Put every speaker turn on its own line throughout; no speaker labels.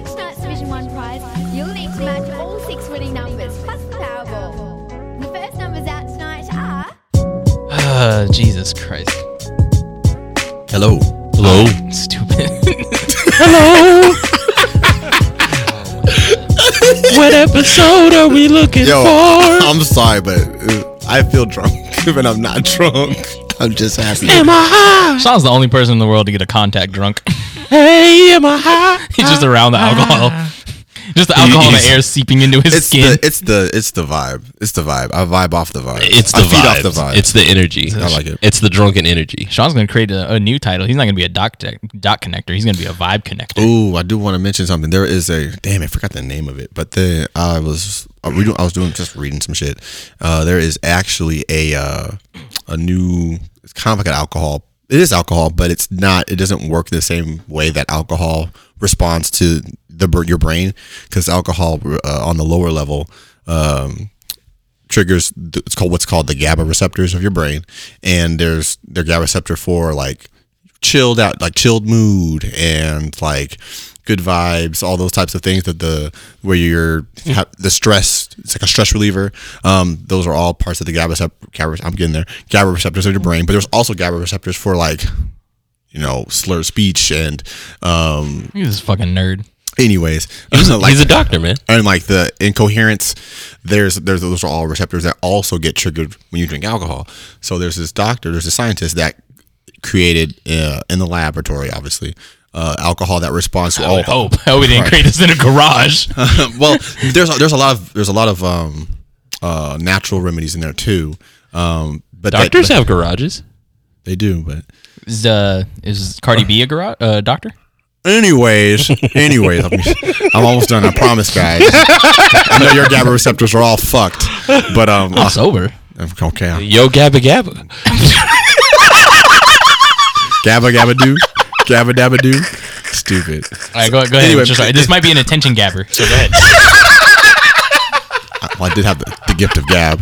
Division 1 prize, you'll need to match all six winning numbers plus the Powerball. The first numbers out tonight are
Ah, Jesus Christ.
Hello.
Hello. Stupid.
Hello.
Oh,
what episode are we looking
Yo,
Oh.
for?
I'm sorry, but uh, I feel drunk, but I'm not drunk. I'm just happy.
Am I high?
Sean's the only person in the world to get a contact drunk.
Hey, am I high?
He's just around the alcohol. Just the alcohol and the air seeping into his
It's
skin.
the it's the it's the vibe. It's the vibe. I vibe off the vibe.
It's the
I
vibe.
feed off the vibe.
It's the energy.
I like it.
It's the drunken energy.
Sean's gonna create a, a new title. He's not gonna be a doc doc connector. He's gonna be a vibe connector.
Ooh, I do want to mention something. There is a damn, I forgot the name of it, but then I was I read- I was doing just reading some shit. Uh, there is actually a uh, a new it's kind of like an alcohol. It is alcohol, but it's not. It doesn't work the same way that alcohol responds to the br- your brain because alcohol uh, on the lower level. Um, triggers th- it's called what's called the GABA receptors of your brain, and there's their GABA receptor for like chilled out, like chilled mood and like good vibes, all those types of things that the where you're ha- the stress, it's like a stress reliever. Um, those are all parts of the GABA, recep- GABA. I'm getting there. GABA receptors of your brain, but there's also GABA receptors for like you know slurred speech and um
He's a fucking nerd.
anyways like-
He's a doctor, man.
and like the incoherence there's there's those are all receptors that also get triggered when you drink alcohol so there's this doctor there's a scientist that created uh, in the laboratory obviously uh, alcohol that responds to
Oh,
all
I hope. I hope he didn't create this in a garage.
well there's a, there's a lot of there's a lot of um, uh, natural remedies in there too um, but that-
Doctors
but-
have garages.
they do but
Is uh is Cardi B a garage uh, doctor?
Anyways, anyways, I'm, I'm almost done. I promise, guys. I know your GABA receptors are all fucked, but um,
I'm sober.
I'll- okay,
Yo, gabba gabba.
GABA GABA do, GABA dabba do, stupid.
All right, go, go ahead.
Anyway,
Just- this might be an attention gabber. So go ahead.
Well, I did have the, the gift of gab.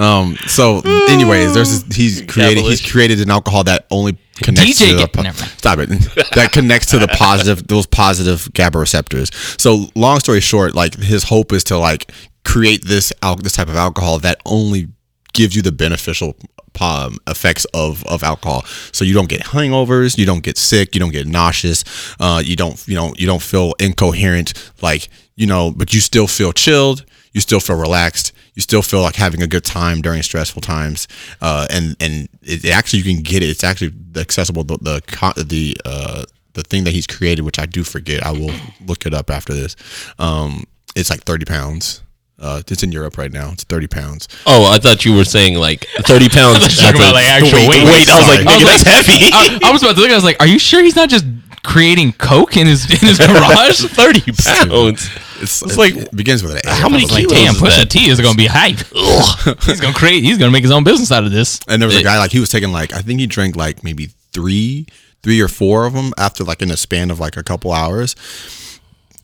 um. So, anyways, there's this, he's created he's created an alcohol that only connects
DJ
to the
get-
po-
never mind.
stop it that connects to the positive those positive GABA receptors. So, long story short, like his hope is to like create this al- this type of alcohol that only gives you the beneficial um, effects of of alcohol. So you don't get hangovers, you don't get sick, you don't get nauseous, uh, you don't you know you don't feel incoherent like you know, but you still feel chilled, you still feel relaxed, you still feel like having a good time during stressful times, uh, and and it, it actually you can get it. It's actually accessible the the co- the uh, the thing that he's created, which I do forget. I will look it up after this. Um, it's like thirty pounds. Uh, it's in Europe right now. It's thirty pounds.
Oh, I thought you were saying like thirty pounds.
you were talking
at
about,
the-
like, actual
the
weight.
the I was like,
Sorry.
nigga,
I was
that's heavy.
I, I was about to look. I was like, are you sure he's not just creating coke in his in his garage? Thirty
pounds.
It's,
like-
it begins with an A.
How many
Like,
kilos
damn,
is
Pusha
that?
T is gonna be hype. he's gonna create. He's gonna make his own business out of this.
And there was a guy like he was taking like I think he drank like maybe three, three or four of them after like in a span of like a couple hours.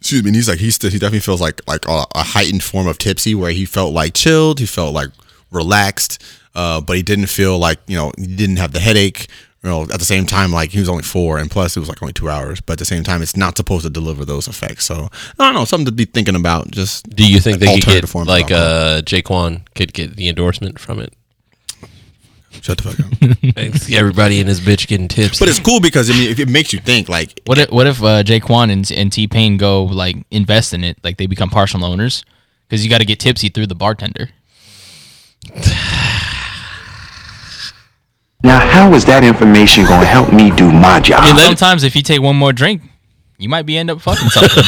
Excuse me. And he's like he's still, he definitely feels like like a, a heightened form of tipsy where he felt like chilled, he felt like relaxed, uh, but he didn't feel like you know he didn't have the headache. You know, at the same time, like he was only four, and plus it was like only two hours. But at the same time, it's not supposed to deliver those effects. So I don't know, something to be thinking about. Just
Do you think they could
Alternative
get
form of
like
alcohol.
uh, Jaquan could get the endorsement from it? uh,
shut the fuck up.
Everybody in his bitch getting tips.
but it's cool because I mean, if it makes you think, like
What if what if uh, Jay Quan and, and T Pain go like invest in it, like they become partial owners? Because you got to get tipsy through the bartender.
Now, how is that information going to help me do my job?
And sometimes if you take one more drink, you might be end up fucking something.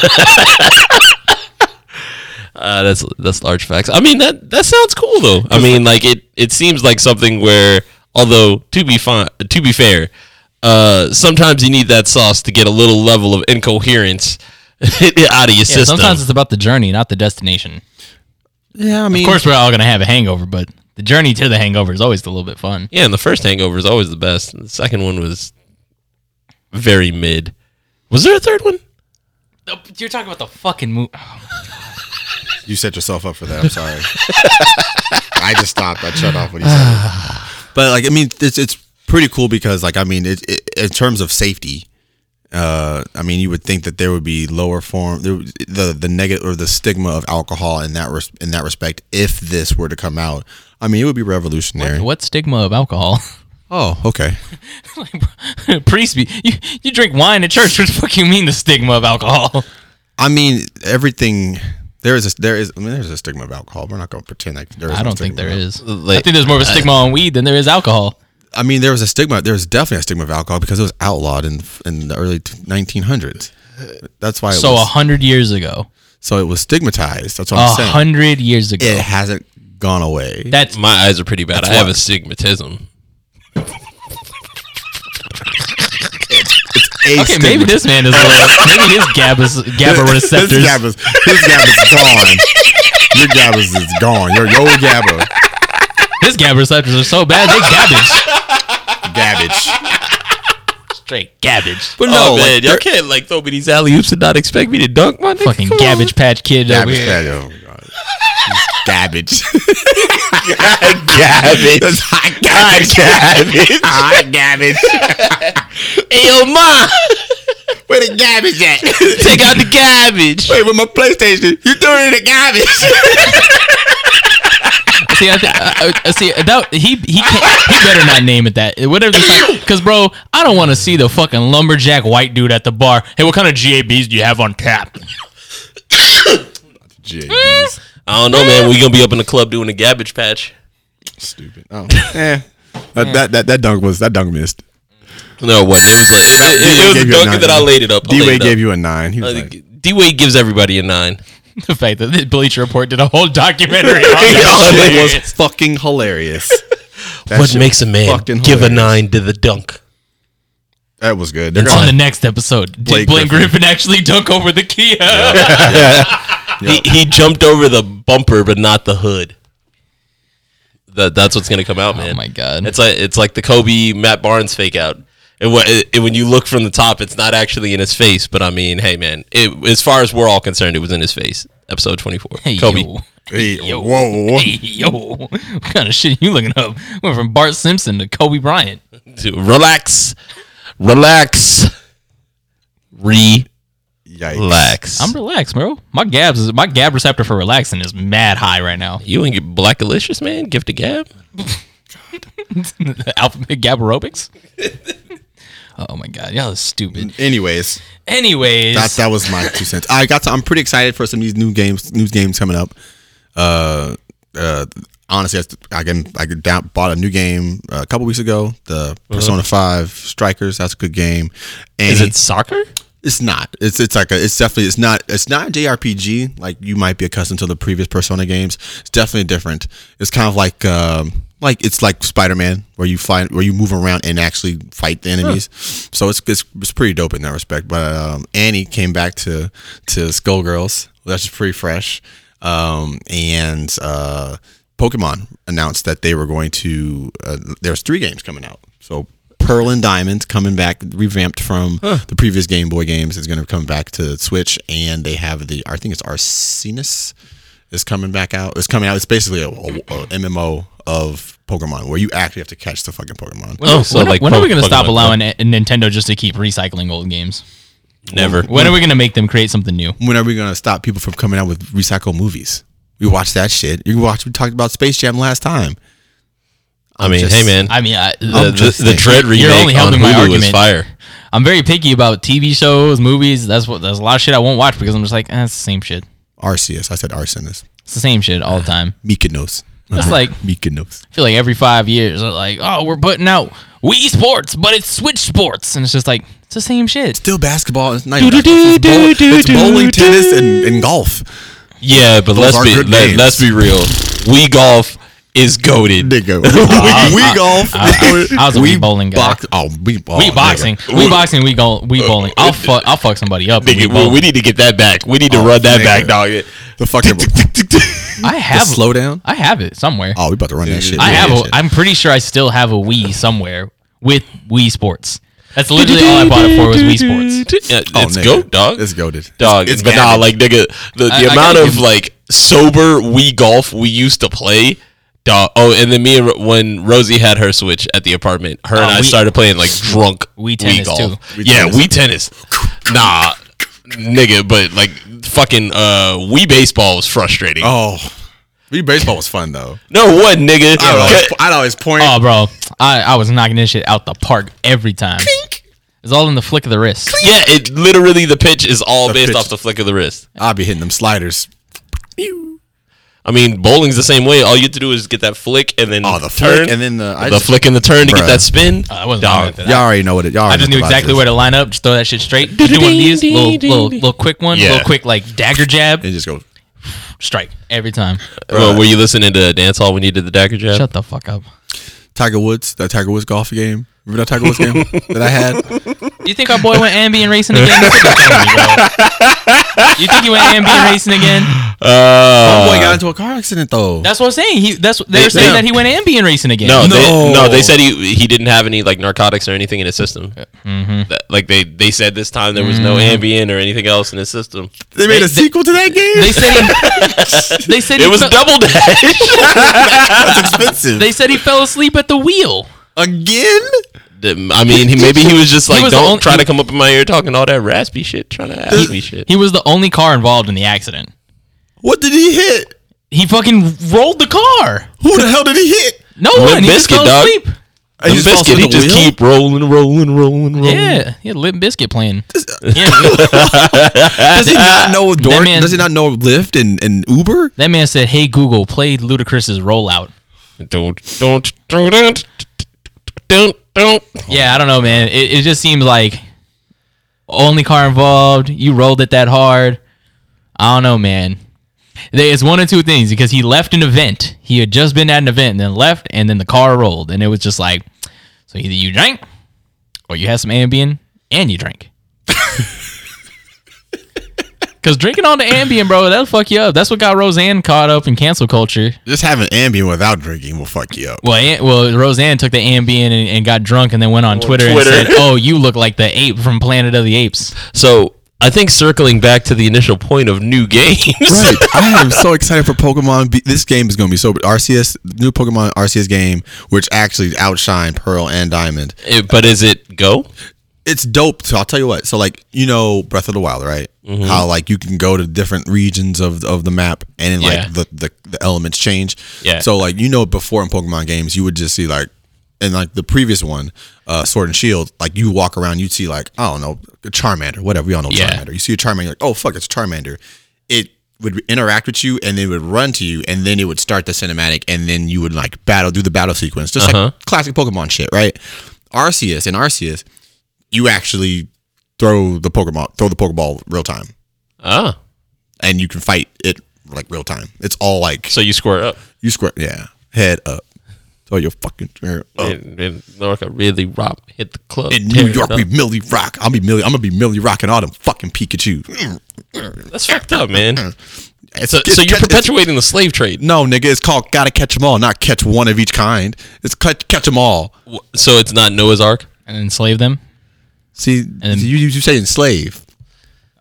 Uh, that's that's large facts. I mean that that sounds cool though. I mean like it it seems like something where although to be fine to be fair, uh, sometimes you need that sauce to get a little level of incoherence out of your
yeah,
system.
sometimes it's about the journey, not the destination.
yeah, I mean,
Of course, we're all gonna have a hangover, but the journey to the hangover is always a little bit fun.
yeah, and the first hangover is always the best. And the second one was very mid. Was there a third one?
You're talking about the fucking movie.
You set yourself up for that. I'm sorry. I just stopped. I shut off when you said it. But like, I mean, it's it's pretty cool because like, I mean, it, it in terms of safety, Uh, I mean, you would think that there would be lower form there, would- the the negative or the stigma of alcohol in that res- in that respect if this were to come out. I mean, it would be revolutionary.
What stigma of alcohol?
Oh, okay.
Priest, be- you, you drink wine at church. What the fuck you mean the stigma of alcohol?
I mean, everything there is a, there is I mean there's a stigma of alcohol. We're not going to pretend like there is.
I
no
don't think
stigma
there
of it.
is. I
Like-
think there's more of a stigma on weed than there is alcohol.
I mean, there was a stigma. There was definitely a stigma of alcohol because it was outlawed in in the early 1900s. That's why. It
So a
was,
hundred years ago,
so it was stigmatized. That's what
a
I'm saying.
hundred years ago,
It hasn't gone away.
that's
My eyes are pretty bad. I
why-
have astigmatism.
A
okay.
stigma-
Maybe this man is low. maybe his gabas gaba receptors.
His gab is, his gab is gone. Your gab is, is gone. Your your gabba
His GABA receptors are so bad they garbage.
garbage.
Straight garbage.
But
no,
no,
like,
man, y'all
there-
can't Oh, like throw me these alley oops and not expect me to dunk my nigga.
Fucking
Come on.
garbage patch kid over
Garbage.
here.
Oh my God. Garbage. garbage. That's hot garbage. garbage. Hot garbage.
Hey, yo, ma,
Where the garbage at?
take out the garbage.
Wait, with my PlayStation, you threw it in the garbage.
See, I, th- I, I- I see that he he can't, he better not name it that. Whatever, because bro, I don't want to see the fucking lumberjack white dude at the bar. Hey, what kind of GABs do you have on tap?
Jeez.
I don't know, man. We gonna be up in the club doing a garbage patch.
Stupid. Oh. Eh. That, that that that dunk was that dunk missed.
No, what? It was like it, it- it was
gave
a
you a
dunk that I
nine.
laid it up.
D Wade gave you a nine. He was like,
D Wade gives everybody a nine.
The fact that the Bleacher Report did a whole documentary. on
Yo,
that.
it was fucking hilarious. That
What
shit-
makes a man
fucking
give a
hilarious.
nine to the dunk?
that was good? They're
on
gonna,
the next episode, did
Blake
Blake Griffin. actually dunk over the Kia?
He, he jumped over the bumper, but not the hood. That that's what's gonna come out, man.
Oh my god!
It's like it's like the Kobe Matt Barnes fake out. And wh- and when you look from the top, it's not actually in his face. But I mean, hey, man, it, as far as we're all concerned, it was in his face. Episode twenty four.
Hey,
Kobe.
yo.
hey, whoa!
Hey, yo, what kind of shit you looking up? Went from Bart Simpson to Kobe Bryant.
Dude, relax, relax, relax.
Yikes!
I'm relaxed, bro. My gabs is my gab receptor for relaxing is mad high right now.
you ain't get blackalicious, man. Gift a gab.
Alphabet gab aerobics. oh my god, y'all are stupid.
Anyways,
Anyways,
that that was my two cents. I got. To, I'm pretty excited for some of these new games. New games coming up. Uh, uh, honestly, I- I can I could down, bought a new game uh, a couple weeks ago. The Persona Five Strikers. That's a good game. And
Is it soccer?
It's not. It's it's like a. It's definitely. It's not. It's not a JRPG like you might be accustomed to the previous Persona games. It's definitely different. It's kind of like um like it's like Spider Man where you fly where you move around and actually fight the enemies. So it's, it's it's pretty dope in that respect. But um, Annie came back to to Skullgirls. That's pretty fresh. Um, and uh, Pokemon announced that they were going to. Uh, there's three games coming out. So Pearl and Diamond coming back, revamped from the previous Game Boy games, is going to come back to Switch, and they have the I think it's Arceus is coming back out. It's coming out. It's basically a, a- a MMO of Pokemon where you actually have to catch the fucking Pokemon.
when,
Oh, so
when-
like
when are we
Pokemon
gonna stop
Go.
allowing a- Nintendo just to keep recycling old games?
Never.
When are we gonna make them create something new?
When are we going to stop people from coming out with recycled movies? We watch that shit. You watch. We talked about Space Jam last time.
I mean,
just-
hey, man.
I mean, I,
Um, the,
just
the, the Dread
saying.
remake
You're only
on
helping
Hulu
my
is
argument.
fire.
I'm very picky about TV shows, movies. That's what. There's a lot of shit I won't watch because I'm just like, eh, it's the same shit.
Arceus. I said Arsenis.
It's the same shit all the time.
Mykonos.
It's like I
Mykonos.
feel like every five years, they're like, oh, we're putting out Wii Sports, but it's Switch Sports, and it's just like it's the same shit.
Still basketball. It's not.
Do,
even
do,
basketball. It's,
do,
bowl-
do,
it's
do,
bowling,
do.
tennis, and, and golf.
Yeah, but
Those
let's
are
be
good
let,
games.
let's be real. We golf is goaded.
Nigga, we, we golf.
I was a wee bowling guy.
box- oh, we, oh,
we
nigga.
boxing, we boxing, we go, we
Uh,
bowling. I'll fuck, I'll fuck somebody up. in Wii
Nigga, we,
bowling.
we need to get that back. We need to
Oh,
run that
nigga. Oh,
back, dog.
The fucking.
I have
the slowdown?
I have it somewhere.
Oh, we about to run that shit.
I
Yeah,
have.
shit.
A, I'm pretty sure I still have a Wii somewhere with Wii Sports. That's literally all I bought it for was Wii Sports.
Yeah,
Oh,
it's
nigga.
goat, dog.
It's goaded.
dog.
It's
but nah,
garbage.
like nigga, the, the
I- I
amount
gotta
of
give-
like sober we golf we used to play Dog. Oh, and then me and Ro- when Rosie had her switch at the apartment, her and
Oh,
I
we-
started playing like drunk
We tennis,
golf.
too.
We
yeah,
tennis.
we tennis. nah, nigga, but like fucking uh, we baseball was frustrating.
Oh, we baseball was fun though.
No, what nigga?
I'd, always,
Cut-
I'd always point.
Oh, bro, I, I was knocking this shit out the park every time. It's all in the flick of the wrist.
yeah, it literally the pitch is all
The
based
pitch.
off the flick of the wrist.
I'd be hitting them sliders.
I mean, bowling's the same way. All you have to do is get that flick and then
Oh, the
turn,
flick and then the I
the
just-
flick and the turn to
Bruh.
get that spin.
Uh, I wasn't
Dog.
that.
Y'all already know what it. Y'all
I
already
just
know
knew
about
exactly
this.
where to line up. Just throw that shit straight. Just do one of these little, little, little quick one,
Yeah.
little quick like dagger jab,
It just goes.
strike every time.
Well, were you listening to dance hall when you did the dagger jab?
Shut the fuck up.
Tiger Woods, that Tiger Woods golf game. Remember that Tiger Woods game that I had?
You think our boy went ambient racing again? Quit telling me, bro. you think he went ambient racing again?
Oh
Uh,
boy, got into a car accident though.
That's what I'm saying. He that's they're
They-
saying
they-
that he went ambient racing again.
No, They,
No.
no, they said he he didn't have any like narcotics or anything in his system.
Mm-hmm.
That- like they they said this time there was no Ambien or anything else in his system.
they made a sequel to that game.
they said he, they said
It
he
was
fe-
double dash.
That's expensive.
they said he fell asleep at the wheel.
Again?
I mean, he, maybe he was just like,
was the
don't
only-
try to come up in my ear talking all that raspy shit, trying to ask me shit.
He was the only car involved in the accident.
What did he hit?
He fucking rolled the car.
Who the hell did he hit?
No
Limp
one. He just
Bizkit,
fell
dog.
asleep.
The
just falls
biscuit,
through
he
the
just
wheel?
keep rolling, rolling, rolling, rolling.
Yeah, he had Limp Biscuit playing. Yeah.
Does he
Uh,
not know door,
man-
Does he not know Lyft and, and Uber?
that man said, "Hey Google, play Ludacris's Rollout."
Don't, don't, don't, don't, don't, don't.
Yeah, I don't know, man. It, it just seems like only car involved. You rolled it that hard. I don't know, man. There is one or two things because he left an event. He had just been at an event and then left, and then the car rolled, and it was just like, so either you drank or you had some Ambien and you drank. Cause drinking on the Ambien, bro, that'll fuck you up. That's what got Roseanne caught up in cancel culture.
Just having Ambien without drinking will fuck you up.
Well, An- well, Roseanne took the Ambien and, and got drunk, and then went on Twitter,
Twitter.
and said, "Oh, you look like the ape from Planet of the Apes."
So I think circling back to the initial point of new games.
Right. I am so excited for Pokemon. B- This game is going to be so. RCS, new Pokemon RCS game, which actually outshined Pearl and Diamond.
Eh, but is it go?
it's dope. So I'll tell you what. So like you know Breath of the Wild, right?
Mm-hmm.
How like you can go to different regions of of the map and
Yeah.
like the, the the elements change.
Yeah.
So like you know before in Pokemon games you would just see like and like the previous one, uh, Sword and Shield, like you walk around, you'd see like I don't know a Charmander, whatever we all know
Yeah.
Charmander. You see a Charmander, you're like oh fuck, it's a Charmander. It would interact with you and then it would run to you and then it would start the cinematic and then you would like battle do the battle sequence just
Uh-huh.
like classic Pokemon shit, right? Arceus and Arceus, you actually throw the Pokemon, throw the Pokeball real time,
Ah,
and you can fight it like real time. It's all like
so you square up.
you square, yeah, head up, throw your fucking chair up.
in, in North, I really rock hit the club.
Oh. In
tear
New
it
York,
up.
we Millie Rock. I'll be Millie. I'm gonna be Millie rocking all them fucking Pikachu. Mm,
that's fucked up, man.
It's,
So,
it's
so you're
catch- it's-
perpetuating the slave trade.
No, nigga, it's called gotta catch them all, not catch one of each kind. It's catch, catch them all.
W- So it's not Noah's Ark.
And enslave them.
See,
And-
you, you you say enslave.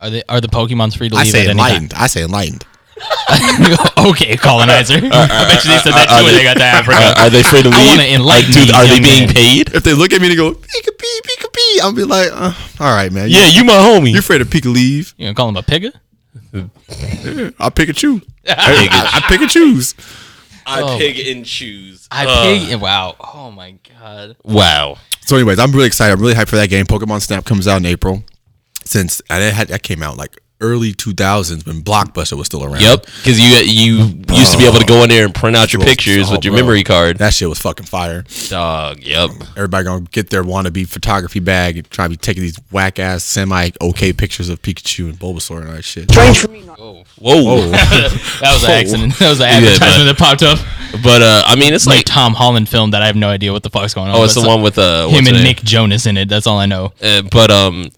Are the are the Pokemon's free to leave
I say
at any time?
enlightened. I say enlightened.
okay, colonizer.
Uh,
I bet you they said that too when they got to Africa.
are they free to
I wanna enlighten
dude,
these
are they
young
being
men.
paid?
If they look at me and go Pika pee, Pika pee, I'll be like, uh, all right, man.
Yeah, you my homie.
You're afraid of Pika leave.
You gonna call him a pigga?
I pick and choose. I, I pick and choose.
I
Oh.
pig in shoes. Uh,
I pig. Wow. Oh my god.
Wow.
So, anyways, I'm really excited. I'm really hyped for that game. Pokemon Snap comes out in April. Since and it had that came out like early 2000s when Blockbuster was still around.
Yep. Because you you used to be able to go in there and print out your
Bro,
pictures
oh,
with your
bro.
memory card.
That shit was fucking fire.
Dog. Yep.
Everybody gonna get their wannabe photography bag and try to be taking these whack ass semi okay pictures of Pikachu and Bulbasaur and all that shit.
Whoa.
That was an accident. That was an
Oh. Yeah,
advertisement that popped up.
But uh, I mean, it's
Like
like
Tom Holland film that I have no idea what the fuck's going on.
oh, it's
but
the one with uh, what's
him
her name?
and Nick Jonas in it. That's all I know.
Uh, but um,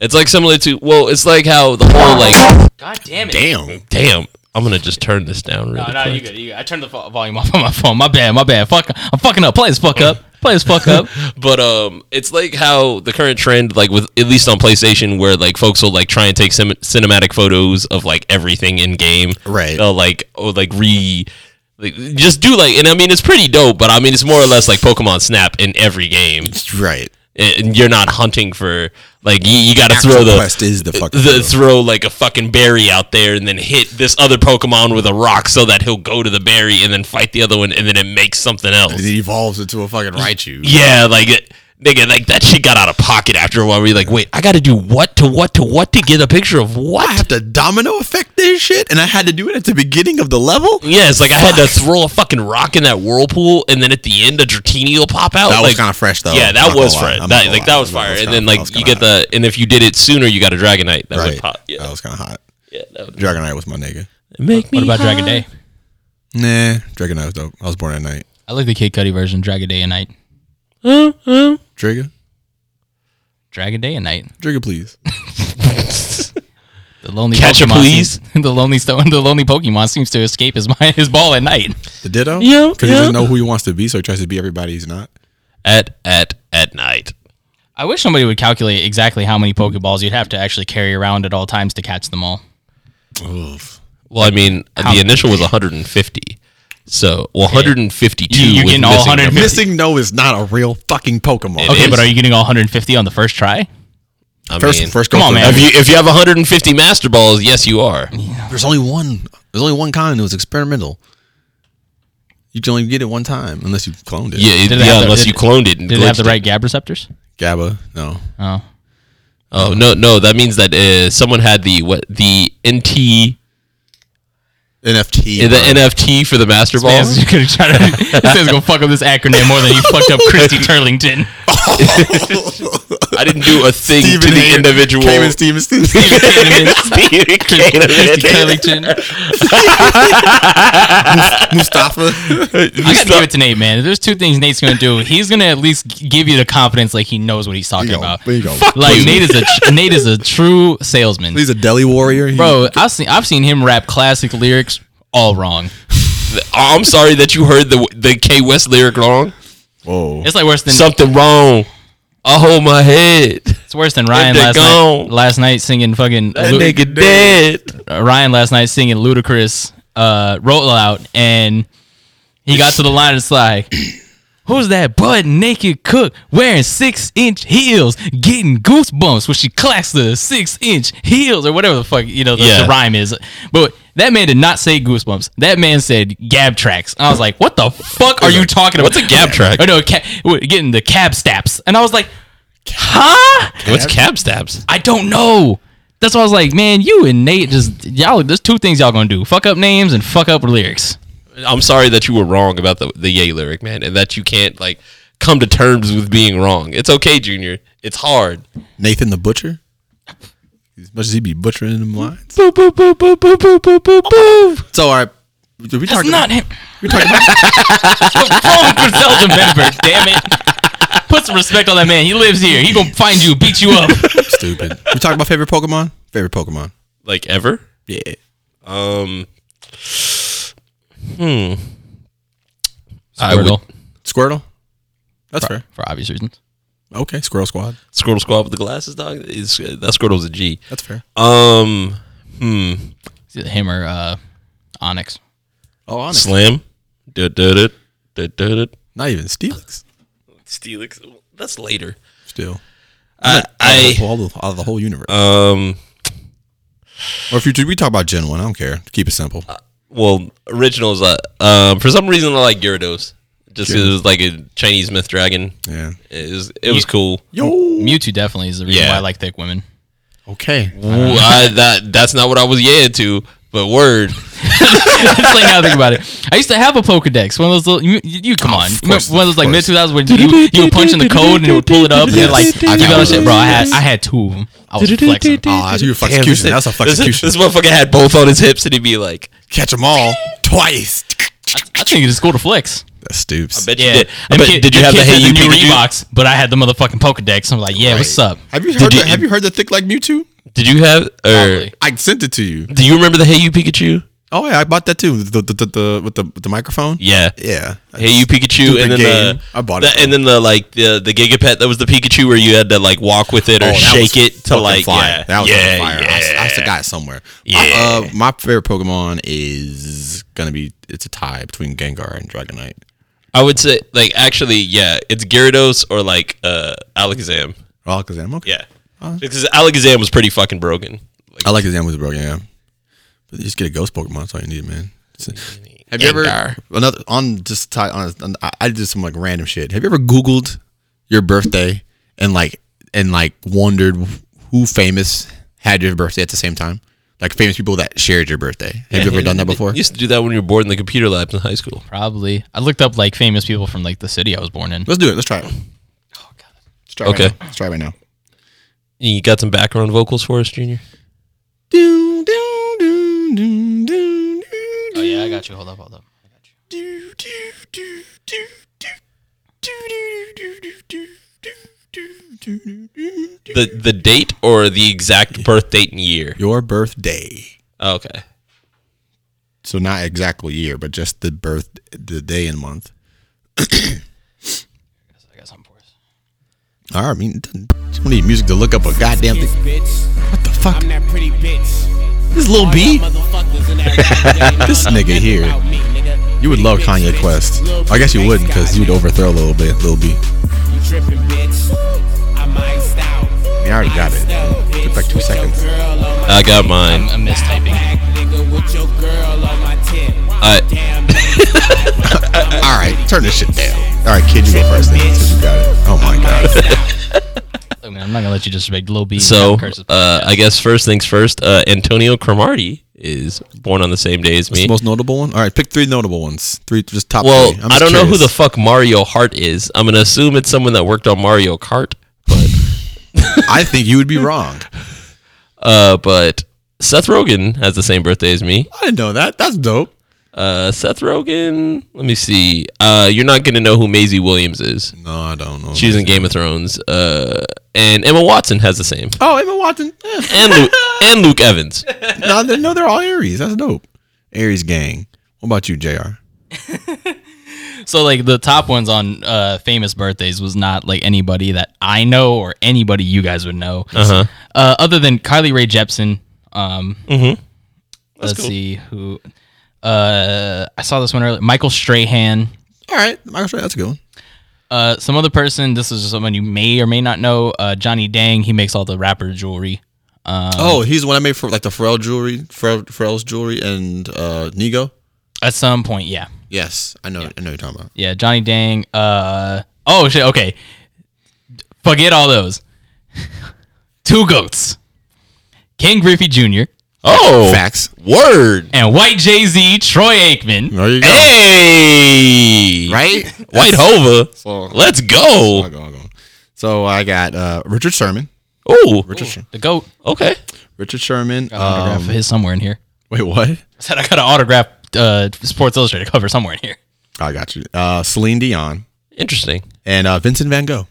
it's like similar to well, it's like how the whole like
God damn it.
Damn.
damn. I'm gonna just turn this down really
No,
quick.
no, you good. You good. I turned the vo- volume off on my phone. My bad. My bad. Fuck. I'm fucking up. Play this fuck up. Play this fuck up.
But um, it's like how the current trend, like with at least on PlayStation, where like folks will like try and take cin- cinematic photos of like everything in game.
Right.
They'll like oh like re Like, just do like, and I mean, it's pretty dope, but I mean, it's more or less like Pokemon Snap in every game,
Right.
and you're not hunting for like you, you got to
Actual
throw the
quest is the fucking
the
throw.
throw like a fucking berry out there, and then hit this other Pokemon with a rock so that he'll go to the berry, and then fight the other one, and then it makes something else.
It evolves into a fucking Raichu.
Yeah, like it, nigga, like that shit got out of pocket after a while. We're like, wait, I got to do what to what to what to get a picture of
I
what?
have to domino effect this shit, and I had to do it at the beginning of the level.
Yeah, it's like I had to throw a fucking rock in that whirlpool, and then at the end, a Dratini will pop out.
That was
like-
kinda fresh, though.
Yeah,
I'm
that
not gonna
was
lie.
fresh.
I'm not
That,
gonna
like
lie.
that was
That was
fire. and
kinda-
then
that was
like you get
kinda
the, and if you did it sooner, you got a Dragonite. That would
Right.
pop. Yeah,
That was kind of hot.
yeah, that would
Dragonite was my nigga.
make me.
What about Dragon Day?
Nah, Dragonite was dope. I was born at night.
I like the Kid Cudi version, Dragon Day and Night.
Draga,
Dragon Day and Night.
Draga, please.
The lonely
Catch a
Pokemon
please.
seems- the lonely stone. The lonely Pokemon seems to escape his mind, his ball at night.
The Ditto.
Yeah,
because he
yeah.
doesn't know who he wants to be, so he tries to be everybody he's not.
at at at night.
I wish somebody would calculate exactly how many Pokeballs you'd have to actually carry around at all times to catch them all.
Oof.
Well, I mean, the initial was 150. So, well, 152.
You- you're
with
getting all
missing
150.
numbers.
Missing no is not a real fucking Pokemon.
It
Okay,
is.
but are you getting all 150 on the first try?
I
First,
mean,
first
come
go
on,
for
man.
If
it.
you if you have 150 Master Balls, yes, you are.
There's only one. There's only one kind. It was experimental. You can only get it one time unless you cloned it.
Yeah, it-
Did it have
yeah
the-
unless you
did-
cloned it. And
Did they have
glitched
the
it.
right Gab receptors?
Gabba. No.
Oh,
Oh no, no, that means that uh, someone had the what the NT
NFT.
the
bro.
NFT for the Master Ball.
This man's gonna try to- this man's gonna fuck up this acronym more than he fucked up Christy Turlington.
I didn't do a thing
Stephen
to the
A.
individual.
Cayman Steven Steven.
Stephen
Christy
Kahneman.
Turlington.
Mustafa.
I gotta give it to Nate, man. There's two things Nate's gonna do. He's gonna at least g- give you the confidence, like he knows what he's talking
Bingo,
about.
bingo.
Like Nate is a tr- Nate is a true salesman,
He's a deli warrior. He-
bro. I've seen I've seen him rap classic lyrics all wrong.
Oh, I'm sorry that you heard the the K West lyric wrong.
Whoa.
It's like worse than
Something wrong. I hold my head.
it's worse than Ryan
That
last
nigga
night.
gone.
Last night singing fucking
That
Lu-
nigga dead.
uh, Ryan last night singing ludicrous uh rollout and he got to the line it's like Who's that butt naked cook wearing six inch heels, getting goosebumps when she clacks the six inch heels or whatever the fuck you know the,
Yeah.
the rhyme is? But that man did not say goosebumps. That man said gab tracks. I was like, what the fuck are you talking about?
What's a gab track?
Oh no, ca- what, getting the cab staps, and I was like, huh?
What's cab stabs?
I don't know. That's why I was like, man, you and Nate just y'all. There's two things y'all gonna do: fuck up names and fuck up lyrics.
I'm sorry that you were wrong about the the yay lyric, man, and that you can't like come to terms with being wrong. It's okay, Junior. It's hard.
Nathan the Butcher. As much as he be butchering them lines.
Boop, boop, boop, boop, boop, boop, boop, boop, boop.
So, all right. Did we
That's
talk
not
about,
him.
we talking about-
Wrong Griselda member. Damn it. Put some respect on that man. He lives here. He gonna find you, beat you up.
stupid. We talking about favorite Pokemon? Favorite Pokemon.
Like ever?
Yeah.
Um, I would-
Squirtle,
Squirtle? That's fair.
for obvious reasons.
Okay. Squirrel Squad.
Squirtle Squad with the glasses, dog. Is that Squirtle's a G?
That's fair.
Um, hmm.
It's either Him or uh, Onyx.
Oh, honest.
Slam. Did did it. Did did it.
Not even Steelix.
Steelix. That's later.
Still.
I, I
All the, all the whole universe.
um.
or if you we talk about Gen 1, I don't care. Keep it simple.
Well, originals. Uh, um. For some reason, I like Gyarados. Just 'cause it was like a Chinese myth dragon.
yeah.
It was. It was cool.
Yo.
Mewtwo definitely is the reason
Yeah.
why I like thick women.
Okay.
Ooh, I, that that's not what I was yeah to. But word.
it's like now I think about it. I used to have a Pokedex. One of those little. You, you- you- come on. Remember
course,
one of those like
of
mid
course.
two thousands when you, you would punch in the code and it would pull it up and it, like
Yes,
you
I
got
got
shit, bro. I had I had two of them. I was flexing.
Ah, you fucking execution. That's a fucking
This,
execution.
this motherfucker had both on his hips, and he'd be like,
Catch them all twice.
I think it's cool to flex.
That's stoops.
"Bet you did." I bet,
Them kid-
did you
them
have the
kids
Hey
had
You
new
Pikachu?
Reeboks? But I had the motherfucking Pokedex. I'm like, yeah, what's up?
Have you heard?
you-
the, have you heard the thick like Mewtwo?
Did you have or
Probably.
I sent it to you.
do you remember the Hey You Pikachu?
Oh yeah, I bought that too. The the, the, the with the with the microphone.
Yeah.
Yeah.
Hey You Pikachu,
Stupid
and then
game.
the,
I bought
the-
it.
and then the like the the Gigapet that was the Pikachu where you had to like walk with it or
Oh, that
shake
was
it to
fucking
like
fire.
yeah
That was
yeah
fire. I,
yeah.
I a guy somewhere.
Yeah.
Uh, my favorite Pokemon is gonna be it's a tie between Gengar and Dragonite.
I would say, like, actually, yeah, it's Gyarados or like uh Alakazam.
Oh, because I'm okay.
Yeah, because Alakazam was pretty fucking broken. Like,
I like his Amazon bro, yeah. But you just get a ghost Pokemon. That's all you need, man. It's- Have you ever
Gengar.
another on just tie on? on I- I did some like random shit. Have you ever Googled your birthday and like and like wondered who famous had your birthday at the same time? Like famous people that shared your birthday. Have you ever done that before?
You used to do that when you were bored in the computer labs in high school.
Probably. I looked up like famous people from like the city I was born in.
Let's do it. Let's try it. Oh God. Let's try it
Okay.
Right now. Let's try it right now.
You got some background vocals for us, Junior.
Do, do, do, do, do,
Oh
do,
yeah, I got you. Hold up, hold up.
do, do, do, do, do, do, do, do, do, do, do, do, do, do, do.
The the date or the exact birth date and year?
Your birthday.
Oh, okay.
So not exactly year, but just the birth, the day and month.
I got something for us.
All right, I mean, we need music to look up a goddamn
Kiss,
thing.
bitch.
What the fuck?
I'm that pretty bitch.
This little
All
B.
y'all motherfuckers in Arizona,
This
y'all know
nigga
nothing
here.
about me, nigga.
You would love
Pretty bitch,
Kanye
bitch.
Quest.
Lil'
I guess you
bitch,
wouldn't, because
guy,
you'd
nigga.
overthrow a little bit, little B.
You tripping, bitch. I'm iced out.
You already got it.
It
Took like two seconds.
I got mine.
I'm mistyping.
I-
All right, turn this shit down. All right, kid, you go first. Then, since you got it. Oh my god.
Look, man, I'm not gonna let you disrespect Lil B.
So,
Curses.
uh, I guess first things first. Uh, Antonio Cromartie is born on the same day as me.
Most notable one. All right, pick three notable ones. Three, just top.
Well,
three. I'm
I
just
don't know who the
curious.
fuck Mario Hart is. I'm gonna assume it's someone that worked on Mario Kart.
I think you would be wrong.
Uh, but Seth Rogen has the same birthday as me.
I didn't know that. That's dope.
Uh, Seth Rogen. Let me see. Uh, you're not gonna know who Maisie Williams is.
No, I don't know.
She's in Game of Thrones. Uh, and Emma Watson has the same.
oh, Emma Watson. Eh.
And Luke, and Luke Evans.
no, they- no, they're all Aries. That's dope. Aries gang. What about you, Jr.
so like the top ones on uh, famous birthdays was not like anybody that I know or anybody you guys would know.
Uh huh.
Uh, other than Carly Rae Jepsen. Um, Let's see who. Uh, I saw this one earlier. Michael Strahan.
All right, Michael Strahan. That's a good one.
Uh, some other person. This is someone you may or may not know. Uh, Johnny Dang. He makes all the rapper jewelry.
Uh,
oh, he's the one I made for like the Pharrell jewelry, Pharrell, Pharrell's jewelry, and uh Nigo.
At some point, yeah,
Yes, I know. I know you're talking about.
yeah. Johnny Dang. Uh, oh shit. Okay, forget all those. Two goats. King Griffey Jr.
Oh,
Facts.
word.
and White Jay Z, Troy Aikman.
There you go.
Hey,
Right.
White Hova.
So-
Let's go.
I'll go, I'll go. So I got uh Richard Sherman.
Oh,
Richard, Sher-
The goat. Oh,
okay.
Richard Sherman.
Autograph of
Um,
his somewhere in here.
wait, what?
I said I got an autograph uh, Sports Illustrated cover somewhere in here.
I got you. Uh, Celine Dion
Interesting.
and uh, Vincent Van Gogh.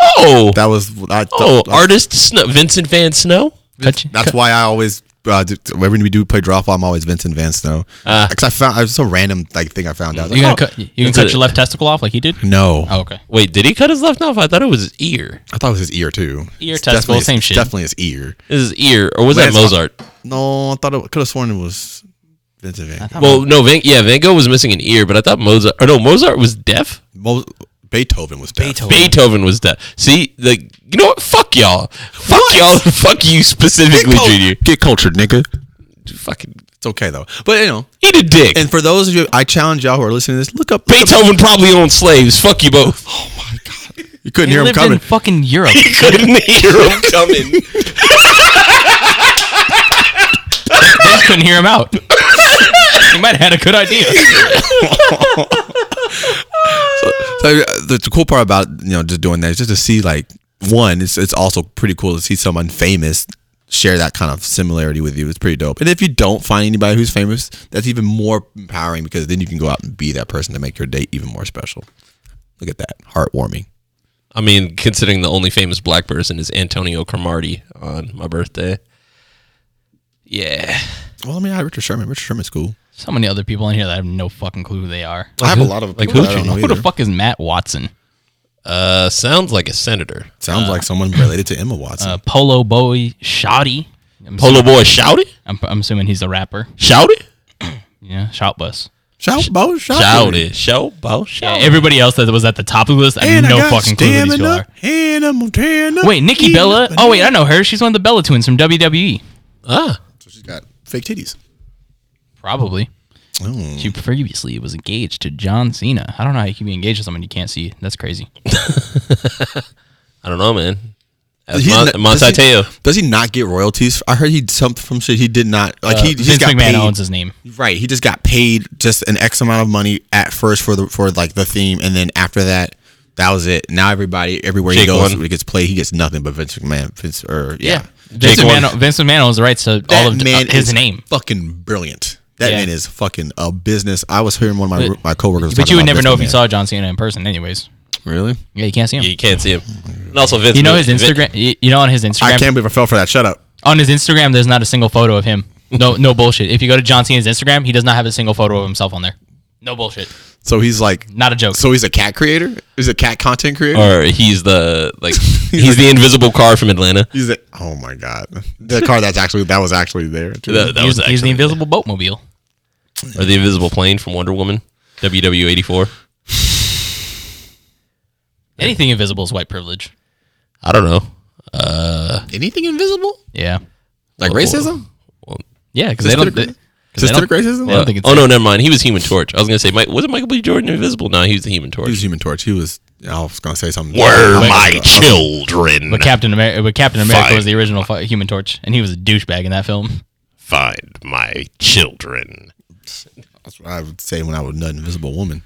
Oh,
That was I,
oh,
that's,
artist Snow, Vincent Van Snow.
Cut you.
That's why I always uh, do, when we do play draw fall, I'm always Vincent Van Snow.
Ah.
Because I found it was so random like thing I found out. I was
Uh. You gonna
Like,
cut? You gonna
That's
cut
it.
your left testicle off like he did?
oh, no,
Oh, okay.
Wait, did he cut his left off? I thought it was his ear.
I thought it was his ear too.
Ear
It's
testicle,
definitely his-
same shit.
Definitely his ear.
This is his ear, or was
Lance-
that Mozart?
No, I thought it could have sworn it was Vincent Van. Gogh.
Well, no, Van, yeah, Van Gogh was missing an ear, but I thought Mozart. Or no, Mozart was deaf.
Mo- Beethoven was deaf. Beethoven.
Beethoven was deaf. See, like you know what? Fuck y'all. Fuck y'all. Fuck you specifically, Junior.
Get cultured, nigga.
Fucking
It's okay though. But you know,
eat a dick.
and for those of you, I challenge y'all who are listening to this. Look up
Beethoven probably owned slaves. Fuck you both.
You couldn't
He
hear him
lived
coming.
in fucking Europe.
couldn't hear him coming.
They just couldn't hear him out. He might have had a good idea.
So uh, the, the cool part about you know just doing that is just to see like one, it's it's also pretty cool to see someone famous share that kind of similarity with you. It's pretty dope. And if you don't find anybody who's famous, that's even more empowering because then you can go out and be that person to make your day even more special. Look at that, heartwarming.
I mean, considering the only famous black person is Antonio Cromartie on my birthday. Yeah.
Well, I mean, I Richard Sherman. Richard Sherman's cool.
So many other people in here that I have no fucking clue who they are.
I have a lot of
Like
people
who-
that I don't know
Who the
either.
fuck is Matt Watson?
Uh, sounds like a senator.
Sounds like someone related to Emma Watson.
Uh, Polo Boy Uh, Shoddy. I'm,
Polo boy, shouty,
I'm, I'm assuming he's a rapper.
shouty,
Yeah, Shout Bus.
Shout, bo, shout,
shouty, shout, bow, shout.
Everybody else that was at the top of the list, I have
And
no
I got
fucking clue who these people are.
stamina, and I'm Montana.
Wait, Nikki
and
Bella?
I'm
Oh wait,
banana.
I know her. She's one of the Bella twins from E. WWE.
ah,
She's got fake titties.
Probably.
Oh.
She previously was engaged to John Cena. I don't know how you can be engaged to someone you can't see. That's crazy.
I don't know, man. That's
He's
Mon-
not-
Monte
does he-
Teo.
Does he not get royalties? I heard he something from shit he did not like. he he
Uh, Vince
just got
McMahon
paid.
owns his name.
Right, he just got paid just an X amount of money at first for the for like the theme, and then after that, that was it. Now everybody everywhere
Jake
he goes,
won.
he gets played. He gets nothing but Vince McMahon. Vince or yeah,
Vince
Jake
McMahon,
won.
Vince McMahon owns the rights to all of uh, his
is
name.
Fucking brilliant. That
Yeah.
man is fucking a business. I was hearing one of my
But-
my coworkers.
But
talking
you would
about
never
Vince
know if you
McMahon.
saw John Cena in person, anyways.
Really,
Yeah, you can't see him.
Yeah, you can't see him. And also, Vince.
you know his
Vin-
Instagram. You you know on his
I
Instagram.
can't believe I fell for that. Shut up.
on his Instagram, there's not a single photo of him. No, no bullshit. If you go to John Cena's Instagram, he does not have a single photo of himself on there. No bullshit.
So he's like,
Not a joke.
so he's a cat creator. He's a cat content creator.
or he's the like he's the invisible car from Atlanta.
He's a, oh my god, the car that's actually that was actually there. too.
That, that
he's,
was
he's the
actually,
invisible boatmobile.
or the invisible plane from Wonder Woman, WW eighty four.
Anything invisible is white privilege.
I don't know.
Anything invisible
Yeah.
like
Well,
racism?
Yeah, because they don't.
Systemic-
they don't-
Systemic racism?
they don't think it's
oh no, never mind. He was Human Torch. I was gonna say, Mike, was it Michael B. Jordan Invisible? No, he was the Human Torch.
He was Human Torch. He was. I was gonna say something.
Were
I'm
my
like,
children?
But Captain America, but Captain America
Fine.
was the original fu- Human Torch, and he was a douchebag in that film.
Find my children.
That's what I would say when I was an invisible woman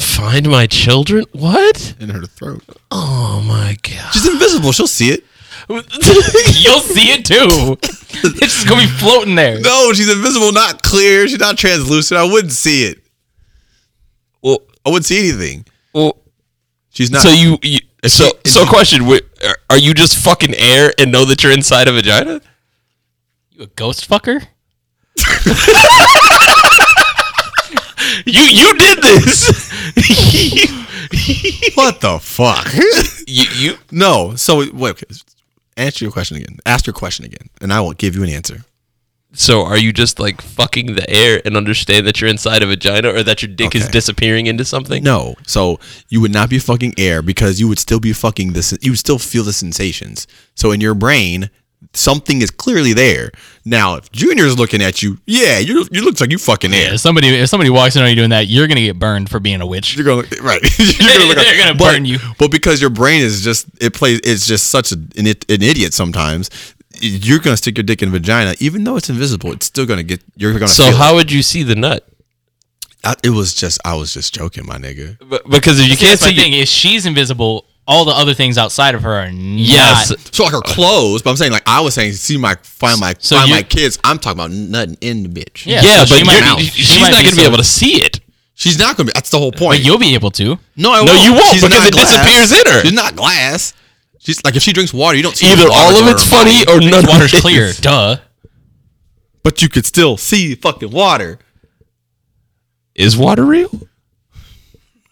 Find my children? What?
in her throat.
Oh my god!
She's invisible. She'll see it.
You'll see it too. it's just gonna be floating there.
No, Oh, she's invisible. Not clear. She's not translucent. I wouldn't see it.
well,
I wouldn't see anything.
well,
She's not.
so you, you so
she- if
so
she-
question: wi- are- Are you just fucking air and know that you're inside a vagina?
You a ghost fucker?
You you did this.
what the fuck?
you you
no. So wait. okay. Answer your question again. Ask your question again, and I will give you an answer.
So are you just like fucking the air and understand that you're inside a vagina or that your dick is
Okay.
disappearing into something?
No. So you would not be fucking air because you would still be fucking this. You would still feel the sensations. So in your brain, something is clearly there. Now, if Junior's looking at you, yeah, you you looks like you fucking air.
If somebody if somebody walks in on you doing that, you're gonna get burned for being a witch.
You're gonna right. You're look
They're
up.
gonna
but,
burn you.
But because your brain is just it plays. It's just such a, an it- an idiot sometimes. You're gonna stick your dick in vagina, even though it's invisible. It's still gonna get. You're gonna.
So
feel it.
how would you see the nut?
I, it was just. I was just joking, my nigga.
B- because if you
See,
can't
that's my
see,
thing. If she's invisible, all the other things outside of her are not.
yes,
So like her clothes, but I'm saying like I was saying, see my find my
So
find
you-
my kids. I'm talking about nothing in the bitch.
Yeah.
yeah,
so she
but
might
you're,
be- she
she's
might
not
be
going to be
so-
able to see it.
she's not gonna be. That's the whole point.
but you'll be able to.
no, I
No, you won't,
She's not
because it
glass.
disappears in her.
She's not glass. She's like if she drinks water, you don't see
Either
the water
all of
go
it's
in her
funny
body.
or none of
Water's
it is.
clear. Duh.
but you could still see fucking water.
Is water real?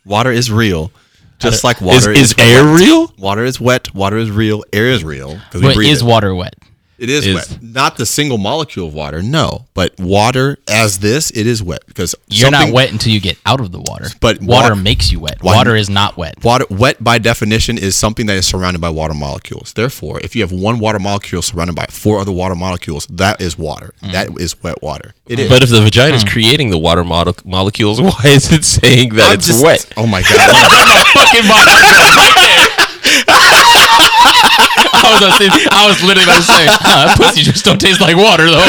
Water is real, just like
Is,
water is,
Uh, is air real?
water is wet. Water is real. Air is real because we
But
breathe
is
it.
water wet?
It is,
is-
wet. Not the single molecule of water, no. But water as this, it is wet because
You're not
something-
wet until you get out of the water.
But
water
wa-
makes you wet.
Why-
Water is not wet.
Water, wet by definition is something that is surrounded by water molecules. Therefore, if you have one water molecule surrounded by four other water molecules, that is water. That is wet water. It is.
Mm. But if the vagina is creating the water model- molecules, why is it saying that
I'm
uh, it's
just-
wet?
Oh my god!
fucking monoculture right there. I was, about to say- I was literally about to say, huh, pussy juice don't taste like water though.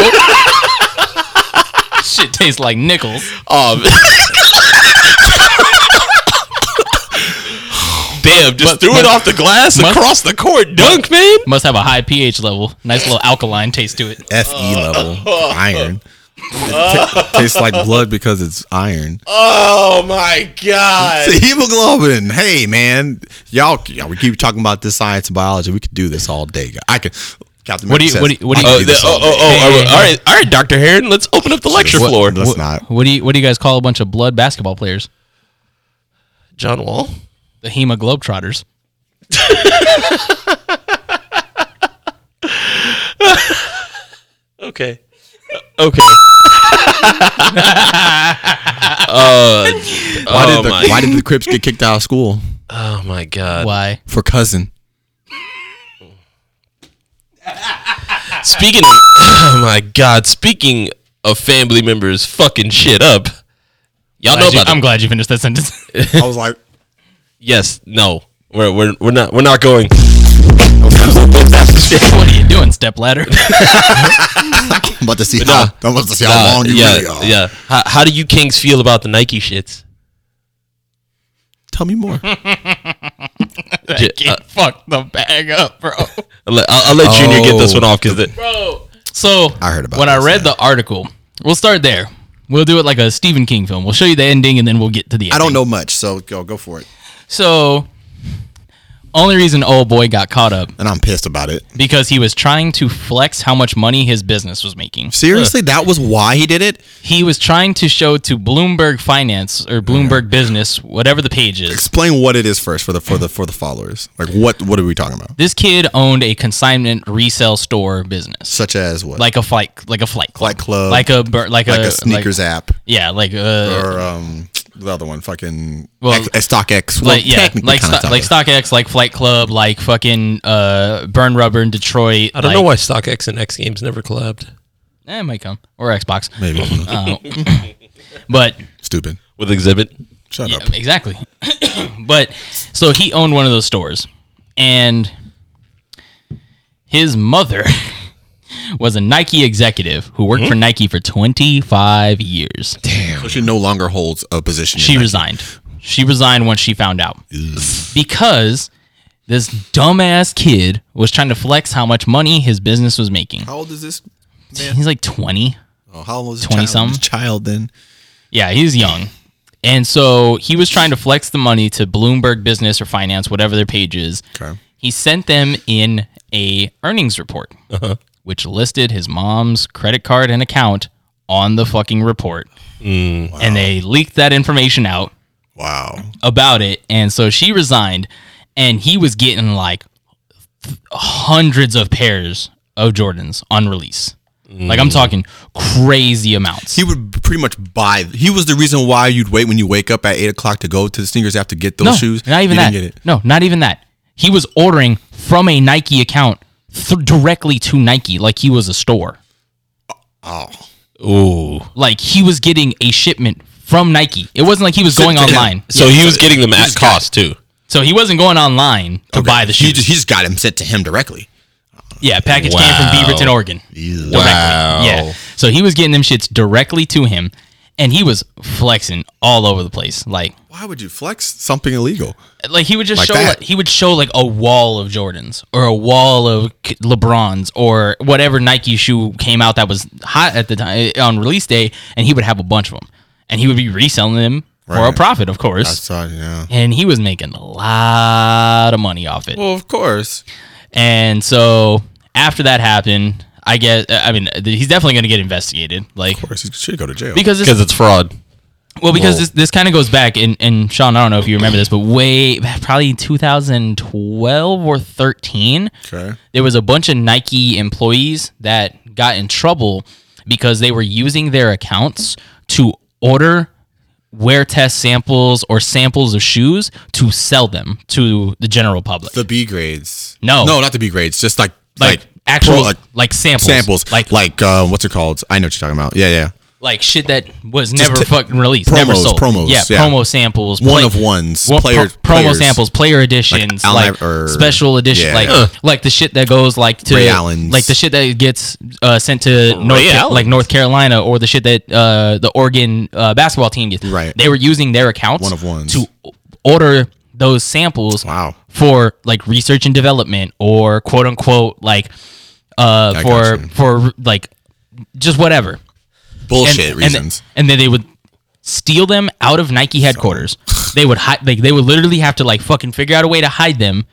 Shit tastes like nickels.
Um, Damn, just threw it
but-
off the glass
but-
across the court dunk, man.
Must have a high pH level. Nice little alkaline taste to it.
Fe E level iron. It ta- tastes like blood because it's iron.
Oh my god.
It's hemoglobin. Hey man, y'all, y'all, we keep talking about this science and biology. We could do this all day. I could. Captain
What do
America says,
you- what do you- what do
I
you-
Oh,
could
the,
this
oh,
all
oh,
day.
oh,
Hey, hey,
all right, all right, Doctor Heron, let's open up the lecture
What-
floor.
Let's not.
What do you what do you guys call a bunch of blood basketball players?
John Wall.
The Hema Globetrotters.
Okay. Okay. uh,
Why
oh
did the
my-
Why did the Crips get kicked out of school
oh my god.
Why?
for cousin?
Speaking of, oh my god, speaking of family members fucking shit up, y'all know
Glad you-
about
I'm
that.
glad you finished that sentence.
I was like,
Yes, no, we're we're we're not we're not going.
what are you doing, stepladder?
I'm about to see
Nah.
how I'm about to see
Nah,
how long you
uh, yeah,
really are.
yeah. How, how do you kings feel about the Nike shits?
Tell me more.
J- uh,
Can't fuck the bag up, bro.
I'll, let- I'll- I'll let Junior get this
Oh.
one off because
bro. So
I heard about
when I
this,
read the article. We'll start there. We'll do it like a Stephen King film. We'll show you the ending and then we'll get to the. Ending.
I don't know much, so go go for it.
So, only reason old boy got caught up
And I'm pissed about it.
because he was trying to flex how much money his business was making.
Seriously, that was why he did it.
He was trying to show to Bloomberg Finance or
Mm.
Bloomberg Business, whatever the page is.
Explain what it is first for the for the for the followers. Like what what are we talking about?
This kid owned a consignment resale store business,
Such as what?
like a flight, like a flight club,
Flight club.
like a bur- like,
like
a,
a sneakers
like-
app
yeah, like uh,
or um the other one, fucking
Well,
X, uh, StockX. Well,
like yeah,
technically
like
kinda
sto- like
StockX.
StockX, like Flight Club, like fucking uh, Burn Rubber in Detroit.
I don't
like-
know why StockX and X Games never collabed
Eh, it might come or Xbox,
Maybe
uh, but
stupid.
with Exhibit.
Shut up.
Yeah, exactly. but so he owned one of those stores, and his mother was a Nike executive who worked for Nike for 25 years.
So she no longer holds a position.
She
in that.
resigned. She resigned once she found out because this dumbass kid was trying to flex how much money his business was making.
How old is this?
He's like 20.
Oh, how old was this
20
child?
something?
This child then?
Yeah, he's young. And so he was trying to flex the money to Bloomberg Business or Finance, whatever their page is.
Okay.
He sent them in a earnings report, which listed his mom's credit card and account on the fucking report. And they leaked that information out
Wow.
about it. And so she resigned, and he was getting like th- hundreds of pairs of Jordans on release. Like I'm talking crazy amounts.
He would pretty much buy. He was the reason why you'd wait when you wake up at eight o'clock to go to the sneakers app to get those
no,
shoes.
Not even
you
that.
Didn't get it.
No, not even that. He was ordering from a Nike account th- directly to Nike, like he was a store.
Ooh.
Like he was getting a shipment from Nike. It wasn't like he was going online.
So he was getting them at cost too.
So he wasn't going online to buy the
He
shoes.
just, he just got him sent to him directly.
yeah, package came from Beaverton, Oregon. Directly. Yeah. So he was getting them shits directly to him, and he was flexing all over the place. Like,
Why would you flex something illegal?
like he would just
Like
show
that.
like, he would show like a wall of Jordans or a wall of K- LeBrons or whatever Nike shoe came out that was hot at the time eh, on release day, and he would have a bunch of them, and he would be reselling them for a
Right.
profit, of course.
Sorry, yeah.
and he was making a lot of money off it.
Well, of course.
And so after that happened, I guess I mean he's definitely going to get investigated, like
Of course, he should go to jail.
because this
Because it's fraud.
Well, because
Whoa.
this, this kind of goes back, and, and Sean, I don't know if you remember this, but way probably 2012 or 13,
okay.
there was a bunch of Nike employees that got in trouble because they were using their accounts to order wear test samples or samples of shoes to sell them to the general public.
The B grades.
No.
No, not the B grades. Just like
like,
like,
actual,
pro- like
like samples.
samples.
Like,
Like like
like,
uh, what's it called? I know what you're talking about. Yeah, yeah.
shit that was never
t-
fucking released. never
promos,
sold.
promos,
Yeah,
yeah.
promo samples.
One
play-
of ones.
Well,
player
pro- promo
players.
samples, player editions,
Allen
like,
Iver- or-
special edition,
Yeah.
like
Huh.
like the shit that goes like to
Ray Allen's.
like the shit that gets uh, sent to North Ca-
Allen's.
like North Carolina or the shit that uh, the Oregon uh, basketball team gets.
Right.
They were using their accounts
One of ones.
to order those samples
Wow.
for like research and development or quote unquote like uh
I
for
gotcha.
for like just whatever and-
Bullshit
and,
reasons.
And, then they would steal them out of Nike headquarters. they would hide. Like they would literally have to like fucking figure out a way to hide them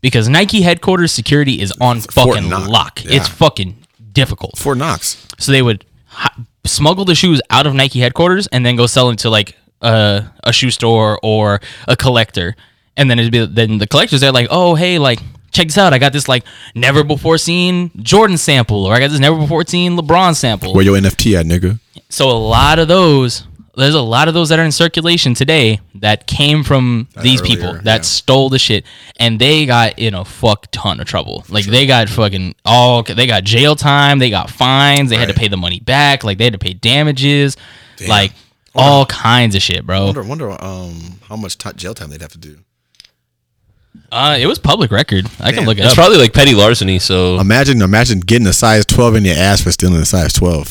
because Nike headquarters security is on
Fort
fucking
Knox.
lock.
Yeah.
It's fucking difficult.
Fort Knox.
So they would hi- smuggle the shoes out of Nike headquarters and then go sell them to like uh, a shoe store or a collector. And then it'd be then the collectors they're like, oh hey, like check this out. I got this like never before seen Jordan sample, or I got this never before seen LeBron sample.
Where your NFT at, nigga?
So a lot of those, there's a lot of those that are in circulation today that came from these
Uh, earlier,
people that
yeah.
stole the shit, and they got in a fuck ton of trouble. Like they got fucking all, they got jail time, they got fines, they had to
Right.
pay the money back, like they had to pay damages, like all kinds of shit, bro.
Wonder, wonder, um, how much ti- jail time they'd have to do.
Uh, it was public record. I can
Damn.
look it
It's
up.
probably like petty larceny. So,
Imagine, imagine getting a size twelve in your ass for stealing a size twelve.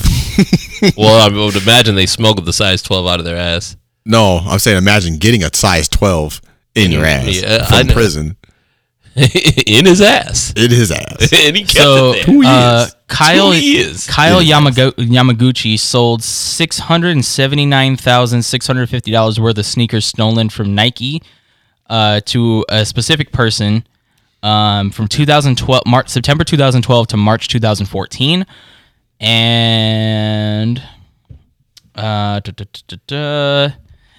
well, I would imagine they smuggled the size twelve out of their ass.
no, I'm saying imagine getting a size twelve in your ass
Yeah, I
from
know.
prison.
in his ass.
It is ass.
and he kept
So
it there.
uh, Kyle
Two years.
Kyle Yamago- Yamaguchi sold six hundred and seventy nine thousand six hundred fifty dollars worth of sneakers stolen from Nike uh, to a specific person um, from 2012 March September 2012 to March 2014, and uh, duh, duh, duh, duh, duh.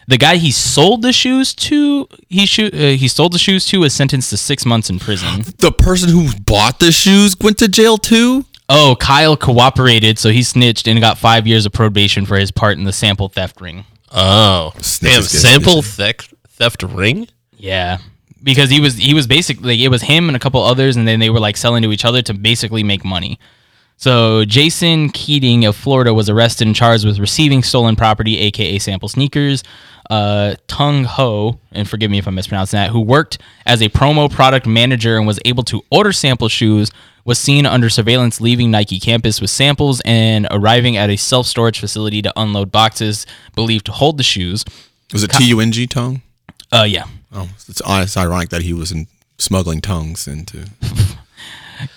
the guy he sold the shoes to he sho- uh, he sold the shoes to is sentenced to six months in prison.
The person who bought the shoes went to jail too.
Oh, Kyle cooperated, so he snitched and got five years of probation for his part in the sample theft ring.
Oh, damn!
Snitches get
Sample theft theft ring.
Yeah, because he was he was basically it was him and a couple others, and then they were like selling to each other to basically make money. So Jason Keating of Florida was arrested and charged with receiving stolen property, aka sample sneakers. Uh, Tung Ho, and forgive me if I'm mispronouncing that, who worked as a promo product manager and was able to order sample shoes, was seen under surveillance leaving Nike campus with samples and arriving at a self storage facility to unload boxes believed to hold the shoes.
Was it T U N G tongue?
Uh, yeah,
Oh, it's, it's ironic that he was in smuggling tongues into.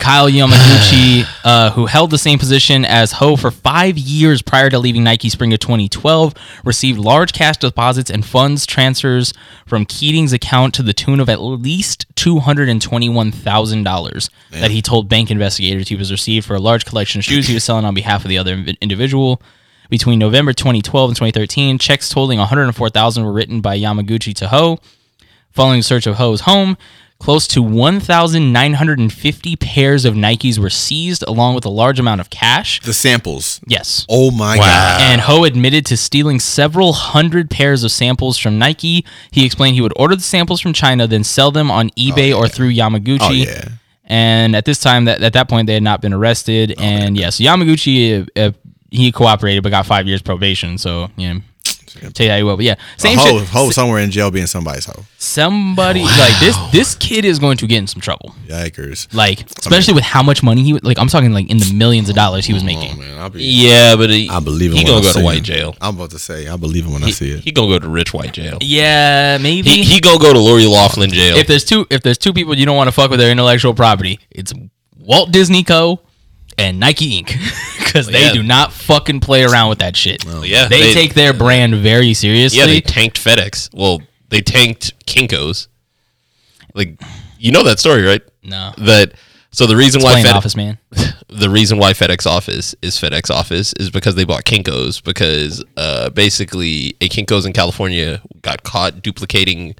Kyle Yamaguchi, uh, who held the same position as Ho for five years prior to leaving Nike spring of 2012, received large cash deposits and funds transfers from Keating's account to the tune of at least $221,000 that he told bank investigators he was received for a large collection of shoes he was selling on behalf of the other inv- individual. Between November 2012 and 2013, checks totaling 104,000 were written by Yamaguchi to Ho following search of Ho's home, close to 1,950 pairs of Nikes were seized, along with a large amount of cash.
The samples.
Yes.
Oh my god.
And Ho admitted to stealing several hundred pairs of samples from Nike. He explained he would order the samples from China, then sell them on eBay or through Yamaguchi.
Oh yeah.
And at this time, that at that point, they had not been arrested.
Oh,
and yes, Yamaguchi uh, uh, he cooperated but got five years probation. So you know, tell you how you will. But yeah, same
Ho,
shit.
ho somewhere in jail being somebody's hoe.
Somebody like this this kid is going to get in some trouble.
Yikers.
Like, especially with how much money he was like, I'm talking like in the millions of dollars he was
Mm.
making.
Oh, Man, I'll be,
Yeah, but he,
I believe him
he
when
gonna
I
go to
see
white
him.
jail.
I'm about to say, I believe him when I see it.
He gonna go to rich white jail.
Yeah, maybe.
He, he gonna go to Lori Laughlin jail.
if there's two, if there's two people you don't want to fuck with their intellectual property, it's Walt Disney Co. and Nike Inc. Because they
Yeah.
do not fucking play around with that shit.
yeah,
they, take their brand very seriously.
Yeah, they tanked FedEx. Well, they tanked Kinkos. Like, you know that story, right?
no,
That so the reason why
plain
Fed,
office man.
the reason why FedEx Office is FedEx Office is because they bought Kinkos because uh, basically a Kinkos in California got caught duplicating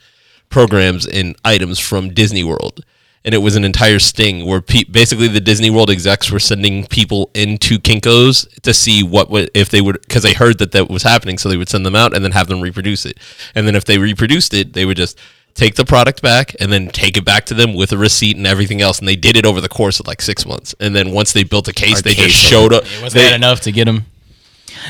programs and items from Disney World. And it was an entire sting where pe- basically the Disney World execs were sending people into Kinkos to see what would, if they would, because they heard that that was happening. So they would send them out and then have them reproduce it. And then if they reproduced it, they would just take the product back and then take it back to them with a receipt and everything else. And they did it over the course of like six months. And then once they built a case, they just showed up.
Was
they-
that enough to get him?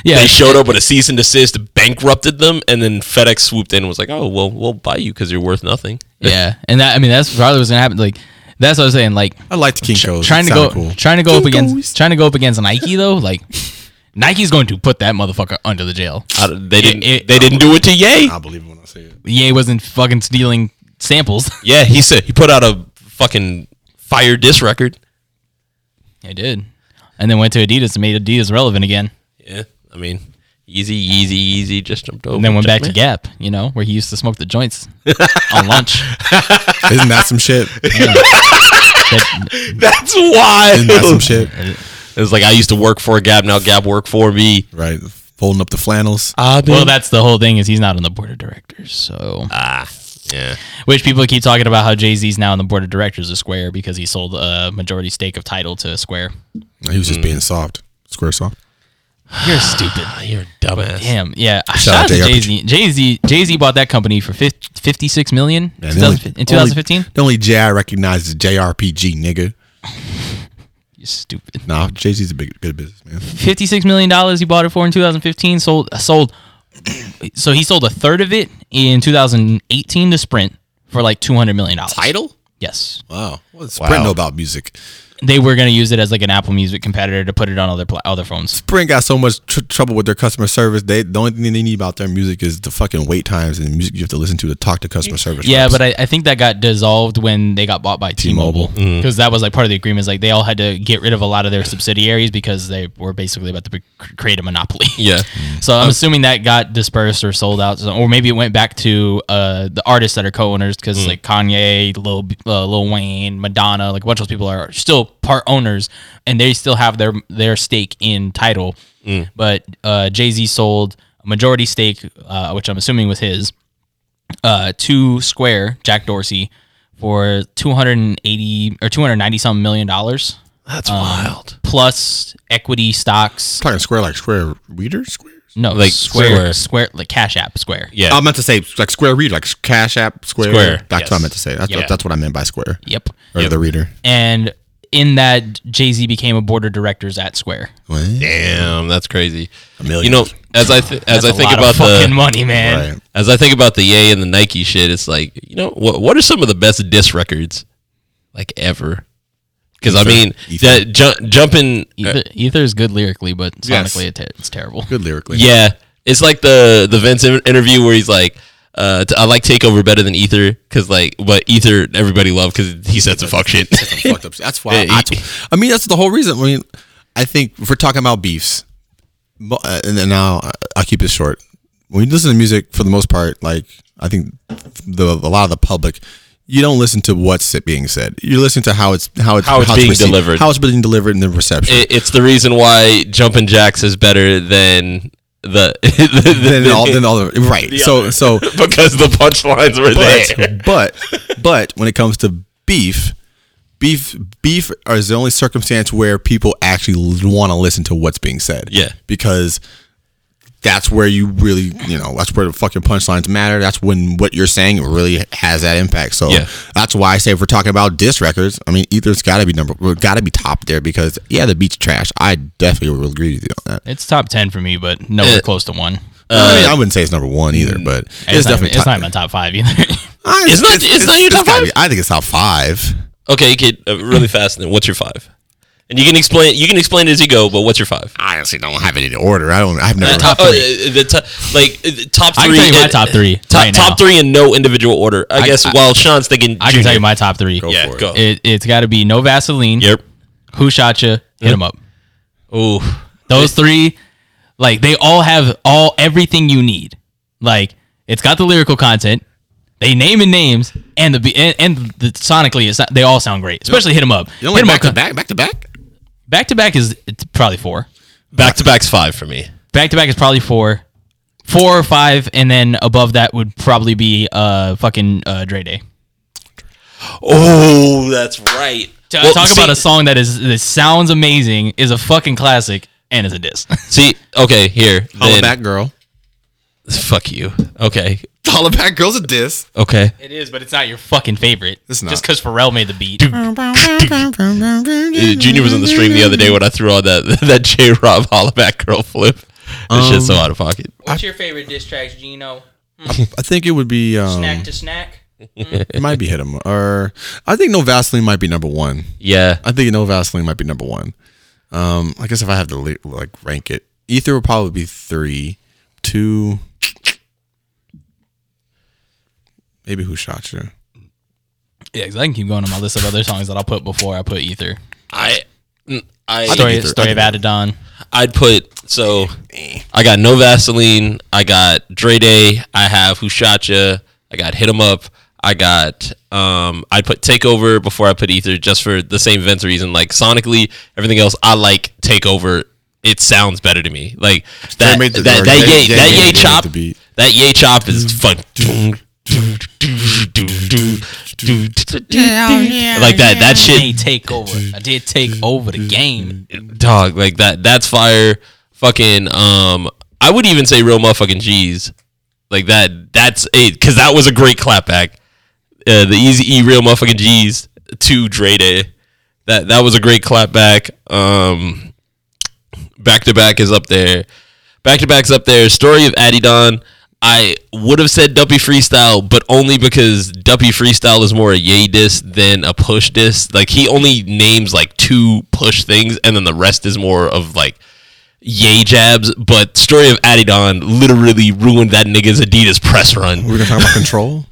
Yeah,
they showed up with a cease and desist, bankrupted them, and then FedEx swooped in and was like, "Oh, well, we'll buy you because you're worth nothing."
yeah, and that I mean that's probably what's gonna happen. Like that's what I was saying. Like
I like the King Co's.
trying to go
Sounded cool.
trying to go up against trying to go up against Nike though, like Nike's going to put that motherfucker under the jail. Uh,
I don't- they didn't.
it-
they didn't do it to Ye.
I believe him when I see it.
Ye wasn't fucking stealing samples.
Yeah, he said he put out a fucking fire disc record.
I did, and then went to Adidas and made Adidas relevant again,
Yeah, I mean, easy, easy, easy. Just jumped over.
and then went back
jumped
to
in.
Gap, you know, where he used to smoke the joints on lunch.
Isn't that some shit?
That-
That's
Isn't that some
wild.
shit?
It was like I used to work for Gab, now Gab work for me.
Right. Folding up the flannels.
Uh,
I've been Uh,
well, that's the whole thing is he's not on the board of directors, so
Yeah.
Which people keep talking about how Jay Z's now on the board of directors of Square because he sold a majority stake of title to Square.
He was just being soft, square soft.
You're stupid.
You're a dumbass.
Damn. Yeah. Shout,
out
out to
JR.
Jay Z. Jay Z. Jay Z bought that company for fif- 56 million
Yeah, the only-
2000 in 2015.
Only, the only J I recognize is JRPG, nigga.
You're stupid.
Nah, Jay Z's a big good businessman.
56 million dollars he bought it for in 2015. Sold uh, sold. So he sold a third of it in 2018 to Sprint for like 200 million dollars.
Title?
Yes.
Wow, well, Sprint know about music.
They were going to use it as like an Apple Music competitor to put it on other pla- other phones.
Sprint got so much tr- trouble with their customer service. They the only thing they need about their music is the fucking wait times and the music you have to listen to to talk to customer service.
Yeah,
reps.
but I, I think that got dissolved when they got bought by T-Mobile
T-Mobile.
because that was like part of the agreement. Is like they all had to get rid of a lot of their subsidiaries because they were basically about to be, create a monopoly.
Yeah.
So
Oh.
I'm assuming that got dispersed or sold out, so- or maybe it went back to uh, the artists that are co-owners because
Mm.
like Kanye, Lil B- uh, Lil Wayne, Madonna, like a bunch of those people are still part owners, and they still have their their stake in title.
Mm.
But uh, Jay Z sold a majority stake, uh, which I'm assuming was his, uh, to Square Jack Dorsey for 280 or 290 something million dollars
That's wild.
plus equity stocks.
talking square like square reader squares.
No,
Like
Square,
Square.
Square, like Cash App, Square.
Yeah.
Oh, I meant to say like square reader, like Cash App square.
Square,
That's what I
yes.
meant to say. That's,
Yeah.
that's what I meant by square
Yep.
or the reader.
And in that, Jay Z became a board of directors at Square.
Damn, that's crazy. A
million.
You know, as I th- as I
That's a
think
lot
about
of fucking
the
money, man.
Right.
as I think about the Yay and the Nike shit, it's like you know what what are some of the best diss records like ever? Because I
Ether.
mean
Ether.
that ju- jumping, uh,
Ether, Ether is good lyrically, but sonically
Yes.
it te- it's terrible.
Good lyrically.
yeah, it's like the the Vince in- interview where he's like. Uh, t- I like Takeover better than Ether because, like, but Ether everybody loved because he said some fuck shit.
Some fucked up- That's why.
Yeah,
I,
he-
t- I mean, that's the whole reason. I mean, I think if we're talking about beefs, mo- uh, and then now I- I'll keep it short. When you listen to music, for the most part, like I think the a lot of the public, you don't listen to what's being said. You're listening to how it's how it's
How it's being
received-
delivered.
how it's being delivered, and the reception.
It- it's the reason why Jumpin' Jacks is better than the,
then all then all the right. so so
because the punchlines were there.
but, but but when it comes to beef beef beef is the only circumstance where people actually want to listen to what's being said
Yeah.
because that's where you really you know that's where the fucking punchlines matter that's when what you're saying really has that impact so
Yeah.
that's why i say if we're talking about disc records i mean ether's gotta be number well, gotta be top there because yeah the beat's trash i definitely will agree with you on that
It's top 10 for me, but nowhere
Uh, mm,
close to one.
I, mean, I wouldn't say it's number one either but
It's,
it's,
not,
definitely
even- it's not even top five either.
I-
It's not- it's not your top
gotta
five?
be- i think it's top five
Okay, kid, uh, really fast. Then what's your five? And you can explain. You can explain it as you go. But what's your five?
I honestly don't have it in order. I don't. I've never.
top
Uh,
three.
uh, the to- like uh, the top
I can
three.
tell you my
uh,
top three
Top,
right now.
top three in no individual order. I, guess.
I-
while Sean's thinking,
I can
junior.
tell you my top three.
Go
Yeah,
for it.
go.
It, it's got to be No Vaseline,
yep.
Who Shot Ya, Hit 'Em Up.
Ooh.
Those three, like they all have all everything you need. Like it's got the lyrical content. They name in names and the be- and, and the sonically, it's not, they all sound great. Especially hit 'em up.
You don't like
hit 'em
back
up
to back, back to back.
back to back is it's probably four.
Back to back's five for me.
Back to back is probably four, four or five, and then above that would probably be uh fucking uh Dre Day.
Oh, that's right.
T-
Well,
Talk
see-
about a song that is that sounds amazing, is a fucking classic, and is a diss.
See, okay, here.
Holla
then-
back girl.
Fuck you. Okay.
Holla back girl's a diss.
Okay.
it is, but it's not your fucking favorite.
It's not.
Just because Pharrell made the beat.
Uh, Junior was on the stream the other day when I threw on that that J Rob hollaback girl flip. This shit's so out of pocket.
What's your favorite diss tracks, Gino?
I think it would be. Um,
to snack.
it might be hit him or I think no Vaseline might be number one.
Yeah.
I think no Vaseline might be number one. Um, I guess if I have to li- like rank it, Ether would probably be three, two, maybe who shot you.
Yeah, 'cause I can keep going on my list of other songs that I'll put before I put Ether.
I mm, I
Story,
Ether,
story
I
of
think
Adidon.
I'd put so I got no Vaseline, I got Dre Day, I have Who Shot Ya, I got Hit 'Em Up, I got um I'd put Takeover before I put Ether just for the same Vince reason. Like sonically, everything else I like Takeover. It sounds better to me. Like that
made the-
that,
or
that
Jay-
yay
Jay
that
made
yay
the
chop
beat.
that yay chop is fun. like that that
I
shit
did take over. I did take over the game.
dog like that that's fire fucking um i would even say real motherfucking g's like that that's it because that was a great clapback uh, the easy e real motherfucking g's to Dre Day. that that was a great clapback um back to back is up there back to back's up there story of adidon i would have said duppy freestyle but only because duppy freestyle is more a yay diss than a push diss like he only names like two push things and then the rest is more of like yay jabs but story of adidon literally ruined that nigga's adidas press run
We were gonna talk about control.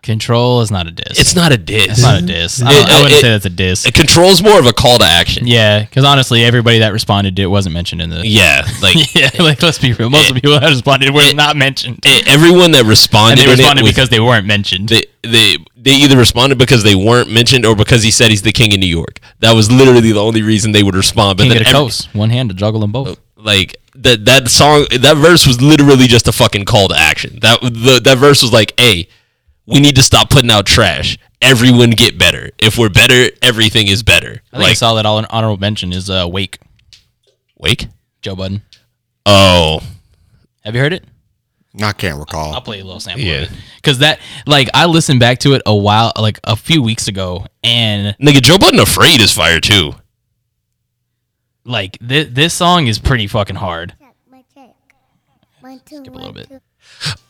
Control is not a diss.
it's not a diss
It's not a diss. I, don't- I
It-
wouldn't
it-
say that's a diss.
it controls more of a call to action
yeah, because honestly, everybody that responded to it wasn't mentioned in the.
yeah like
yeah. Like let's be real, most of the people that responded were
it-
not mentioned,
e- everyone that
and
responded
they
in it
responded
was-
because they weren't mentioned.
they they they either responded because they weren't mentioned or because he said he's the king of New York. That was literally the only reason they would respond. But
King
then
of the
every-
coast, one hand to juggle them both.
like that that song that verse was literally just a fucking call to action. That the, that verse was like, "Hey, we need to stop putting out trash. Everyone get better. If we're better, everything is better."
I think a
Like
solid all- honorable mention is uh, Wake,
wake.
Joe Budden.
Oh
Have you heard it?
I can't
I'll
recall.
play you a little sample.
Yeah.
Yeah. Because that, like, I listened back to it a while, like a few weeks ago, and
nigga, Joe Budden afraid is fire too.
like th- this song is pretty fucking hard.
Skip
A little bit.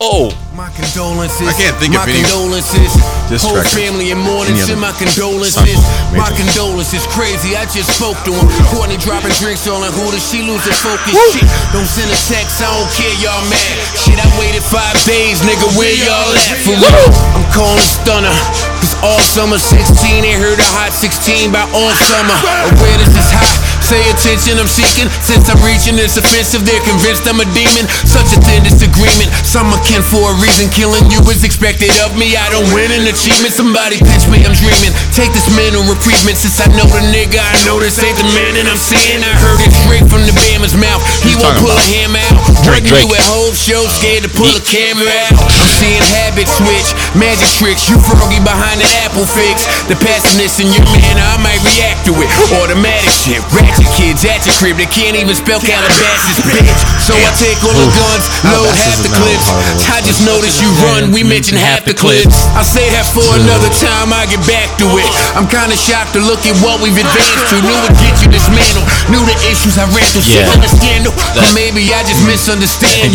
Oh,
My condolences.
I can't think of
my
any
condolences.
diss
Whole
track.
family in mourning.
Any other
Send my
song.
condolences.
Major.
My condolences. Crazy. I just spoke to him. Courtney dropping drinks on her. Who does she lose her focus? Shit. Don't send a text. I don't care. Y'all mad. Shit. I waited five days, nigga. Where y'all at? For real. I'm calling stunner. Cause all summer 16 ain't heard a hot 16 by all summer. Awareness is high. Say attention, I'm seeking. Since I'm reaching, it's offensive. They're convinced I'm a demon. Such a thin disagreement. Some akin for a reason. Killing you is expected of me. I don't win an achievement. Somebody pinch me, I'm dreaming. Take this mental reprievement. Since I know the nigga, I know this ain't the man that I'm seeing. I heard it straight from the Bama's mouth. He won't
talking
pull
about?
a hammer out.
Drake,
Drake, Drake.
Drake.
at home show, scared to pull a camera out. I'm seeing habits switch, magic tricks. You froggy behind an apple fix. The passiveness in your man, I might react to it. Automatic shit, ratchet kids at your crib. They can't even spell Calabasas, bitch. So I take all the guns,
Calabasas
load half
is
the
not
clips.
part of the
I just noticed you run, we mentioned half the clips. I say that for another time, I get back to it. I'm kinda shocked to look at what we've advanced to. Knew would get you dismantled, knew the issues I ran through. Shit
Yeah.
on the scandal,
That-
but maybe I just misunderstand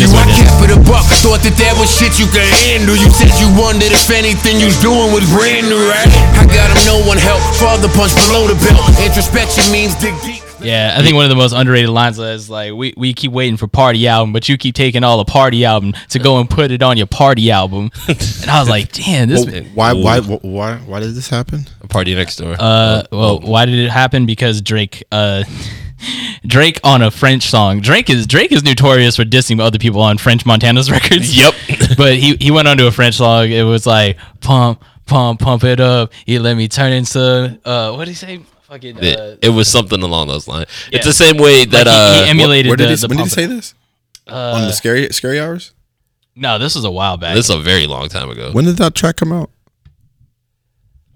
think
you.
that's
I
what it is.
kept it a buck, thought that that was shit you could handle. You said you wondered if anything you was doing was brand new, right? I got him, no one help. Father punch below the belt. Introspection means dig deep.
Yeah, I think one of the most underrated lines is like, we, we keep waiting for party album, but you keep taking all the party album to go and put it on your party album. and I was like, damn, this.
Why? Why? Why? Why did this happen?
party next door.
Uh,
Oh.
well, why did it happen? Because Drake, uh, Drake on a French song. Drake is Drake is notorious for dissing other people on French Montana's records.
Yep.
but he he went onto a French song. It was like pump, pump, pump it up. You let me turn into uh, what did he say? Fucking.
it,
Uh,
it was something along those lines.
yeah.
It's the same way that
he-
uh,
he, emulated
Where did
the,
he,
the
when did he
pump
say
it-
this? On the scary scary hours.
No, this was a while back.
This is a very long time ago.
When did that track come out?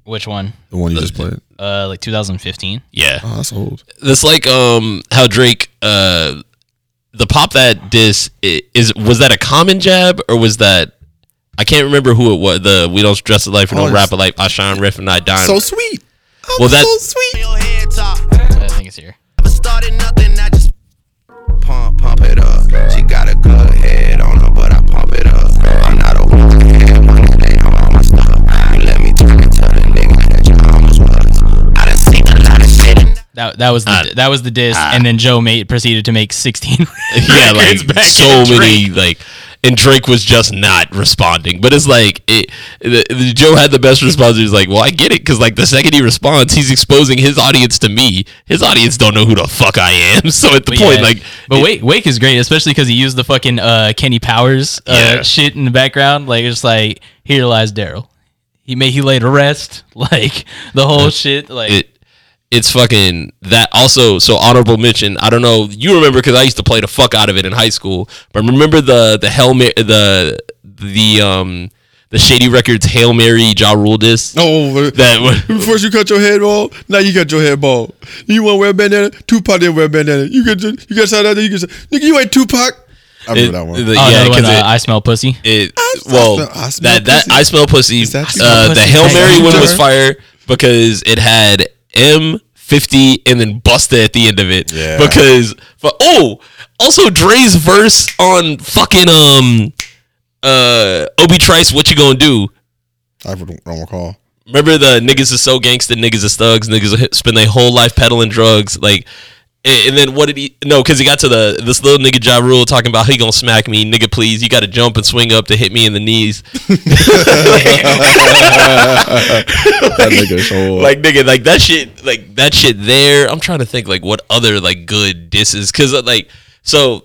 Which one?
The one you just played.
Uh, like 2015.
yeah,
Oh, that's old.
that's like um how Drake uh the pop that diss i- is was that a common jab or was that I can't remember who it was. The we don't dress it like we
Oh,
don't
it's-
rap it like I shine riff and I dine.
So sweet. Oh,
Well, that-
so sweet.
your head top.
I think it's here.
Never started nothing, I just pump, pump it up. She got a good head on her, but I pump it up. I'm not a woman head when it ain't her mama stuff. You let me turn into the nigga that your mama's was. I done seen a lot of shit. and-
That that was the, that was the diss, and then Joe made proceeded to make 16.
yeah, like
records back
so
in
many like. And Drake was just not responding, but it's like it, the, the- Joe had the best response. He was like, "Well, I get it, because like the second he responds, he's exposing his audience to me. His audience don't know who the fuck I am. So at the
But
point,
yeah.
like,
but wake wake is great, especially because he used the fucking uh, Kenny Powers uh,
Yeah.
shit in the background. Like it's like here lies Daryl. He may he laid to rest. Like the whole shit. Like
it it's fucking that also so honorable mention i don't know you remember because i used to play the fuck out of it in high school but remember the the helmet the the um the Shady Records Hail Mary Ja Rule disc.
Oh,
That one.
First you cut your head ball, now you cut your head ball. You want to wear a bandana? Tupac didn't wear a bandana. You got you got shot out there. You got shot. nigga. You ain't Tupac. I remember
It-
that one.
the- yeah,
Oh, another one,
because
uh,
it,
I smell pussy.
it
I
well
smell- I smell
that that
pussy.
I smell pussy.
Is that- I smell
uh, the
pussy.
Hail
Hey,
Mary
you
one was
turn.
fire because it had M fifty and then Busta at the end of it.
Yeah.
Because but oh, also Dre's verse on fucking um uh Obi Trice, what you gonna do?
I would wrong call.
Remember the niggas is so gangsta, niggas is thugs, niggas h- spend their whole life peddling drugs, like. a- And then what did he? No, because he got to the this little nigga Ja Rule talking about he gonna smack me, nigga. Please, you got to jump and swing up to hit me in the knees.
That nigga is old.
like nigga, like that shit, like that shit there. I'm trying to think like what other like good disses because like so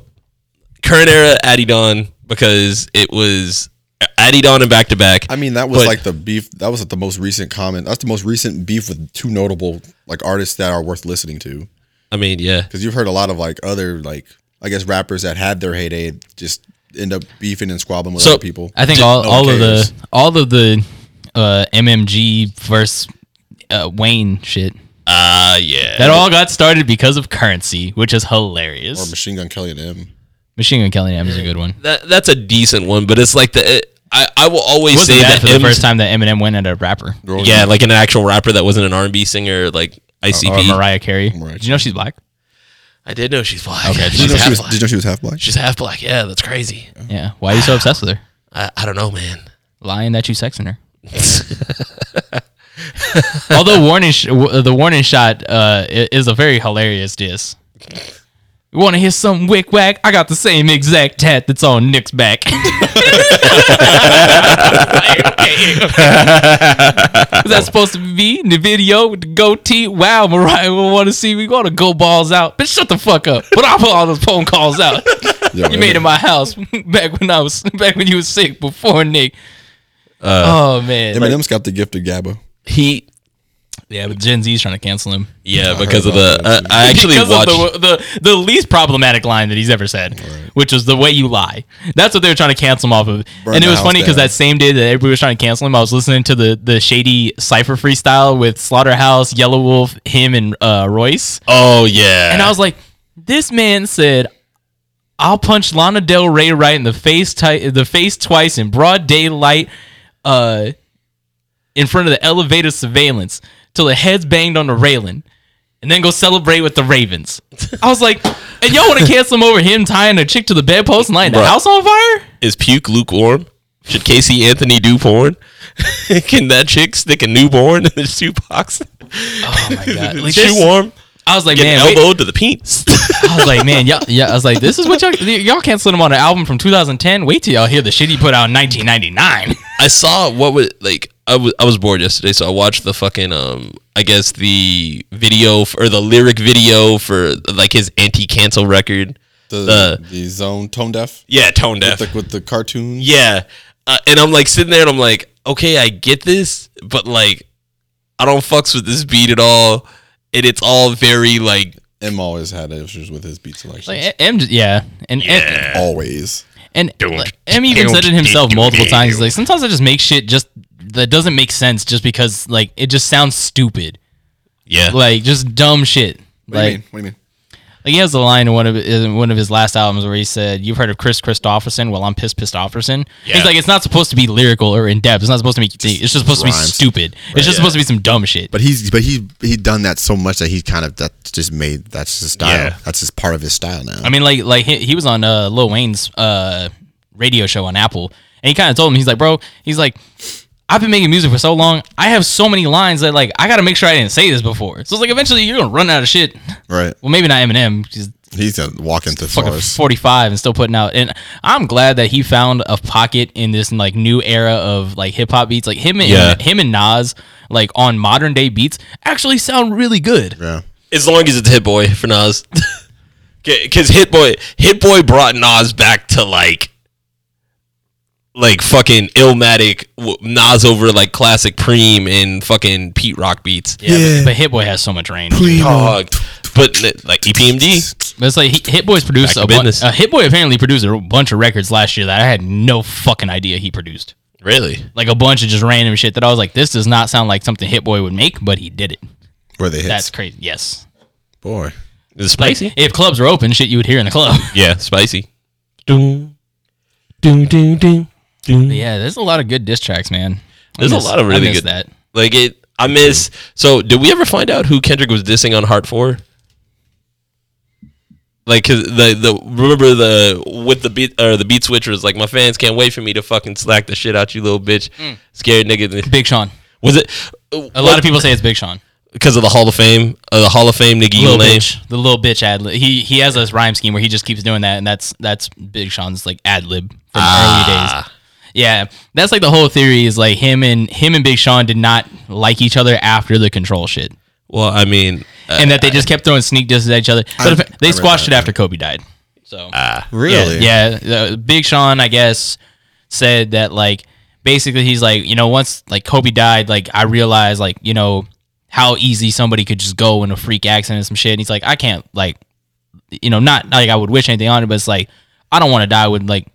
current era Addy Don because it was uh, Addy Don and back to back.
I mean, that was
But-
like the beef. That was like the most recent comment. That's the most recent beef with two notable like artists that are worth listening to.
I mean, yeah,
Because you've heard a lot of like other like I guess rappers that had their heyday just end up beefing and squabbling with
So,
other people.
I think
Ju-
all,
no
all
one
of the
cares.
all of the uh, MMG versus uh, Wayne shit
ah, yeah.
that all got started because of currency, which is
or
hilarious.
Machine Gun Kelly and M.
Machine Gun Kelly M is a good one.
that that's a decent one, but it's like the it, I I will
It
always
wasn't
say
bad
that
for the
M's-
first time that Eminem went at a rapper
Rolling
Yeah,
Stone.
like an actual rapper that wasn't an R and B singer like
or
ICP.
Mariah Carey.
Mariah
Did you know she's black?
I did know she's black. Okay,
Did
she's
you know
half
she was?
black.
Did you know she was half black?
she's half black. Yeah, that's crazy.
Yeah. Why are you so obsessed with her?
I, I don't know, man.
Lying that you sexing her. Although warning, sh- w- the warning shot uh, i- is a very hilarious diss. Want to hear something wick wack? I got the same exact tat that's on Nick's back. Like, okay. Was that supposed to be in the video with the goatee? Wow, Mariah, we want to see. We want to go balls out. But shut the fuck up. But I'll put all those phone calls out
Yeah,
you made in my house back when I was back when you was sick before Nick. oh man,
Eminem's got the gift of gabba.
He
yeah, but Gen Z's trying to cancel him.
yeah
I
because of
heard
the
about
uh,
that,
I actually
because
watched.
of the, the the least problematic line that he's ever said, which was the way you lie. That's what they were trying to cancel him off of.
Burn
and it
the
was
house
funny because
down.
that same day that everybody was trying to cancel him, I was listening to the the shady cipher freestyle with Slaughterhouse, Yellow Wolf, him, and uh, Royce.
oh yeah,
And I was like, this man said, I'll punch Lana Del Rey right in the face, ti- the face twice in broad daylight, uh, in front of the elevator surveillance till the head's banged on the railing, and then go celebrate with the Ravens. I was like, and y'all want to cancel him over him tying a chick to the bedpost and lighting the
Bruh.
house on fire?
is puke lukewarm? Should Casey Anthony do porn? Can that chick stick a newborn in the shoebox?
Oh my god!
Is
Like
she
this-
warm?
I was like,
Get
man, wait-
elbow to the penis.
I was like, man, y'all, yeah, I was like, this is what y'all, y'all canceling him on an album from 2010. Wait till y'all hear the shit he put out in 1999.
I saw what was like I was I was bored yesterday, so I watched the fucking um I guess the video f or the lyric video for like his anti-cancel record.
The
The-
the zone tone deaf
Yeah, tone
with
deaf.
the, with the cartoon.
yeah, uh, and I'm like sitting there and I'm like, okay, I get this, but like I don't fucks with this beat at all, and it's all very like
M always had issues with his beat selection.
Like, M, Oh, yeah, and and,
always.
and like, M even said it himself multiple times. He's like, sometimes I just make shit just that doesn't make sense, just because like it just sounds stupid,
yeah,
like just dumb shit.
What do you
like,
mean? What do you mean?
like he has a line in one of in one of his last albums where he said, "You've heard of Chris Christopherson? Well, I'm Piss Christopherson."
Yeah.
He's like, it's not supposed to be lyrical or in depth. It's not supposed to make you think. It's just supposed to be
rhymes.
stupid. It's just supposed to be some dumb shit.
But he's but he he done that so much that he kind of that's just made that's his style.
Yeah.
That's just part of his style now.
I mean, like, like he, he was on uh, Lil Wayne's uh, radio show on Apple, and he kind of told him, he's like, bro, he's like, I've been making music for so long, I have so many lines that like I got to make sure I didn't say this before. So it's like eventually you're gonna run out of shit.
right.
Well, maybe not Eminem, he's
He's uh, walking through
fucking
forest.
45 and still putting out. And I'm glad that he found a pocket in this like new era of like hip hop beats. Like him and
Yeah.
him and Nas, like on modern day beats, actually sound really good.
Yeah.
as long as it's Hit Boy for Nas, because Hit Boy Hit Boy brought Nas back to like like fucking Illmatic w- Nas over like classic Preem and fucking Pete Rock beats.
Yeah, But, but Hit Boy has so much range.
Dog. But like E EPMD,
But it's like he, Hit Boy's produced
Back to
a bu-
business.
uh, Hit Boy apparently produced a bunch of records last year that I had no fucking idea he produced.
Really?
like a bunch of just random shit that I was like, this does not sound like something Hit Boy would make, but he did it.
Where they hit.
That's crazy. Yes.
Boy.
Is it
Like,
spicy?
if clubs were open, shit you would hear in the club.
yeah, spicy.
Doom, doom, doom, doom, doom.
yeah, there's a lot of good diss tracks, man. I
There's a
miss-
lot of really
I miss
good-
that.
Like it. I miss. So, did we ever find out who Kendrick was dissing on Heart Four? Like, 'cause the the remember the with the beat or the beat switcher was like, my fans can't wait for me to fucking slack the shit out you little bitch, scared nigga.
Big Sean.
Was it
A lot of people say it's Big Sean.
because of the Hall of Fame? Uh, the Hall of Fame nigga you
Little
lame.
bitch, the little bitch ad lib. He he has this rhyme scheme where he just keeps doing that, and that's that's Big Sean's like ad lib from the early days. Yeah, that's like the whole theory is like him and him and Big Sean did not like each other after the control shit,
Well, I mean, uh,
and that they just kept throwing sneak disses at each other. But if-
I
they
read
squashed it
that,
after Kobe died. So
Really?
Yeah, yeah. Uh, Big Sean, I guess, said that like basically he's like, you know, once like Kobe died, like I realized like you know how easy somebody could just go in a freak accident and some shit. And he's like, I can't like, you know, not like I would wish anything on it, but it's like I don't want to die with like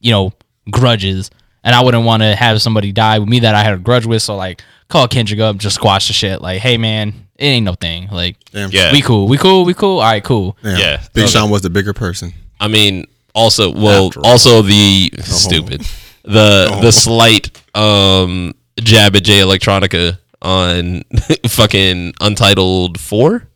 you know grudges, and I wouldn't want to have somebody die with me that I had a grudge with. So like, call Kendrick up, just squash the shit. Like, hey man, it ain't no thing. Like,
Damn.
yeah,
we cool, we cool, we cool. All right, cool.
Damn.
Yeah.
Big Sean was the bigger person.
I mean, also, well,
After all.
also the stupid, the the slight um jab at Jay Electronica on fucking Untitled Four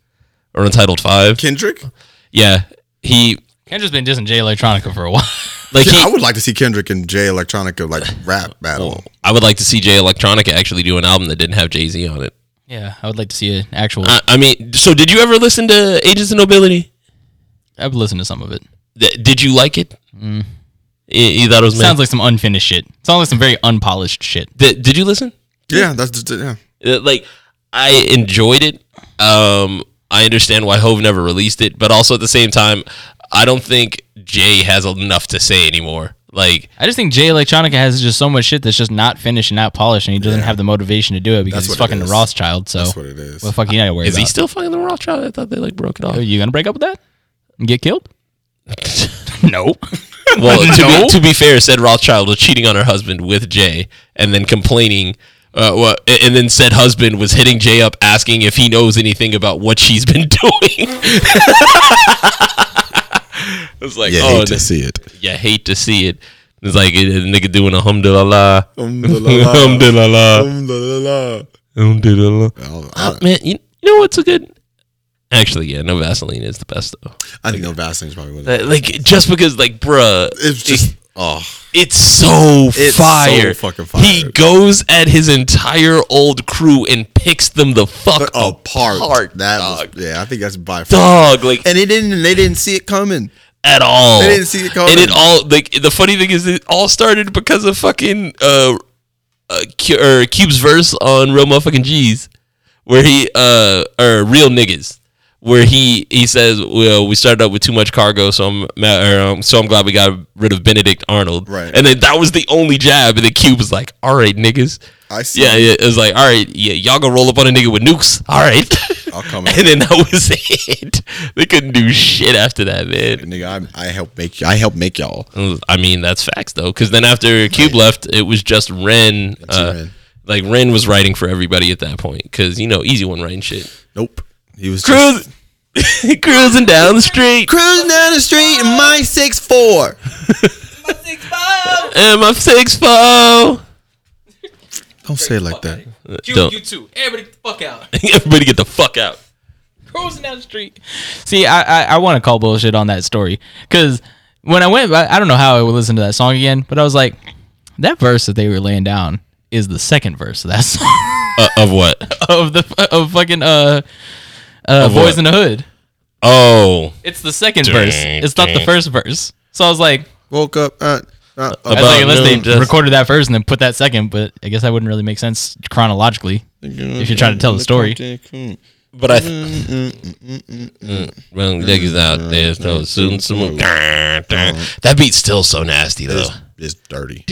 or Untitled Five.
Kendrick?
Yeah, he
Kendrick's been dissing Jay Electronica for a while.
like
Yeah,
he.
I would like to see Kendrick and Jay Electronica like rap battle.
I would like to see Jay Electronica actually do an album that didn't have Jay Z on it.
Yeah, I would like to see an actual.
I, I mean, so did you ever listen to Agents of Nobility?
I've listened to some of it.
Th- did you like it?
Mm.
You, you thought it was
Sounds like some unfinished shit. Sounds like some very unpolished shit.
Did, did you listen?
Yeah, that's just, yeah.
Uh, like I enjoyed it. Um, I understand why Hove never released it, but also at the same time, I don't think Jay has enough to say anymore. Like,
I just think Jay Electronica has just so much shit that's just not finished and not polished, and he doesn't have the motivation to do it because
That's
he's
what it
fucking a
is.
Rothschild. So
That's what it is.
what the fuck you gotta worry
is
about?
he still fucking the Rothschild? I thought they like broke it off.
Are you gonna break up with that and get killed? no.
Well, to, be, to be fair, said Rothschild was cheating on her husband with Jay, and then complaining. Uh, well, a- and then said husband was hitting Jay up, asking if he knows anything about what she's been doing. it's like,
Yeah,
oh,
hate to
this-
see it.
you hate to see it. It's like a a nigga doing a humdulillah.
Um,
Um,
Alhamdulillah.
Humdulillah.
Um, Alhamdulillah.
Humdulillah.
Oh, I,
Ah, Man, you, you know what's a good. Actually, yeah, no Vaseline is the best though.
I think no Vaseline's probably one. of the-
Like, like, just because, like, bruh,
It's just oh,
it's so
It's so
fire.
fucking fire.
He goes at his entire old crew and picks them the fuck
apart.
apart,
that
dog.
was yeah. I think that's by far.
dog, like
And it didn't. They didn't see it coming.
at all.
They didn't see it coming.
And it all like the funny thing is it all started because of fucking uh, uh Cu- or Cube's verse on Real Motherfucking G's, where he uh or Real Niggas, where he he says well we started up with too much cargo, so I'm ma- or, um, so I'm glad we got rid of Benedict Arnold.
Right.
And then that was the only jab, and then Cube was like, all right, niggas.
I see.
Yeah, yeah, it was like, all right, yeah, y'all gonna roll up on a nigga with nukes. All right.
I'll come
and then that was it. they couldn't do shit after that, man.
Nigga, I, I help make. I help make y'all.
I mean, that's facts though, because then after Cube left, it was just Ren. Uh,
Ren.
Like Ren was writing for everybody at that point, because you know, easy one writing shit.
Nope. He was just
Cruise, cruising down the street,
cruising down the street in my six four.
and my six four.
Don't say it like that.
Don't-
too. Everybody, fuck out.
Everybody get the fuck out.
cruising down the street. See, I I, I want to call bullshit on that story because when I went, I, I don't know how I would listen to that song again, but I was like, that verse that they were laying down is the second verse of that song
Uh, of what?
of the of fucking uh uh
what?
boys in the hood.
Oh,
It's the second verse. It's not the first verse. So I was like,
Woke up. Uh, uh, uh,
I was like, unless they
noon, just-
recorded that first and then put that second, but I guess that wouldn't really make sense chronologically. If you're trying to tell the story,
but I. Mm, Well, niggas out there, no soon some. That beat's still so nasty though.
it's, it's dirty.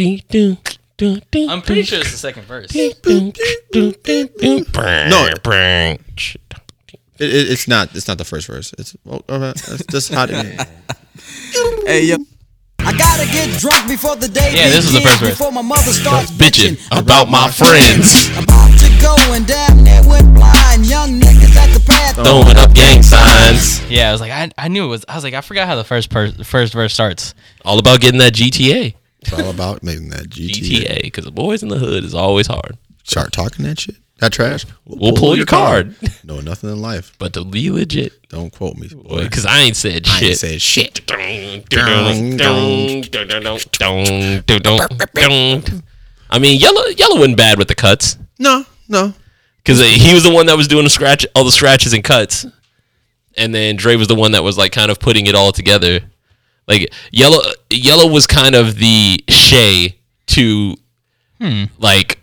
I'm pretty sure it's the second verse.
No,
It, it, it's oh, not. It's not the first verse. It's well, all right. It's just hot. in here.
Hey, yo. I gotta get drunk before the day
Yeah, this is the
begins,
first verse.
Before my mother starts
bitching about my friends.
About to go and damn near went blind. Young niggas at the path.
Throwing up gang signs.
Yeah, I was like, I, I knew it was. I was like, I forgot how the first per- first verse starts.
All about getting that GTA.
It's all about making that GTA.
GTA, because the boys in the hood is always hard.
Start talking that shit. That trash.
We'll pull your card.
No, nothing in life.
But to be legit,
Don't quote me. Boy.
because I ain't said
I ain't
shit.
said shit.
I mean, yellow yellow wasn't bad with the cuts
No, no.
because he was the one that was doing the scratch, all the scratches and cuts, and then Dre was the one that was like kind of putting it all together. Like yellow, yellow was kind of the Shay to like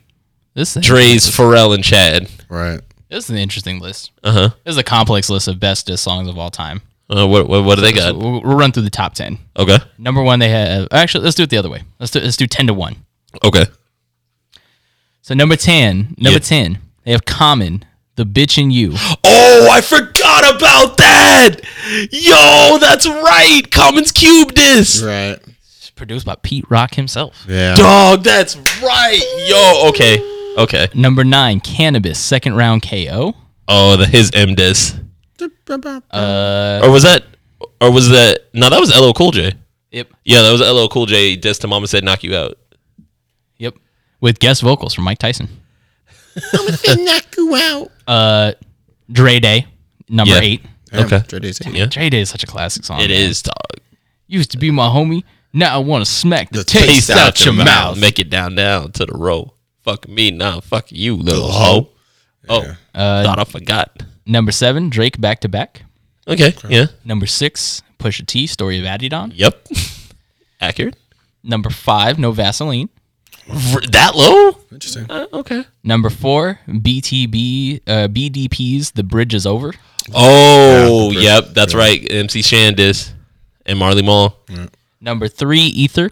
This thing,
Dre's Pharrell and Chad.
Right.
this is an interesting list.
Uh-huh.
This is a complex list of best diss songs of all time.
Uh What what, what do they
So
got?
we'll, we'll run through the top ten.
Okay,
Number one, they have actually. Let's do it the other way. Let's do let's do ten to one.
okay.
So number ten, number
Yeah.
ten, they have Common, the bitch and you.
Oh, I forgot about that. Yo, that's right. Commons Cube this.
Right.
It's produced by Pete Rock himself.
Yeah.
Dog, that's right. Yo, okay. Okay.
Number nine, Cannabis, second round KO.
Oh, the his M diss.
Uh,
Or was that or was that no, that was LL Cool J.
yep,
Yeah, that was LL Cool J diss to Mama Said Knock You Out.
yep, with guest vocals from Mike Tyson. Uh, Dre Day, number
Yeah.
eight.
Damn,
Okay.
Dre Day's hit.
Yeah.
Dre Day is such a classic song.
It
man.
is dog.
Used to be my homie. Now I want to smack the,
The
taste,
taste
out, your mouth.
Make it down down to the row. Fuck me now. fuck you, little hoe. Oh. thought I forgot.
Number seven, Drake back to back.
Okay. Yeah.
Number six, Pusha T, Story of Adidon.
Yep. Accurate.
Number five, No Vaseline.
R- that low?
Interesting.
Uh, okay.
Number four, BTB, uh, BDP's The Bridge is Over.
Oh,
Yeah,
yep, that's right. MC Shandis and Marley Mall.
Number three, Ether.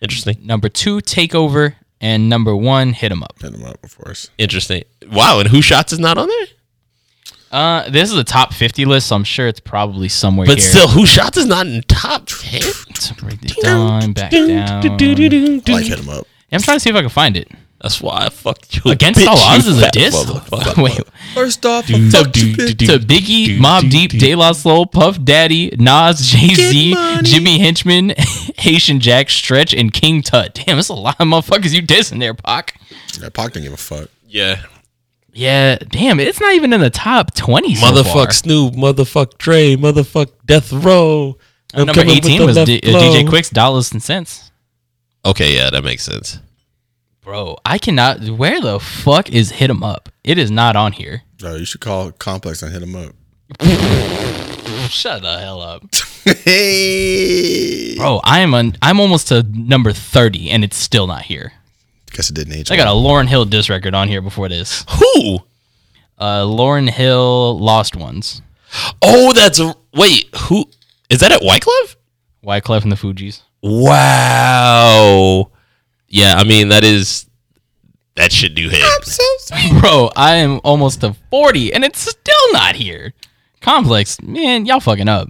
Interesting.
Number two, Takeover. And number one, Hit 'em Up.
Hit him up, of course.
Interesting. Wow, and Who Shots is not on there?
Uh, this is a top 50 list, so I'm sure it's probably somewhere
But
here.
still, Who Shots is not in top 10?
Break this down, back down.
I like hit him up.
I'm trying to see if I can find it.
That's why I fucked you.
Against
bitch,
All Odds
you
is a
fat
diss?
motherfucker.
Wait,
First off,
to, to Biggie, Mob Deep, De La Soul, Puff Daddy, Nas, Jay Z, Jimmy Henchman, Haitian Jack, Stretch, and King Tut. Damn, that's a lot of motherfuckers you dissing there, Pac.
yeah, Pac didn't give a fuck.
Yeah.
Yeah, damn, it's not even in the top 20 so far.
Motherfuck Snoop, motherfuck Dre, motherfuck Death Row. I'm
Number
coming with
18
the
was
left
D- uh,
blow.
DJ Quick's Dollars and Cents.
Okay, yeah, that makes sense.
Bro, I cannot. Where the fuck is Hit 'em Up? It is not on here.
No, you should call Complex and hit him up.
Shut the hell up.
hey.
Bro, I am on, I'm almost to number 30 and it's still not here.
Guess it didn't age.
I got a Lauren Hill diss record on here before this.
Who?
Uh, Lauren Hill Lost Ones.
Oh, that's. Wait, who? Is that at Wyclef?
Wyclef and the Fugees.
Wow. Yeah, I mean that is that should do hit.
Bro, I am almost to 40 and it's still not here. Complex, man, y'all fucking up.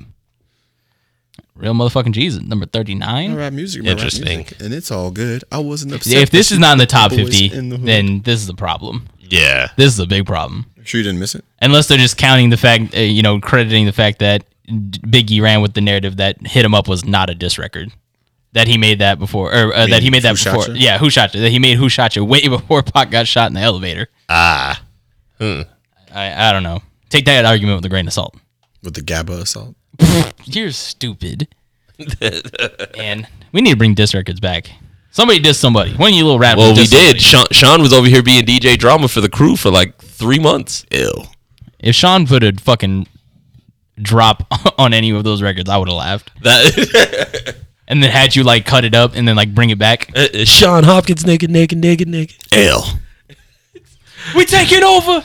Real motherfucking Jesus, number 39.
rap music, man, rap
Interesting.
music, and it's all good. I wasn't upset.
If this
that
is
you
not in the
put
top
boys
50,
in the hood.
then this is a problem.
Yeah.
This is a big problem.
sure you didn't miss it.
Unless they're just counting the fact, uh, you know, crediting the fact that D- Biggie ran with the narrative that Hit 'em Up was not a diss record. That he made that before, or uh, that he
mean
made that
Who Shot
before.
Ya?
Yeah, Who Shot Ya? That he made Who Shot Ya way before Pac got shot in the elevator.
Ah.
I, I don't know. Take that argument with a grain of salt.
With the GABA assault.
You're stupid. and we need to bring diss records back. Somebody dissed somebody. One of you little rappers.
Well, we
dissed somebody.
did. Sean, Sean was over here being DJ drama for the crew for like three months. Ew.
If Sean put a fucking drop on any of those records, I would have laughed.
That
And then had you like cut it up and then like bring it back.
Sean Hopkins, nigga, nigga, nigga, nigga.
L.
we taking over.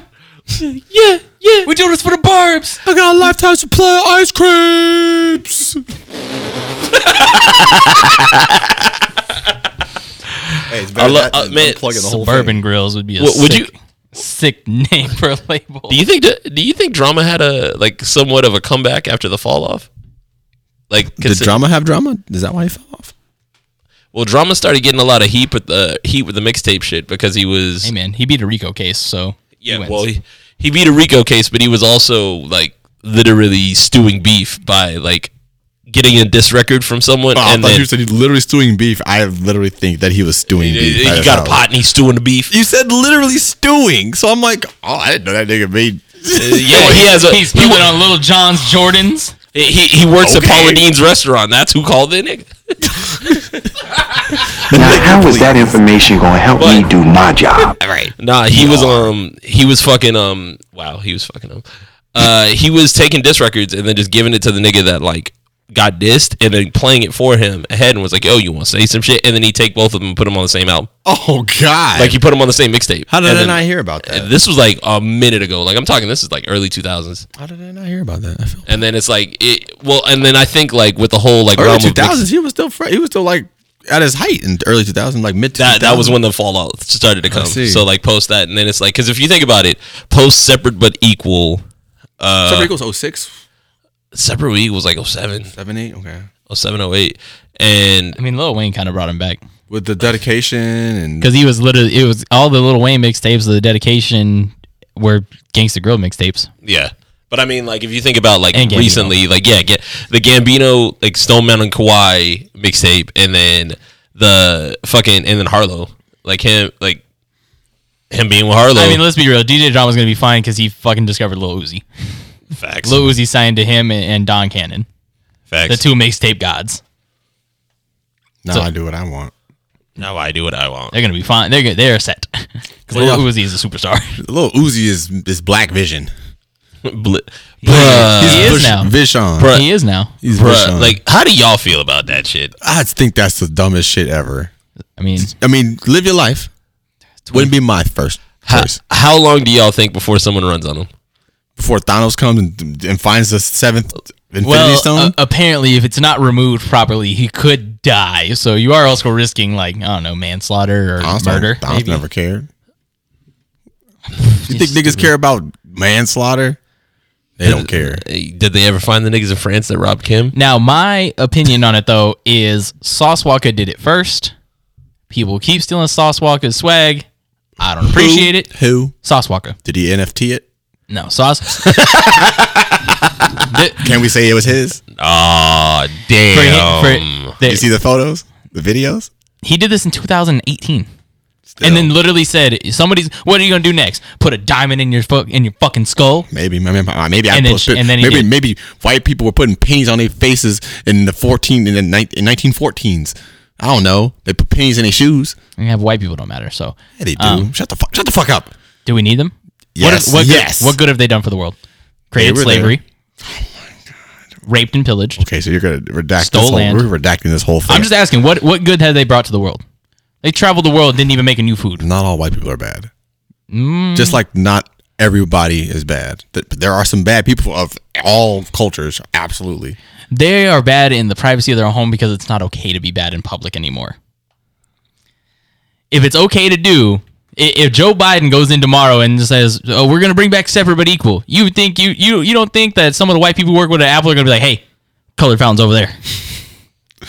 Yeah, yeah.
We do this for the barbs.
I got a lifetime supply of ice creams. hey, it's better
I lo-
that
uh,
than
man,
unplugging the whole
Suburban
thing.
Grills would be a
Would- would
sick, sick name for a label.
Do you think? Do you think drama had a like somewhat of a comeback after the fall off? Like
Did
consi-
drama have drama? Is that why he fell off?
Well, drama started getting a lot of heat with the heat with the mixtape shit because he was.
Hey man, he beat a Rico case, so
yeah. well, he, he beat a Rico case, but he was also like literally stewing beef by like getting a diss record from someone,
Oh, I
and
thought
then
you said he literally stewing beef. I literally think that he was stewing
he,
beef.
he
That's
got
how-
a pot and he's stewing the beef.
You said literally stewing, so I'm like, oh, I didn't know that nigga made.
Uh, yeah, he has a
he's
he,
living
wo-
on Little John's Jordans.
he, he works at
Okay.
Paula Dean's restaurant. That's who called the nigga.
Now, how is that information going to help me do my job?
Nah, he was um he was fucking um wow, he was fucking um uh he was taking diss records and then just giving it to the nigga that like got dissed and then playing it for him ahead and was like, "Yo, you want to say some shit?" and then he take both of them and put them on the same album.
Oh God!
Like he put them on the same mixtape.
how did
And
I
then-
not hear about that?
and This was like a minute ago. Like I'm talking this is like early 2000s.
how did I not hear about that? I feel
And then it's like it well and then I think like with the whole like
early
realm of
two
mix-
thousands. He was still fr- he was still like at his height in early two thousand, like mid.
that that was when the fallout started to come.
see.
So like post that and then it's like cuz if you think about it, post separate but equal uh,
September equals 06,
Separate Week was like 07,
7, 8, Okay,
07, 08. And
I mean, Lil Wayne kind of brought him back
with the dedication and
because he was literally it was all the Lil Wayne mixtapes, the dedication were Gangsta Grill mixtapes.
yeah. But I mean, like, if you think about like
And Gambino.
recently, like, yeah, get the Gambino, like Stone Mountain Kawhi mixtape, and then the fucking, and then Harlow, like him, like him being with Harlow.
I mean, let's be real. DJ Drama's gonna be fine because he fucking discovered Lil Uzi.
facts,
Lil Uzi signed to him and, and Don Cannon,
facts.
the two mixtape gods.
now
So-
I do what I want.
now I do what I want.
They're gonna be fine. They're go- they're set because Lil
Well,
Uzi is a superstar.
The little Uzi is is Black Vision.
Bl- bruh,
Uh, He is
Vish-
now.
Vishon.
Bruh.
he is now.
He's
bruh,
Vishon.
like, how do y'all feel about that shit?
I just think that's the dumbest shit ever.
I mean,
I mean, live your life. Wouldn't be my first
How,
choice.
how long do y'all think before someone runs on them?
Before Thanos comes and, and finds the seventh Infinity
well, uh,
Stone.
a- apparently, if it's not removed properly, he could die. So you are also risking like I don't know manslaughter or
Thanos
uh, murder.
Thanos
maybe.
never cared. You think niggas care about manslaughter? They
Uh,
don't care.
Hey, Eh, Did they ever find the niggas in France that robbed Kim?
Now, my opinion on it though is Sauce Walker did it first. People keep stealing Sauce Walker's swag. I don't appreciate it.
Who
Sauce Walker.
did he NFT it?
No, Sauce.
Can we say it was his?
Oh, damn.
For him- for-
You see the photos, the videos.
he did this in 2018. And then literally said, "Somebody's. What are you gonna do next? Put a diamond in your fu- in your fucking skull?
Maybe, maybe, uh, maybe I
And then
post
sh- and then he
maybe
did.
maybe white people were putting pennies on their faces in the fourteen in the nine- in nineteen fourteens. I don't know. They put pennies in their shoes.
And have white people don't matter. So
Yeah, they do.
Um,
shut the fuck. Shut the fuck up.
do we need them?
Yes.
What, what
yes.
Good, what good have they done for the world? Created
were there.
slavery, Oh raped and pillaged.
okay, so you're gonna redact
Stole
this whole,
land.
We're redacting this whole thing.
I'm just asking, what what good have they brought to the world? They traveled the world, didn't even make a new food.
not all white people are bad.
Mm.
Just like not everybody is bad. Th- There are some bad people of all cultures. Absolutely.
They are bad in the privacy of their home because it's not okay to be bad in public anymore. If it's okay to do, i- if Joe Biden goes in tomorrow and says, "Oh, we're going to bring back separate but equal," you think you you you don't think that some of the white people who work with at Apple are going to be like, "Hey, colored fountains over there."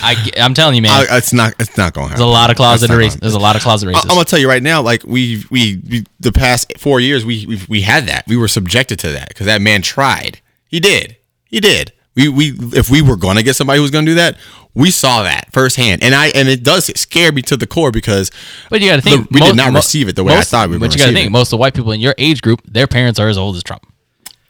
I, am telling you, man.
I, it's not. It's not going to happen.
there's a lot of
That's
closet
not Uh,
race.
gonna-
There's a lot of closet
I-
races.
I'm gonna tell you right now, like we we, we the past four years, we we we had that. We were subjected to that because that man tried. He did. He did. We we if we were gonna get somebody who was gonna do that, we saw that firsthand, and I and it does scare me to the core because
But you got to think
The- we did
mo-
not
mo-
receive it the way I thought we were
But
gonna
you gotta
receive
think
it.
most of the white people in your age group, their parents are as old as Trump,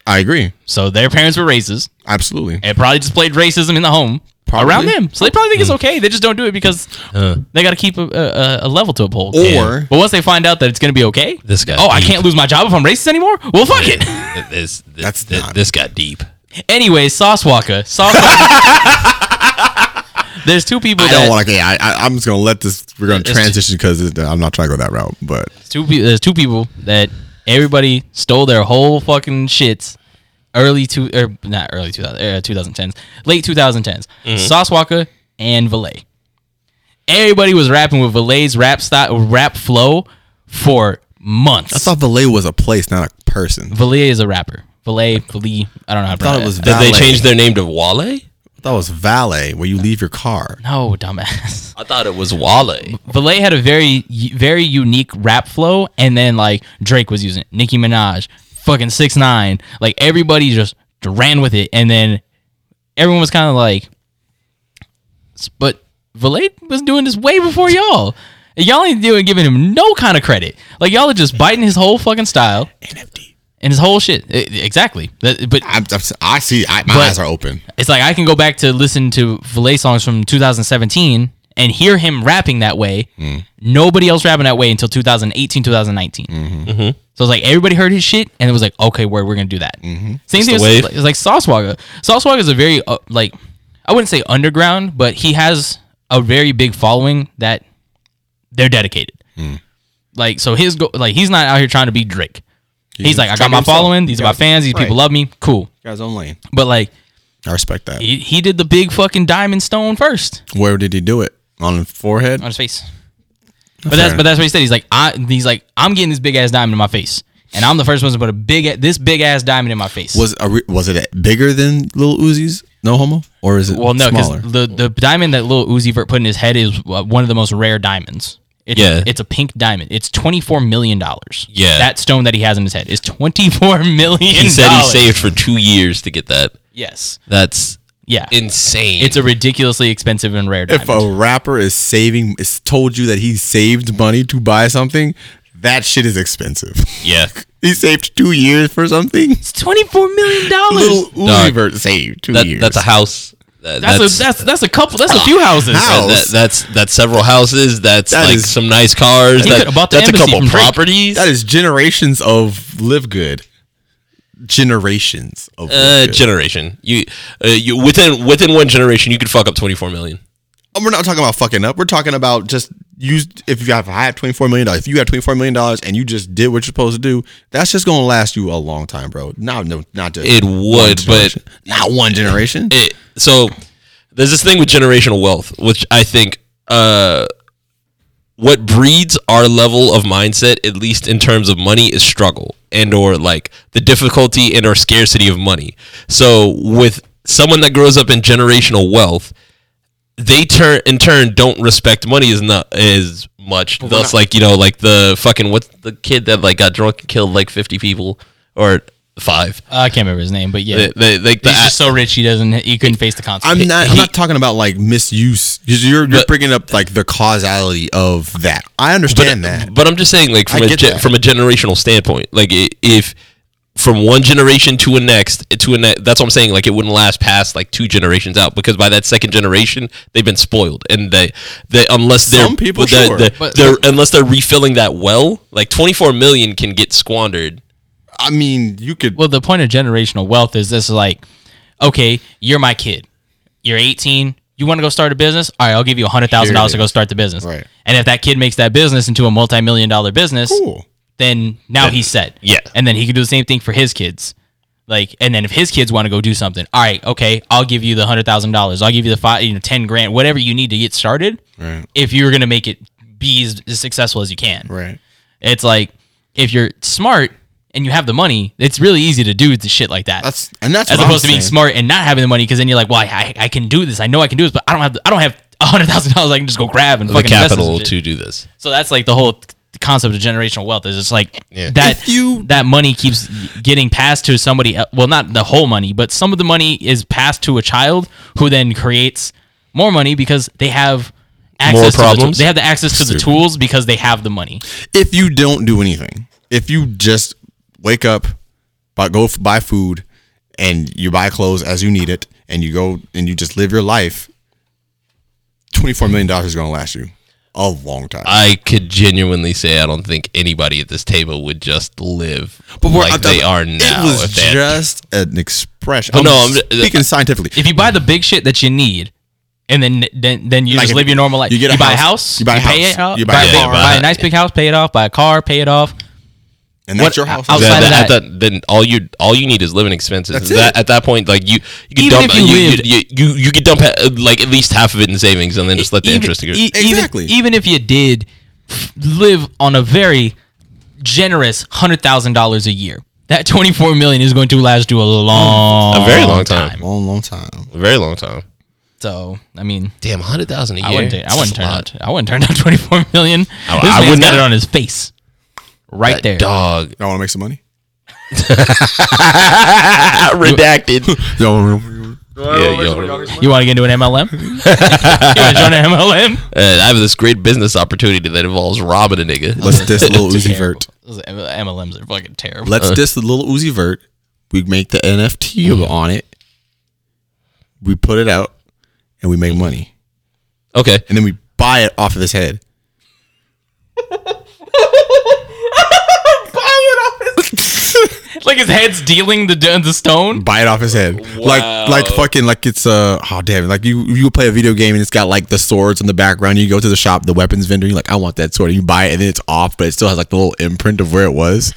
I agree
so their parents were racist.
absolutely.
It probably displayed racism in the home
Probably. Mm.
around them, so they probably think it's okay. They just don't do it because they got to keep a, a, a level to uphold.
Or-
but once they find out that it's gonna be okay,
This guy
Oh, I
deep.
can't lose my job if I'm racist anymore. Well, fuck it.
this, this,
That's
this,
not-
this got deep.
anyway, Sauce Walker, Sauce. Walker. There's two people
I
that
don't want to. I, I I'm just gonna let this. We're gonna
It's-
transition because I'm not trying to go that route. But
two pe- there's two people that everybody stole their whole fucking shits early to or not early 2000 uh, 2010s late 2010s sauce walker and valet everybody was rapping with valet's rap style rap flow for months
I thought Valet was a place, not a person.
valet is a rapper valet valet i don't know how to
I thought
pronounce
it was.
Did
Valet.
they change their name to Wale?
That was valet, where you leave your car.
No, dumbass.
I thought it was Wale.
Valet had a very, very unique rap flow, and then like Drake was using it, Nicki Minaj, fucking Six Nine, like everybody just ran with it, and then everyone was kind of like, but Valet was doing this way before y'all. And Y'all ain't doing giving him no kind of credit. Like y'all are just biting his whole fucking style
NFT.
and his whole shit. I- exactly. That- but
I'm, I'm, I see. I, my
But-
eyes are open.
it's like I can go back to listen to Valet songs from 2017 and hear him rapping that way. Nobody else rapping that way until 2018, 2019. So it's like everybody heard his shit and it was like, okay, word, we're gonna do that. Same thing.
the
It's
wave.
like, it's like Sauce Walker. Sauce Walker is a very uh, like I wouldn't say underground, but he has a very big following that they're dedicated. Like so his go- like he's not out here trying to be Drake. He's like I got
trying to
my
himself.
following. These are my
Got-
fans. These people
right.
love me. Cool.
Got his own lane.
But like
I respect that.
he, he did the big fucking diamond stone first
Where did he do it? On the forehead?
on his face. But that's but that's what he said. He's like I he's like I'm getting this big ass diamond in my face, and I'm the first one to put a big this big ass diamond in my face.
Was a re- was it bigger than Lil Uzi's? No homo, or is it
well, no,
smaller?
because the the diamond that Lil Uzi Vert put in his head is uh, one of the most rare diamonds. It's,
Yeah.
it's a pink diamond. It's twenty four million dollars.
Yeah.
that stone that he has in his head is twenty four million.
He said he saved for two years to get that.
Yes.
That's
Yeah.
insane.
it's a ridiculously expensive and rare diamond.
if a rapper is saving, is told you that he saved money to buy something, that shit is expensive.
yeah.
he saved two years for something.
it's twenty four million dollars.
Lil Uzi Vert saved two
That,
years.
that's a house. That-
That's, a that's that's a couple. That's a few houses.
that-
How?
that- Oh, that's that's several houses. That's
That
like
is-
some nice cars.
You
That,
could've bought the
that's a
embassy
couple
from Drake.
properties.
that is generations of live good. Generations of
uh,
live good.
generation. You, uh, you within within one generation, you could fuck up twenty four million.
And Um, we're not talking about fucking up. We're talking about just use. If you have, I have twenty four million dollars. If you have twenty four million dollars and you just did what you're supposed to do, that's just gonna last you a long time, bro. Not no, not just
It
one
would, but
generation. not one generation.
it so there's this thing with generational wealth, which I think uh, what breeds our level of mindset, at least in terms of money, is struggle and or like the difficulty and or scarcity of money. So with someone that grows up in generational wealth, they turn in turn don't respect money as not as much. Thus, like you know, like the fucking what's the kid that like got drunk and killed like fifty people or five.
I can't remember his name, but yeah,
They, they, like the,
he's just so rich he doesn't he couldn't face the consequences.
I'm not. I'm not talking about like misuse because you're you're
But-
bringing up like the causality of that. I understand that.
But I'm just saying, like from
I
a
get
gen-
that.
from a generational standpoint, like i- if from one generation to a next to a ne- that's what I'm saying. Like it wouldn't last past like two generations out because by that second generation they've been spoiled and they they unless they're
Some people,
they're,
sure.
they're,
But-
they're- unless they're refilling that well, like 24 million can get squandered.
I mean, you could.
well, the point of generational wealth is this: like, okay, you're my kid, you're 18, you want to go start a business? All right, I'll give you hundred thousand dollars to go start the business.
Right.
And if that kid makes that business into a multi-million dollar business,
cool.
then now he's set.
yeah.
And then he can do the same thing for his kids. Like, and then if his kids want to go do something, all right, okay, I'll give you the hundred thousand dollars. I'll give you the five, you know, ten grand, whatever you need to get started.
Right.
If you're gonna make it be as, as successful as you can.
Right.
It's like if you're smart and you have the money, it's really easy to do the shit like that.
That's and that's
as
what I'm
opposed to being
saying.
smart and not having the money, because then you're like, well, I, I, I can do this. I know I can do this, but I don't have the, I don't have a hundred thousand dollars. I can just go grab and
The
fucking invest in
capital
some shit.
to do this.
So that's like the whole th- concept of generational wealth is it's like that
If you-
that money keeps getting passed to somebody. el- Well, not the whole money, but some of the money is passed to a child who then creates more money because they have access to the tool-
problems?
they have the access to the tools because they have the money.
if you don't do anything, if you just wake up, buy, go f- buy food, and you buy clothes as you need it, and you go and you just live your life, twenty four million dollars is gonna last you a long time.
I could genuinely say I don't think anybody at this table would just live
we're-
like
I'm
they
talking-
are now.
It was
if they had-
just an expression.
But
I'm
no,
no,
I'm ju-
speaking scientifically.
If you buy the big shit that you need. And then, then, then you
Like
just
if
live your normal life.
you get a
buy a
house,
house.
you buy a
pay
house,
it off,
you buy
buy,
a
a big-
car.
buy a nice big house, pay it off. Buy a car, pay it off.
and that's your house.
outside of
Yeah,
that-
at that, then all you all you need is living expenses.
That's
that,
it.
At that point, like you, you could
Even
dump
if you
you, you,
lived-
you, you, you could dump uh, like at least half of it in savings, and then just let the
even-
interest. go.
e- even-
Exactly.
Even, if you did live on a very generous hundred thousand dollars a year, that twenty four million is going to last you a long,
a very long time.
long, long time.
A very long time.
So I mean,
damn, hundred thousand a
I wouldn't,
year?
ta- I wouldn't
That's a
turn
lot.
out. I wouldn't turn down twenty four million.
I-
this
I
man's
would
got
not.
it on his face, right
That
there.
dog.
Y'all want to make some money?
Redacted.
Y'all
yeah, yo.
You want to get into an MLM? you want to join an MLM?
Uh, I have this great business opportunity that involves robbing a nigga.
let's diss little Uzi
Terrible.
Vert.
Those M- MLMs are fucking terrible.
Let's diss the little Uzi Vert. We make the NFT on it. We put it out, and we make money,
Okay.
and then we buy it off of his head.
like his head's dealing the the stone.
Buy it off his head,
Wow.
like like fucking like it's uh oh damn it. like you you play a video game and it's got like the swords in the background. You go to the shop, the weapons vendor, you're like I want that sword, and you buy it, and then it's off, but it still has like the little imprint of where it was.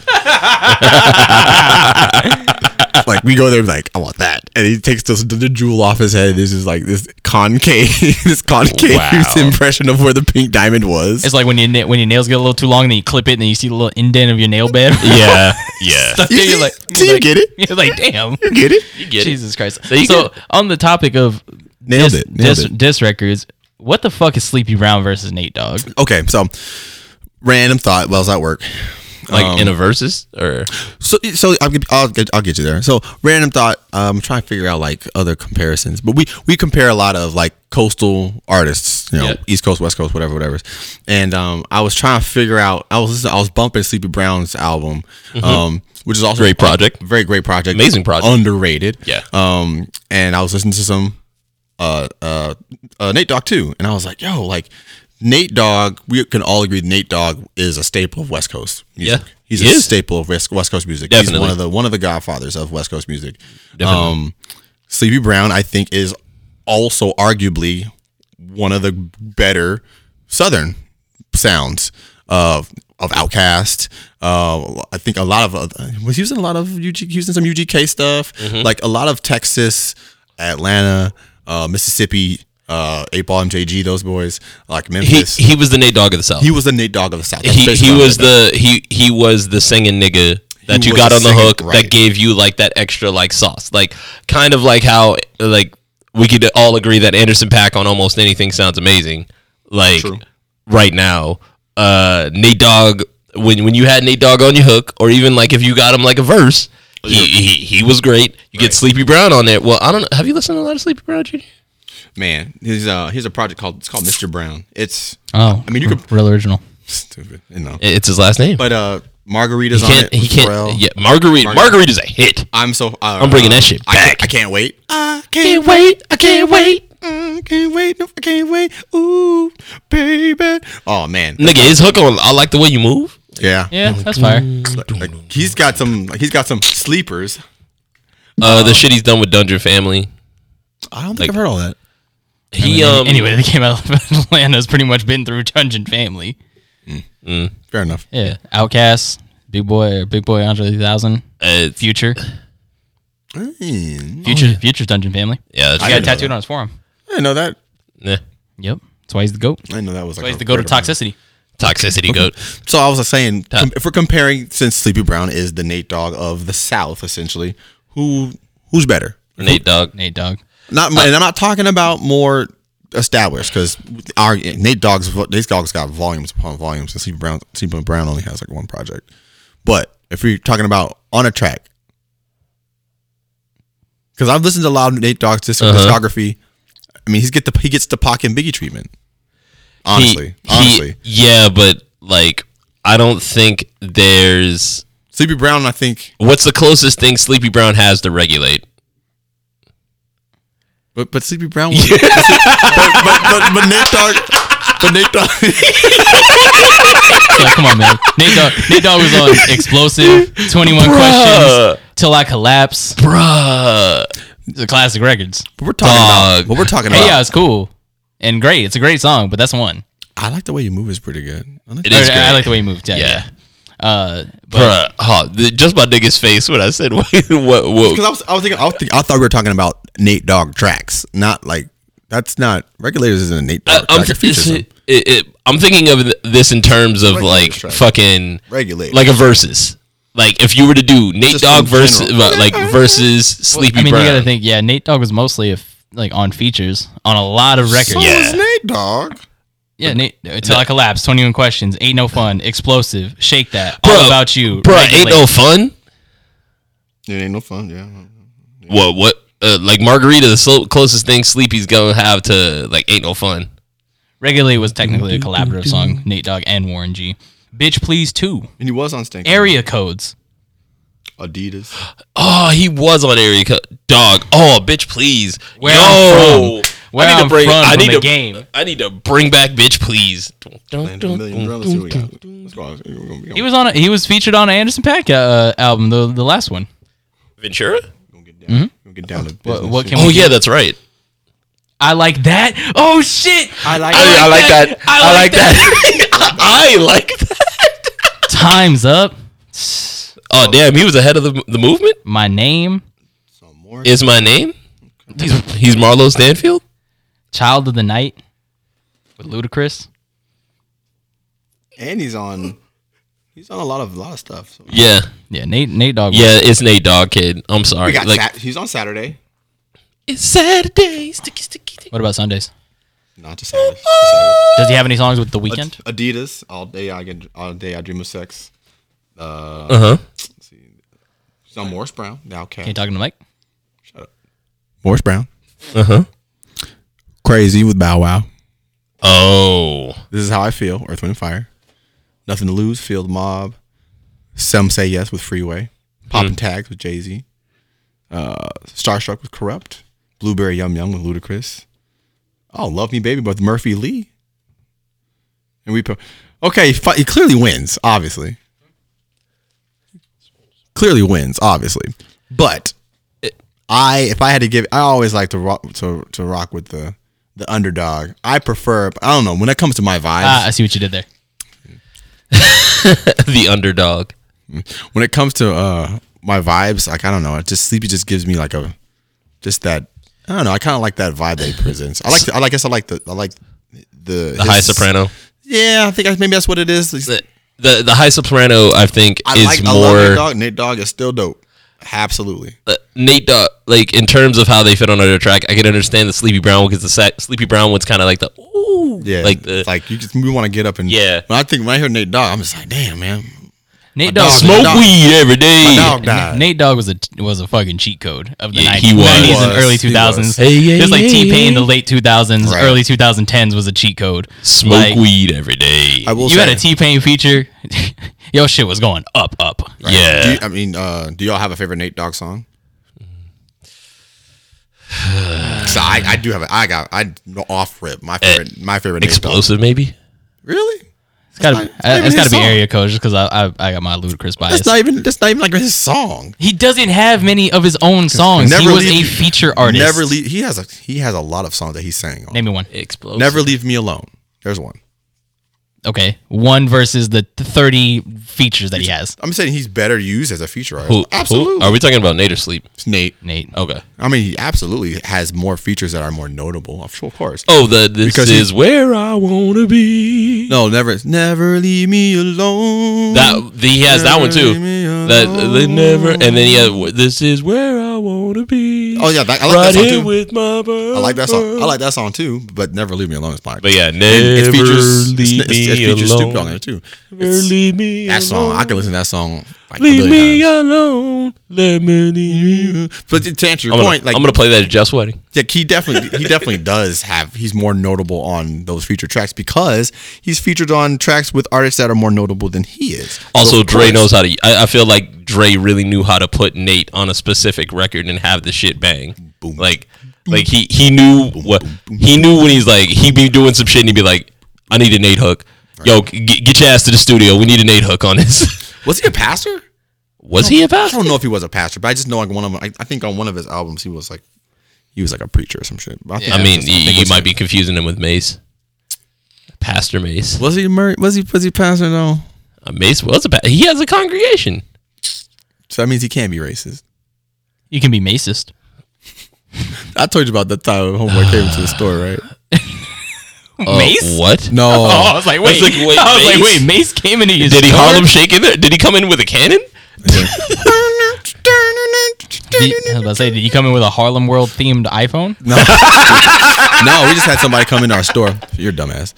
like we go there like I want that, and he takes this, the, the jewel off his head. This is like this concave, this concave
Wow.
impression of where the pink diamond was.
It's like when your na- when your nails get a little too long, and then you clip it, and then you see the little indent of your nail bed.
Yeah. yeah.
Stuck
You
there, you're
see-
like,
see, you
like-
get it?
You're like, damn.
You get it?
You get
Jesus Christ. So,
So you
on the topic of
Nailed
dis-
it. Nailed
dis-
it.
disc records, what the fuck is Sleepy Brown versus Nate Dogg?
Okay, so random thought. Well, does that work?
it. Like
um,
in a versus or
So, so I'll get, I'll get I'll get you there. So, random thought. I'm trying to figure out like other comparisons, but we we compare a lot of like coastal artists, you know,
Yeah.
East Coast, West Coast, whatever, whatever. And um, I was trying to figure out. I was listening, I was bumping Sleepy Brown's album, um, which is
Mm-hmm.
also
Great project.
very great project,
Amazing project.
underrated.
Yeah.
Um, and I was listening to some uh, uh, uh, Nate Dogg too, and I was like, yo, like Nate Dogg. We can all agree Nate Dogg is a staple of West Coast. Music.
Yeah.
he's
He
a
is.
staple of West West Coast music.
Definitely.
He's one of the one of the godfathers of West Coast music.
Definitely.
Um, Sleepy Brown, I think, is also arguably one of the better Southern sounds of of Outcast. Uh, I think a lot of uh, was using a lot of UG, using some UGK stuff, like a lot of Texas, Atlanta, uh, Mississippi, uh, Eight Ball MJG, those boys, like
he,
Memphis. He,
he was the Nate Dog of the South. He
was the Nate Dogg of the South. That's
he,
basically what
was
I'm saying.
the he he was the singing nigga that
He
you
was
got
the
on the
singing-
hook
right.
that gave you like that extra like sauce. Like kind of like how like we could all agree that Anderson Pack on almost anything sounds amazing. Like right now. Uh Nate Dogg when when you had Nate Dogg on your hook, or even like if you got him like a verse,
Oh,
he he, he was great. You get Sleepy Brown on there. Well, I don't know. Have you listened to a lot of Sleepy Brown, Junior?
man. He's uh, he's a project called it's called Mr. Brown. It's
Oh,
I mean you could
real original.
stupid, you know.
It's his last name.
But uh, margaritas
he
on
can't.
it.
He can't.
Pharrell.
Yeah, Marguerite.
Margarita.
Margarita's a hit.
I'm so. Uh,
I'm bringing that shit
I can't-
back.
I can't wait. I
can't wait. I can't wait.
I can't wait. No, I can't wait. Ooh, baby. Oh man.
Nigga, his hook on I like the way you move.
Yeah.
Yeah, that's fire.
Like, he's got some. Like, he's got some sleepers.
Uh, the shit he's done with Dungeon Family.
I don't think I've heard all that.
He um
anyway, they came out of Atlanta's pretty much been through Dungeon Family.
Fair enough.
Yeah, Outcast, Big Boy, Big Boy Andre 3000,
uh,
Future,
Oh,
Hmm.
Mm,
Future, Future Dungeon Family.
yeah, that's
He
right.
got it tattooed on his forearm.
I didn't know that.
Nah.
Yep, that's why he's the goat. That's
I didn't know that was like.
why he's
a
the goat of
great amount.
toxicity.
toxicity goat.
So I was saying, com- if we're comparing, since Sleepy Brown is the Nate Dogg of the South, essentially, who who's better?
Nate
Uh,
Dog.
Nate Dogg.
Not,
Uh,
and I'm not talking about more established because our Nate Dogg's vo- Nate Dogg's got volumes upon volumes, and Sleepy Brown Sleepy Brown only has like one project. But if you're talking about on a track, because I've listened to a lot of Nate Dogg's disc-
Uh-huh.
discography, I mean he's get the he gets the Pac and Biggie treatment. Honestly,
He- he-
honestly,
yeah, but like I don't think there's
Sleepy Brown, I think,
what's the closest thing Sleepy Brown has to regulate.
but but Sleepy Brown, was, but, but, but but Nate Dogg, but Nate Dogg,
Yeah, come on, man. Nate Dogg, Nate Dogg was on Explosive, 21 Questions, Till I Collapse.
Bruh.
The classic records.
we're talking
Dog.
about what we're talking
Hey,
about.
yeah, it's cool and great. It's a great song, but that's one.
I like the way you move is pretty good. I like
It
that.
is
Or,
great.
I like the way you moved. Yeah,
Yeah.
yeah. Uh, but
Bruh. Huh, the- just my nigga's face when I said what what, what
Because I was, I was thinking, I, was think, I thought we were talking about Nate Dogg tracks, not like that's not regulators isn't a Nate Dogg
I'm,
track. It features him.
it, it, it- I'm thinking of th- this in terms of
Regular
like
strike.
fucking
Regular.
like a versus. Like if you were to do Nate
Just
Dogg
in
versus
general.
uh, like versus Sleepy
I mean,
Brown.
you got to think. Yeah, Nate Dogg was mostly a f- like on features on a lot of records.
So is Nate Dog.
Yeah, Nate, until I collapse. Twenty one questions. Ain't no fun. Explosive. Shake that.
Bruh,
All about you.
Bro, ain't
Regulate.
no fun.
It ain't no fun. Yeah.
What? What? Uh, like margarita, the so- closest thing Sleepy's gonna have to like ain't no fun.
Regulate was technically a collaborative song. Nate Dogg and Warren G. Bitch, please too.
And he was on Stank.
Area codes.
Adidas.
Oh, he was on area co- dog. Oh, bitch, please.
Where
Yo,
I'm from. Where
I need
I'm
to bring.
from
I
from
need
the
to
game.
I need to bring back bitch, please.
Land of a Million Umbrellas. See what we got. Let's go. We're gonna be
He was on. A, he was featured on an Anderson Paak uh, album, the the last one.
Ventura.
gonna get down. Gonna get down to business.
What, what can
Oh
we?
yeah, that's right.
I like that. Oh shit!
I like.
Oh, I, I like that.
I
I like
like
that. I like that.
Time's up.
Oh damn, he was ahead of the the movement.
My name,
some more.
Is my name? He's he's Marlo Stanfield.
Child of the Night, with Ludacris.
and he's on. He's on a lot of a lot of stuff. So.
Yeah,
Yeah, Nate Nate Dogg.
yeah. It's Nate Dog Kid. I'm sorry.
We got
Like
Sat- he's on Saturday.
it's Saturday. Sticky, sticky, sticky.
What about Sundays?
Not to Saturday. to
Does he have any songs with The Weeknd?
Saturday. Ad- Adidas. All day I get. All day I dream of sex. Uh,
Uh huh.
he's on Morris Brown. Now
Can you
okay.
talk to Mike?
Morris Brown.
Uh huh.
Crazy with Bow Wow.
Oh.
This is how I feel. Earth, Wind, and Fire. Nothing to lose. Feel the mob. Some say yes with Freeway. Poppin' tags with Jay Z. Uh, Starstruck with Corrupt. Blueberry Yum Yum with Ludacris. Oh, Love Me Baby with Murphy Lee. And we put. Okay, he fi- he clearly wins. Obviously, clearly wins. Obviously, but I if I had to give, I always like to rock to to rock with the the underdog. I prefer. I don't know when it comes to my vibes.
Ah, I see what you did there.
the underdog.
when it comes to uh my vibes, like I don't know, it just sleepy just gives me like a just that I don't know. I kind of like that vibe that he presents. I like. The, I like- I guess I like the. I like the
The high
his-
soprano.
Yeah, I think that's- maybe that's what it is. He's-
The the, the high soprano. I think
I
is
like. I love Nate
more
Dogg. Nate Dogg is still dope. Absolutely.
uh, Nate Dogg. Like in terms of how they fit on another track, I can understand the Sleepy Brown one because the sac- Sleepy Brown one's kind of like the ooh.
Yeah.
Like
Like
the
it's like you just we want to get up and
Yeah.
When I think when I hear Nate Dogg, I'm just like, damn man,
Nate
dog
Dogg.
is-
smoke
dog.
weed every day.
my dog died.
Nate Dogg was a was a fucking cheat code of the
Yeah,
90s,
he was.
90s and
He
early
was.
2000s.
Hey, yeah,
Just like
yeah,
T Pain,
yeah.
the late 2000s,
Right.
early 2010s was a cheat code.
Smoke
Like,
weed every day.
I will.
You
say,
had a T Pain feature. Your shit was going up, up.
Yeah.
Do you, I mean, uh, do y'all have a favorite Nate Dogg song? so I, I do have a, I got I no off rip my favorite my favorite Nate
Eh, Explosive maybe.
Dogg. Really?
It's gotta,
not-
be-
it's not even
it's gotta
his
be
song.
area code just because I, I I got my ludicrous bias.
That's not even that's not even like his song.
He doesn't have many of his own songs. he was
Leave-
a feature artist.
Never leave. He has a he has a lot of songs that he sang on.
Name me one.
Explosive.
Never leave me alone. There's one.
Okay, one versus the thirty features that he has.
I'm saying he's better used as a feature artist.
Who- who-
absolutely,
are we talking about Nate or Sleep?
It's Nate.
Nate.
Okay.
I mean, he absolutely has more features that are more notable. Of course.
Oh, the this
Because he-
is where I wanna be.
No, never, never leave me alone.
That the, he has that one too. That they never, and then he had this is where I wanna be.
Oh, yeah, that- I like
right
that song,
here
too.
with my
I like that song. I like that song too. But "Never Leave Me Alone" is mine.
But yeah,
And it
never
features it's,
leave
it's, it's,
me
features Snoop
alone.
Dogg on it too.
Never leave me
That song,
alone.
I could listen to that song. Like
leave
a
me
million times.
alone. Let me leave you.
But to answer your
I'm gonna,
point, like
I'm gonna play that at Jeff's wedding.
yeah, he definitely he definitely does have. He's more notable on those featured tracks because he's featured on tracks with artists that are more notable than he is. So,
Also,
of
Dre
course-
knows how to. I, I feel like Dre really knew how to put Nate on a specific record and have the shit bang. Like, like he he knew what he knew when he's like he be doing some shit and he'd be like, I need a Nate hook. Yo, g- get your ass to the studio. We need a Nate hook on this.
Was he a pastor?
Was he a
I
pastor?
don't know if he was a pastor, but I just know like one of I, I think on one of his albums he was like he was like a preacher or some shit. But think
I
that
mean,
was-
you,
think it
you
was
might
him.
be confusing him with Mace. Pastor Mace.
Was he mar- was he was he pastor though?
Uh, Mace was a pa- he has a congregation.
So that means he can't be racist.
You can be racist.
I told you about that time when homeboy came to the store, right?
Uh,
Mace?
What?
No,
Oh, I was like, wait. I was like, wait, Mace? came into his
Did he
store?
Harlem Shake in there? Did he come in with a cannon?
Did- I was about to say, did you come in with a Harlem World themed iPhone?
No. no, we just had somebody come into our store. You're a dumbass.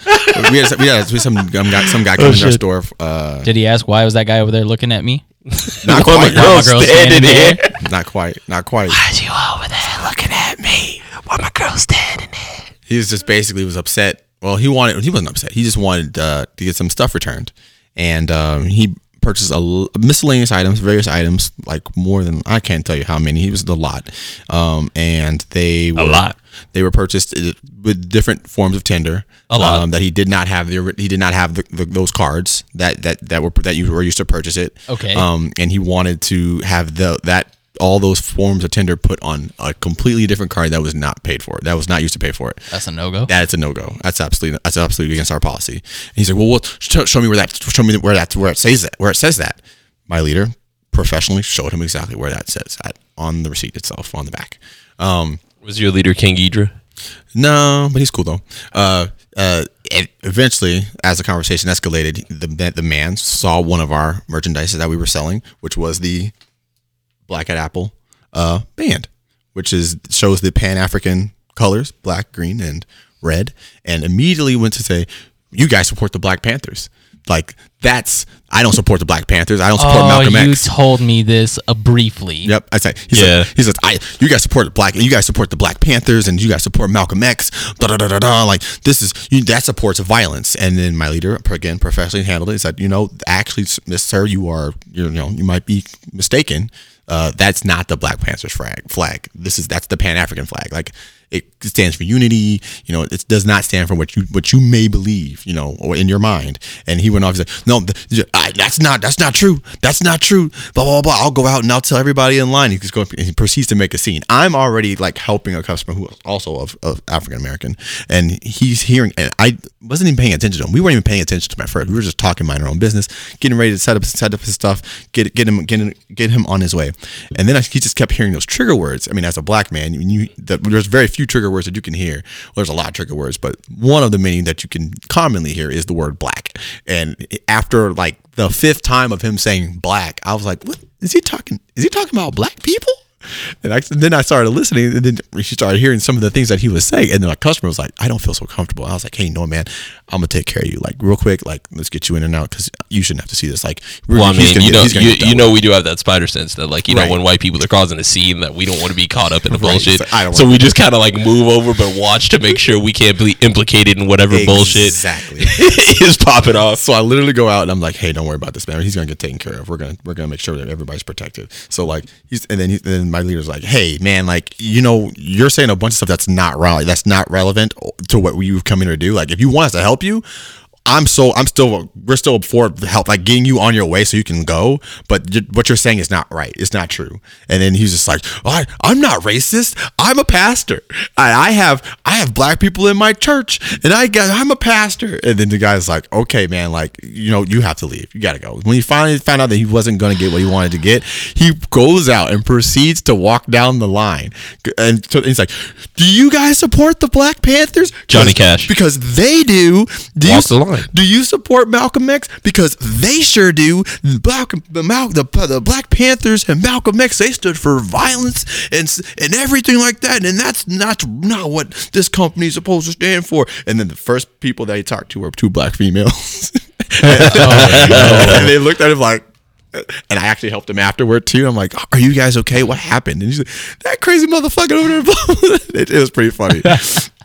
We had, we had some, um, got, some guy come
Oh,
into our
shit.
store. Uh,
Did he ask why was that guy over there looking at me?
Not
Why
quite.
my girl standing there?
Not quite. Not quite. Why is you over there looking at me? Why my girl standing there? He was just basically was upset. Well, he wanted. He wasn't upset. He just wanted uh, to get some stuff returned, and um, he purchased a l- miscellaneous items, various items, like more than I can't tell you how many. He was the lot, um, and they were,
lot.
They were purchased uh, with different forms of tender.
A lot.
um, that he did not have. The, he did not have the, the, those cards that that that were that you were used to purchase it.
Okay.
Um, and he wanted to have the that all those forms of tender put on a completely different card that was not paid for. That was not used to pay for it.
That's a no go.
That's a no go. That's absolutely that's absolutely against our policy. And he's like, well, what, show, show me where that show me where that where it says that where it says that. My leader professionally showed him exactly where that says that on the receipt itself on the back. Um,
Was your leader King Ghidra?
no, but he's cool though. Uh, uh, e- eventually, as the conversation escalated, the the man saw one of our merchandise that we were selling, which was the Black Eyed Apple uh, band, which is shows the Pan African colors, black, green, and red, and immediately went to say, "You guys support the Black Panthers." Like that's I don't support the Black Panthers. I don't support
Oh,
Malcolm
you
X.
told me this uh, briefly.
Yep, I say. He yeah. Says, he says, "I you guys support the black, you guys support the Black Panthers, and you guys support Malcolm X." Da da da da da. Like this is you, that supports violence. And then my leader again professionally handled it. He said, "You know, actually, miss sir, you are you know you might be mistaken. Uh, that's not the Black Panthers flag. Flag. This is that's the Pan African flag. Like." It stands for unity, you know. It does not stand for what you what you may believe, you know, or in your mind. And he went off. He's like, "No, th- I, that's not that's not true. That's not true." Blah blah blah. I'll go out and I'll tell everybody in line. He just go and he proceeds to make a scene. I'm already like helping a customer who is also of, of African American, and he's hearing. And I wasn't even paying attention to him. We weren't even paying attention to him at first. We were just talking, mind our own business, getting ready to set up set up his stuff, get get him get him, get him on his way. And then I, he just kept hearing those trigger words. I mean, as a black man, you, you the, there's very few trigger words that you can hear. Well, there's a lot of trigger words, but one of the many that you can commonly hear is the word black. And after like the fifth time of him saying black, I was like, what is he talking? Is he talking about black people? And I, then I started listening, and then she started hearing some of the things that he was saying. And then my customer was like, "I don't feel so comfortable." And I was like, "Hey, no, man, I'm gonna take care of you, like real quick, like let's get you in and out because you shouldn't have to see this." Like,
Well, I mean,
he's gonna
you
get-
know,
he's gonna
you,
get dealt
you
with.
know, we do have that spider sense that, like, you
Right.
know, when white people are causing a scene, that we don't want to be caught up in the
Right.
bullshit.
It's like, I don't
so
wanna
we
be-
just kind of like move over, but watch to make sure we can't be implicated in whatever bullshit
Exactly.
is popping off.
So I literally go out and I'm like, "Hey, don't worry about this, man. He's gonna get taken care of. We're gonna we're gonna make sure that everybody's protected." So like, he's and then he, then my leader's like, "Hey, man, like you know, you're saying a bunch of stuff that's not relevant. That's not relevant to what you've come here to do. Like, if you want us to help you." I'm so I'm still we're still for help like getting you on your way so you can go, but you what you're saying is not right. It's not true. And then he's just like, I I'm not racist. I'm a pastor. I, I have I have black people in my church, and I got I'm a pastor. And then the guy's like, okay, man, like you know you have to leave. You gotta go. When he finally found out that he wasn't gonna get what he wanted to get, he goes out and proceeds to walk down the line, and so- he's like, do you guys support the Black Panthers? 'Cause-
Johnny Cash.
because they do. Do
Walk
you,
the line.
Do you support Malcolm X? Because they sure do. Black, the, Mal- the, the Black Panthers and Malcolm X, they stood for violence and s- and everything like that. And that's not not what this company is supposed to stand for. And then the first people that he talked to were two black females.
Oh,
and they looked at him like, and I actually helped him afterward too. I'm like, "Are you guys okay? What happened?" And he's like, "That crazy motherfucker over there." it, it was pretty funny,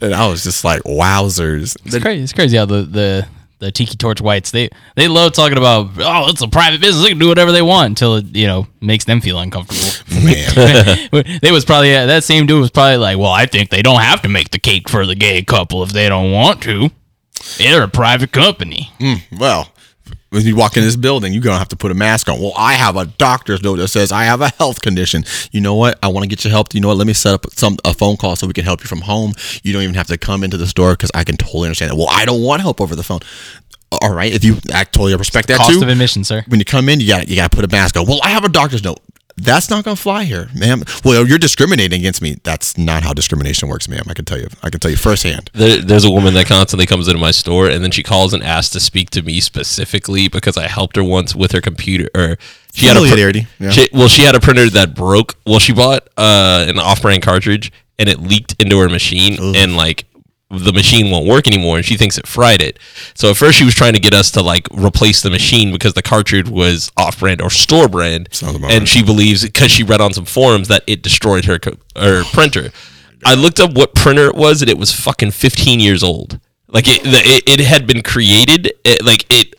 and I was just like, "Wowzers!"
It's crazy. It's crazy how the, the the tiki torch whites they they love talking about oh it's a private business they can do whatever they want until it you know makes them feel uncomfortable. they was probably uh, that same dude was probably like well I think they don't have to make the cake for the gay couple if they don't want to. They're a private company.
Well, when you walk in this building, you're gonna have to put a mask on. Well, I have a doctor's note that says I have a health condition. You know what? I want to get your help. You know what? Let me set up some a phone call so we can help you from home. You don't even have to come into the store because I can totally understand that. Well, I don't want help over the phone. All right, if you I totally respect that
Cost
too.
of admission, sir.
when you come in, you got you got to put a mask on. Well, I have a doctor's note. That's not gonna fly here, ma'am. Well, you're discriminating against me. That's not how discrimination works, ma'am. I can tell you. I can tell you firsthand.
There, there's a woman that constantly comes into my store, and then she calls and asks to speak to me specifically because I helped her once with her computer. Or she had a
Familiarity, yeah.
she- well, she had a printer that broke. Well, she bought uh, an off-brand cartridge, and it leaked into her machine, and like the machine won't work anymore, and she thinks it fried it. So at first, she was trying to get us to like replace the machine because the cartridge was off-brand or store brand,
Sounds
and
about right.
she believes because she read on some forums that it destroyed her co- her printer. I looked up what printer it was, and it was fucking 15 years old. Like it, the, it, it had been created, it, like it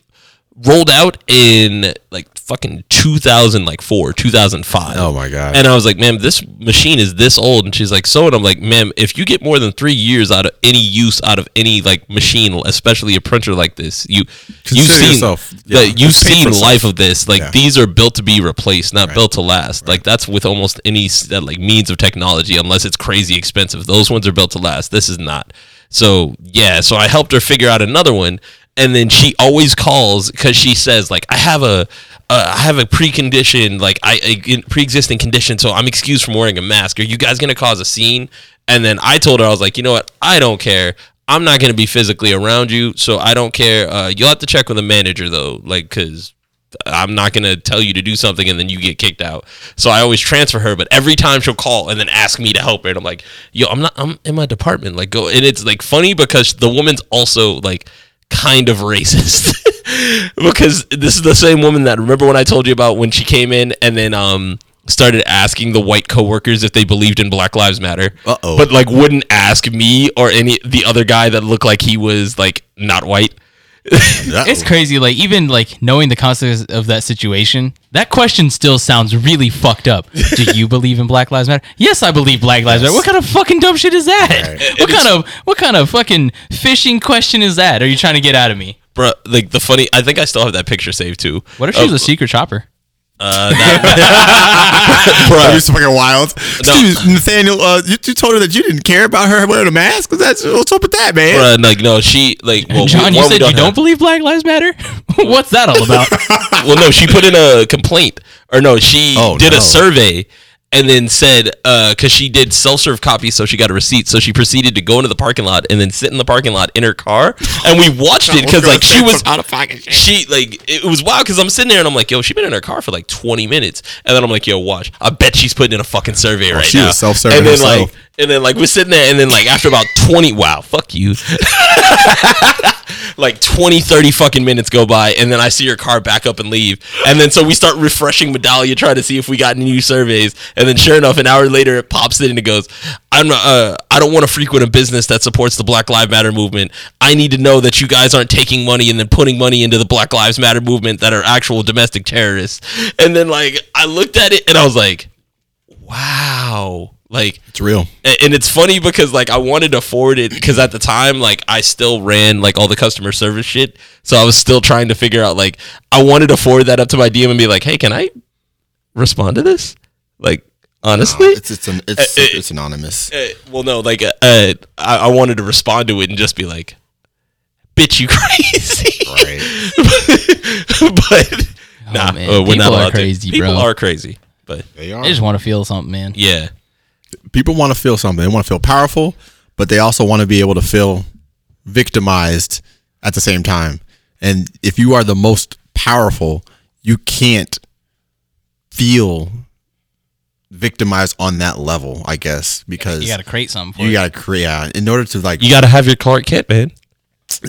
rolled out in like fucking 2000, like four, 2005.
Oh my God.
And I was like, ma'am, this machine is this old, and she's like, so, and I'm like, ma'am, if you get more than three years out of any use out of any like machine, especially a printer like this, you you've
Consider
seen
yourself-
the-
yeah,
you've
it's paid for
seen
itself.
life of this. Like
Yeah.
these are built to be replaced, not built to last. Like that's with almost any s- that, like means of technology, unless it's crazy expensive. Those ones are built to last. This is not. So yeah, so I helped her figure out another one, and then she always calls because she says like I have a. Uh, I have a preconditioned, like I a pre-existing condition, so I'm excused from wearing a mask. Are you guys gonna cause a scene? And then I told her I was like, you know what? I don't care. I'm not gonna be physically around you, so I don't care. Uh, you'll have to check with the manager though, like because I'm not gonna tell you to do something and then you get kicked out. So I always transfer her, but every time she'll call and then ask me to help her, and I'm like, yo, I'm not, I'm in my department, like go. And it's like funny because the woman's also like kind of racist because this is the same woman that remember when I told you about when she came in and then um started asking the white coworkers if they believed in Black Lives Matter.
Uh-oh.
But like wouldn't ask me or any the other guy that looked like he was like not white.
It's crazy. Like even like knowing the consequences of that situation, that question still sounds really fucked up. Do you believe in Black Lives Matter? Yes, I believe Black Lives Matter. What kind of fucking dumb shit is that? What kind of what kind of fucking fishing question is that? Are you trying to get out of me?
Bruh, like the funny. I think I still have that picture saved too.
What if she was a secret chopper?
Bro, you're so fucking wild.
No.
Excuse me, Nathaniel, uh, you, you told her that you didn't care about her wearing a mask. Cause that's what's up with that, man.
Bruh, like no, she like well,
John,
we-
you
one, we
said you don't
have-
believe Black Lives Matter. What's that all about?
well, no, she put in a complaint, or no, she
Oh,
did
no.
a survey and then said because she did self-serve copies, so she got a receipt. So she proceeded to go into the parking lot and then sit in the parking lot in her car, and we watched it because like she was
out of pocket. shit.
she like it was wild because I'm sitting there and I'm like, yo, she been in her car for like 20 minutes, and then I'm like, yo, watch, I bet she's putting in a fucking survey right
Oh, she
now.
was self-serving
And then
herself.
like, and then like we're sitting there, and then like after about 20, wow, fuck you. like 20, 30 fucking minutes go by, and then I see her car back up and leave, and then so we start refreshing Medallia trying to see if we got any new surveys, and then sure enough, an hour later it pops in and it goes, I'm not, uh, I don't want to frequent a business that supports the Black Lives Matter movement. I need to know that you guys aren't taking money and then putting money into the Black Lives Matter movement that are actual domestic terrorists. And then like I looked at it and I was like, wow, like
It's real.
and and it's funny because like I wanted to forward it because at the time like I still ran like all the customer service shit, so I was still trying to figure out like I wanted to forward that up to my DM and be like, hey, can I respond to this? Like honestly,
It's it's an, it's,
Uh, uh,
it's anonymous.
uh, well, no, like uh, uh, I, I wanted to respond to it and just be like, "Bitch, you crazy!" but nah,
Oh, man.
uh, we're not
People are
allowed to.
crazy,
People
bro.
are crazy, but
They
I just want to feel something, man.
yeah,
people want to feel something. They want to feel powerful, but they also want to be able to feel victimized at the same time. And if you are the most powerful, you can't feel victimized on that level, I guess, because
You got to create something. For
you
it.
got to create yeah, in order to like,
you got to have your Clark Kent, man.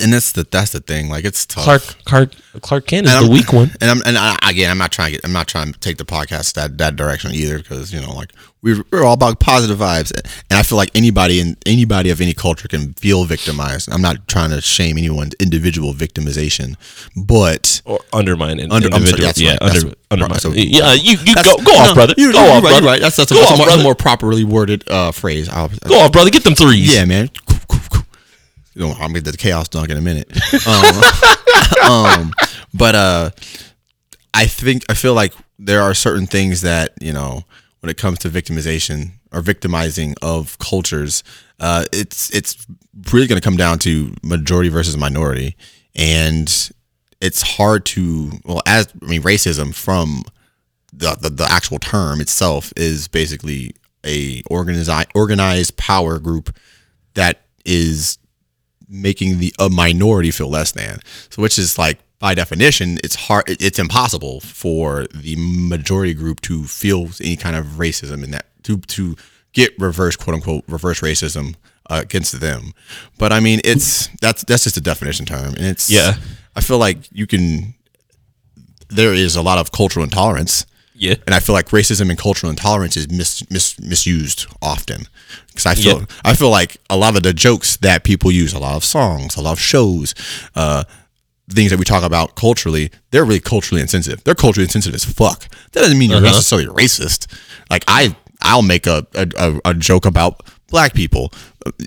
and that's the that's the thing. Like it's tough.
Clark Clark Clark Kent is
And
the
I'm-
weak one.
And I'm and I, again, I'm not trying to get, I'm not trying to take the podcast that that direction either because you know like we're, we're all about positive vibes, and I feel like anybody in anybody of any culture can feel victimized. I'm not trying to shame anyone's individual victimization, but.
or undermine an
Under- I'm sorry,
individual.
that's
yeah,
right, that's
under,
right.
undermine.
So-
yeah, uh, you, you
That's-
go go
no,
off, brother.
You're,
go
you're
off,
right,
brother.
You're right. That's that's, a,
go
that's a
off,
more,
brother.
more properly worded uh, phrase. I'll,
go off, brother. Get them threes.
yeah, man. You know, I'll make the chaos dunk in a minute. Um, um, but uh, I think I feel like there are certain things that you know when it comes to victimization or victimizing of cultures, uh, it's it's really going to come down to majority versus minority, and it's hard to well as I mean racism from the, the, the actual term itself is basically a organizi- organized power group that is making the a minority feel less than. So which is like by definition, it's hard it's impossible for the majority group to feel any kind of racism in that to to get reverse quote unquote reverse racism uh, against them. But I mean it's that's that's just a definition term and it's
Yeah.
I feel like you can there is a lot of cultural intolerance.
Yeah.
And I feel like racism and cultural intolerance is mis, mis, misused often. Because I feel
Yeah.
I feel like a lot of the jokes that people use, a lot of songs, a lot of shows, uh, things that we talk about culturally, they're really culturally insensitive. They're culturally insensitive as fuck. That doesn't mean you're
Uh-huh.
necessarily racist. Like I I'll make a, a, a, a joke about black people.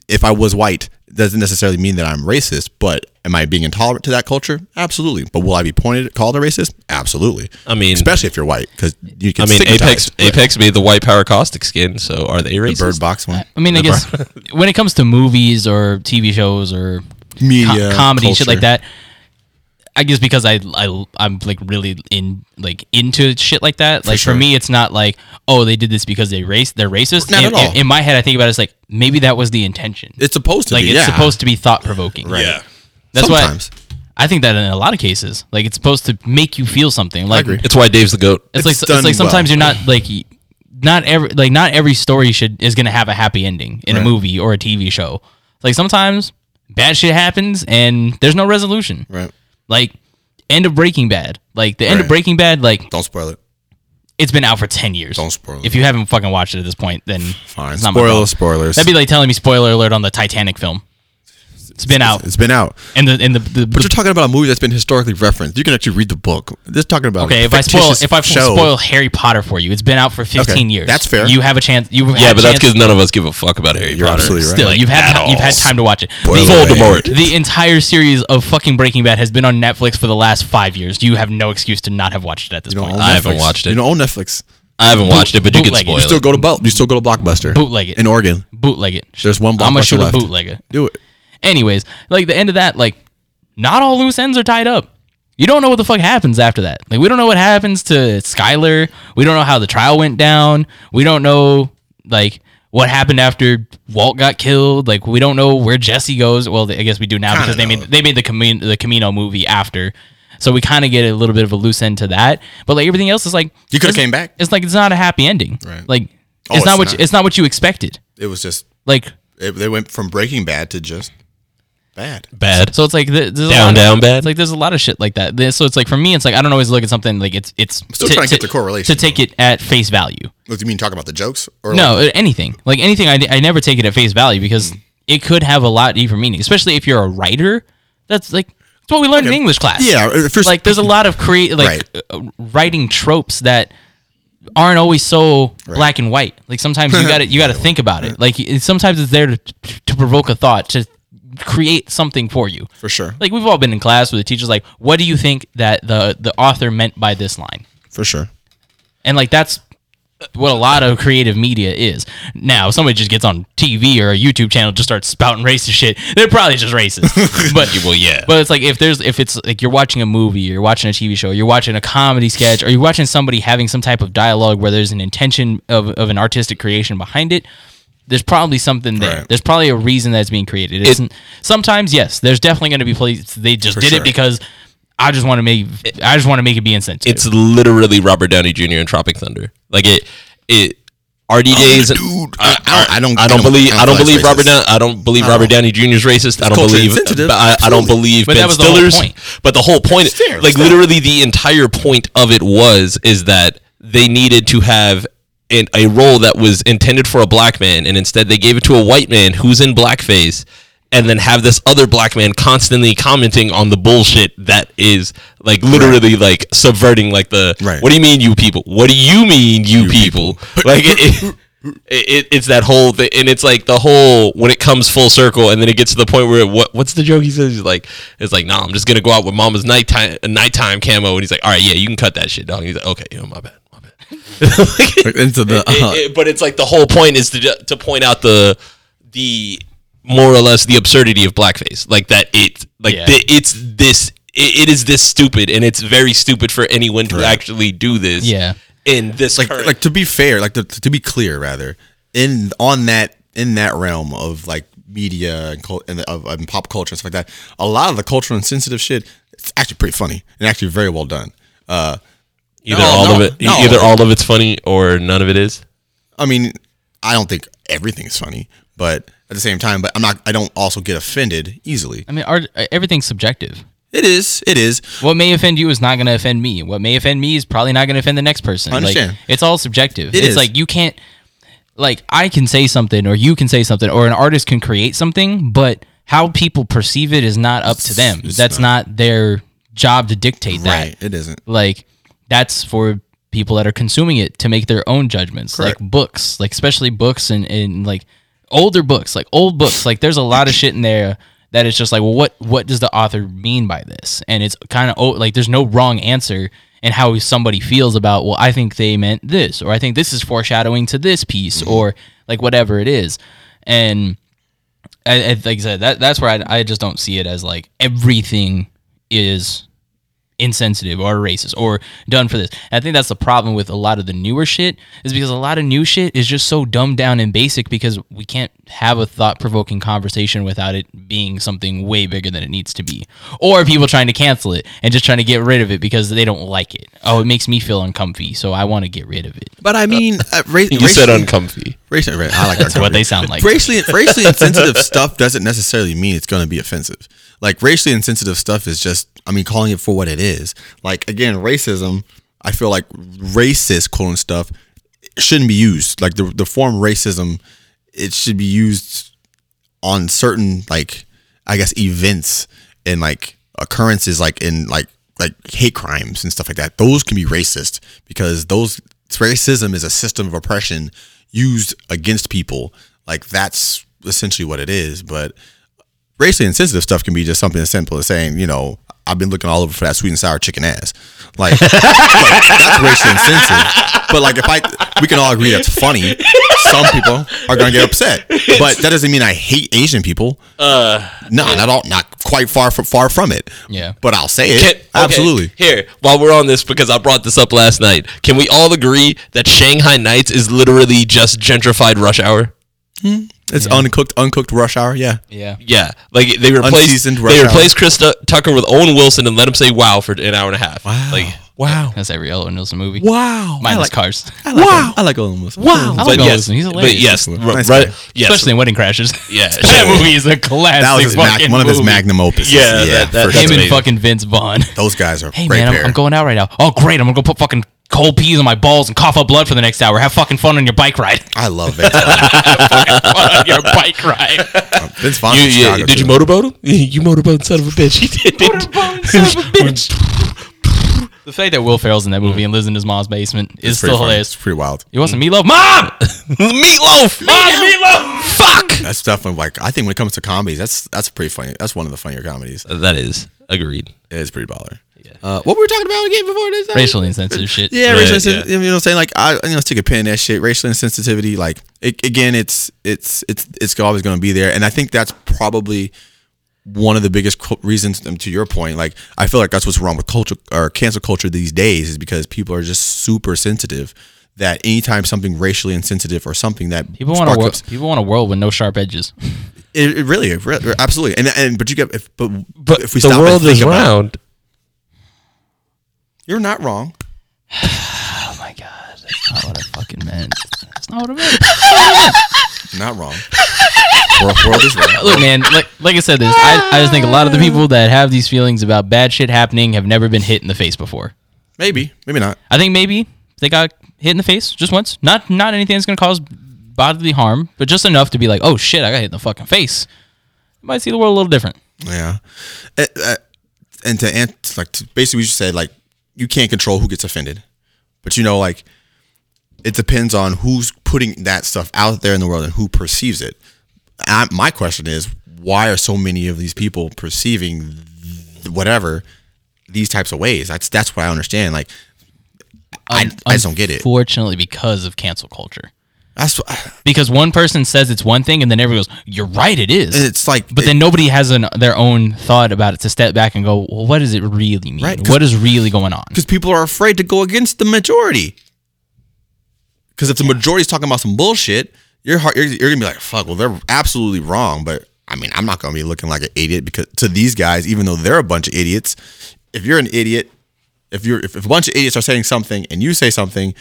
If I was white, doesn't necessarily mean that I'm racist, but am I being intolerant to that culture? Absolutely. But will I be pointed called a racist? Absolutely.
I mean-
especially if you're white, because you
I
can.
mean, Apex
stigmatize, but
Apex made the white power caustic skin, so are they
the
racist?
bird box one.
I mean, I
The
guess
bird-
when it comes to movies or TV shows or co-
Media,
comedy, shit like
culture.
that. I guess because I I I'm like really in like into shit like that. Like
sure.
for me, it's not like oh they did this because they race they're racist.
Not
in,
at all.
in- in my head, I think about it, it's like maybe that was the intention.
It's supposed to
like
be.
it's
yeah.
supposed to be thought provoking.
Right.
Yeah.
That's
Sometimes.
why I think that in a lot of cases, like it's supposed to make you feel something. Like
agree.
It's why Dave's the goat.
it's, like
It's
it's
done
like sometimes
well.
you're not like y- not every like not every story should is gonna have a happy ending in a movie or a TV show. Like sometimes bad shit happens and there's no resolution.
Right.
Like end of Breaking Bad. Like the end of
Right.
Breaking Bad. Like
Don't spoil it.
it's been out for ten years.
Don't spoil it.
If you haven't fucking watched it at this point, then
Fine.
it's not my
Spoiler
fault.
spoilers.
That'd be like telling me spoiler alert on the Titanic film. It's been out,
It's been out.
and the and the, the,
But you're talking about a movie that's been historically referenced. You can actually read the book. Just talking about
Okay,
a
if I spoil
fictitious
if I
show.
spoil Harry Potter for you, it's been out for 15
Okay,
years.
that's fair.
You have a chance. You have
yeah, but that's
chance-
because none of us give a fuck about Harry
You're
Potter.
absolutely right.
still you've had
at
ti- you've
all.
had time to watch it. The,
away.
Voldemort.
the entire series of fucking Breaking Bad has been on Netflix for the last five years. You have no excuse to not have watched it at this
You don't own
point.
I haven't
Netflix.
watched it.
You don't own Netflix.
I haven't watched it, but you can
bootleg it.
spoil
You still
it.
go to Bel- You still go to Blockbuster.
Bootleg it.
in Oregon.
bootleg it.
There's one
I'm gonna
blockbuster
shoot a
left.
bootlegger.
Do it.
Anyways, like the end of that, like not all loose ends are tied up. You don't know what the fuck happens after that. Like we don't know what happens to Skylar. We don't know how the trial went down. We don't know like what happened after Walt got killed. Like we don't know where Jesse goes. Well, I guess we do now because they made they made the Camino, the Camino movie after. So we kind of get a little bit of a loose end to that. But like everything else is like
You coulda
it's-
came back.
It's like it's not a happy ending.
Right.
Like
Oh,
it's not
it's
what
not.
you, it's not what you expected.
It was just
Like
it, they went from Breaking Bad to just bad.
Bad.
So it's like th- there's a
Down,
lot of-
down bad?
It's like there's a lot of shit like that. There- So it's like for me, it's like I don't always look at something like it's it's
still trying to get the correlation,
to take it at face value.
What do you mean? Talk about the jokes or
No,
like-
uh, anything like anything, I, I never take it at face value because
Mm.
it could have a lot deeper meaning, especially if you're a writer. That's like that's what we learned in English class.
Yeah, if you're-
like there's a lot of create like
Right.
uh, writing tropes that aren't always so black and white. Like sometimes you got to you got to think about it. Like it, sometimes it's there to to provoke a thought to create something for you
for sure,
like we've all been in class where the teacher's like, "What do you think that the the author meant by this line?"
for sure.
And like that's what a lot of creative media is. Now, if somebody just gets on TV or a YouTube channel just starts spouting racist shit, they're probably just racist. but
Well, yeah.
but it's like if there's if it's like you're watching a movie, you're watching a TV show, you're watching a comedy sketch, or you're watching somebody having some type of dialogue where there's an intention of, of an artistic creation behind it. There's probably something there.
Right.
There's probably a reason that's being created. It
It-
isn't sometimes yes. There's definitely going to be places they just did
sure.
it because I just want to make I just want to make it be insensitive.
It's literally Robert Downey Jr. in Tropic Thunder. Like it, it. RD days.
Oh, dude.
I, I, I
I don't-
don't.
I don't-
believe. I
I
don't
don't feel
believe
it's
Robert. Down,
racist.
I don't believe Robert Downey Jr. is racist. I don't
culturally
believe.
insensitive,
but I, I don't
absolutely.
believe
But
Ben
that was the whole
Stiller's.
point.
But the whole point.
fair,
like
it's fair.
literally, the entire point of it was is that they needed to have. an a role that was intended for a black man, and instead they gave it to a white man who's in blackface, and then have this other black man constantly commenting on the bullshit that is like literally like subverting like the
Right.
what do you mean you people? What do you mean you, people? Like it, it, it, it's that whole thing, and it's like the whole when it comes full circle, and then it gets to the point where it, what what's the joke he says? He's like, it's like, nah, I'm just gonna go out with mama's nighttime uh, nighttime camo, and he's like, all right, yeah, you can cut that shit, dog. And he's like, okay, you know, my bad, my bad.
Into the uh,
It- it- but it's like the whole point is to ju- to point out the the more or less the absurdity of blackface, like that it like
Yeah.
the, it's this it, it is this stupid, and it's very stupid for anyone to actually do this.
Yeah.
in this
like
current-
like to be fair like to, to be clear rather in on that in that realm of like media and cult and of, and pop culture and stuff like that a lot of the cultural insensitive shit it's actually pretty funny and actually very well done uh
either
no,
all
no,
of it,
no.
either all of it's funny or none of it is.
i mean i don't think everything's funny but at the same time but i'm not i don't also get offended easily
I mean, art, everything's subjective.
it is it is
What may offend you is not going to offend me. What may offend me is probably not going to offend the next person.
I
Like,
understand.
it's all subjective.
It
it's
is.
like you can't, like I can say something, or you can say something, or an artist can create something, but how people perceive it is not up to them.
It's
That's not. their job to dictate
right
that.
it isn't
Like that's for people that are consuming it to make their own judgments.
Correct.
Like books, like especially books and, and like older books, like old books. Like there's a lot of shit in there that it's just like, well, what what does the author mean by this? And it's kind of oh, like there's no wrong answer in how somebody feels about. Well, I think they meant this, or I think this is foreshadowing to this piece, or like whatever it is, and. I, I, like I said, that that's where I, I just don't see it as like everything is insensitive or racist or done for this. And I think that's the problem with a lot of the newer shit is because a lot of new shit is just so dumbed down and basic because we can't have a thought provoking conversation without it being something way bigger than it needs to be. Or people trying to cancel it and just trying to get rid of it because they don't like it. Oh, it makes me feel uncomfy, so I want to get rid of it.
but i mean uh, ra-
You said
racially-
uncomfy.
Racially, right, I like
That's
that
what
cover.
they sound like.
Racially, racially insensitive stuff doesn't necessarily mean it's going to be offensive. Like racially insensitive stuff is just, I mean, calling it for what it is. Like again, racism. I feel like racist quoting stuff shouldn't be used. Like the the form racism, it should be used on certain like I guess events and like occurrences like in like like hate crimes and stuff like that. Those can be racist because those racism is a system of oppression used against people. Like that's essentially what it is. But racially insensitive stuff can be just something as simple as saying, you know, I've been looking all over for that sweet and sour chicken ass. Like, like, that's racially insensitive. But like if I we can all agree that's funny. Some people are gonna get upset. But that doesn't mean I hate Asian people. Uh no, not all not quite far from far from it.
Yeah.
But I'll say it.
Can- okay,
Absolutely.
Here, while we're on this, because I brought this up last night, can we all agree that Shanghai Nights is literally just gentrified rush hour?
It's uncooked uncooked rush hour, yeah.
Yeah.
Yeah, like they replaced
Unseasoned rush
they
hour.
replaced Chris Tu- Tucker with Owen Wilson and let him say wow for an hour and a half.
Wow.
Like,
Wow.
That's every Ellen Wilson movie.
Wow.
Minus cars.
I like wow. I like Owen Wilson. Wow.
I like
but
Owen
yes,
Wilson. Oh, He's
but
hilarious.
yes, r-
Nice
right,
guy.
yes,
Especially in Wedding Crashes.
yeah,
that movie is a classic.
That was his mac,
fucking
one of his
movie.
magnum opus.
Yeah, that- that-
for
that's
Him
sure.
and
amazing.
fucking Vince Vaughn.
Those guys are
Hey
great
man,
pair.
I'm, I'm going out right now. Oh great, I'm gonna go put fucking cold peas on my balls and cough up blood for the next hour. Have fucking fun on your bike ride.
I love Vince Vaughn.
fun on your bike ride.
Vince Vaughn
You,
from
yeah,
Chicago,
did you
too.
motorboat him?
You motorboat son of a bitch. He did it.
the fact that Will Ferrell's in that movie and lives in his mom's basement is
It's pretty
still
funny.
hilarious.
It's pretty wild.
You want some meatloaf, mom?
Meatloaf, meatloaf, fuck.
That's definitely like I think when it comes to comedies, that's that's pretty funny. That's one of the funnier comedies.
Uh, That is agreed.
It is pretty baller. Uh, what were we talking about again before this?
Racially insensitive shit.
Yeah,
Yeah,
racial
yeah.
insensitivity. You know what I'm saying? Like I, you know, stick a pin in that shit. Racial insensitivity. Like it, again, it's it's it's it's always going to be there, and I think that's probably one of the biggest cu- reasons. And to your point, like I feel like that's what's wrong with culture or cancel culture these days is because people are just super sensitive. That anytime something racially insensitive or something that
People want a
sparks
world. People want a world with no sharp edges.
It, it really, it re- absolutely, and and but you get if but,
But
if we
the
stop
world
and think
is
about it,
round.
you're not wrong.
Oh my god, that's not what I fucking meant. That's not what I meant.
Not wrong. world, world is round.
Look, man, like like I said, this I, I just think a lot of the people that have these feelings about bad shit happening have never been hit in the face before.
Maybe, maybe not.
I think maybe they got hit in the face just once. Not not anything that's gonna cause bodily harm, but just enough to be like, oh shit, I got hit in the fucking face. Might see the world a little different.
Yeah, Uh, uh, and to answer, like to basically, we just said like you can't control who gets offended, but you know, like it depends on who's putting that stuff out there in the world and who perceives it. I, my question is, why are so many of these people perceiving th- whatever these types of ways? That's that's what I understand. Like, I, I just don't get it.
Fortunately, because of cancel culture.
That's what-
Because one person says it's one thing, and then everyone goes, "You're right, it is."
it's like,
but then nobody has an, their own thought about it to step back and go, "Well, what does it really mean?
Right, 'cause-
what is really going on?"
because people are afraid to go against the majority. Because if the majority's talking about some bullshit, your heart, you're, you're gonna be like, fuck. Well, they're absolutely wrong. But I mean, I'm not gonna be looking like an idiot because to these guys, even though they're a bunch of idiots, if you're an idiot, if you're if, if a bunch of idiots are saying something and you say something.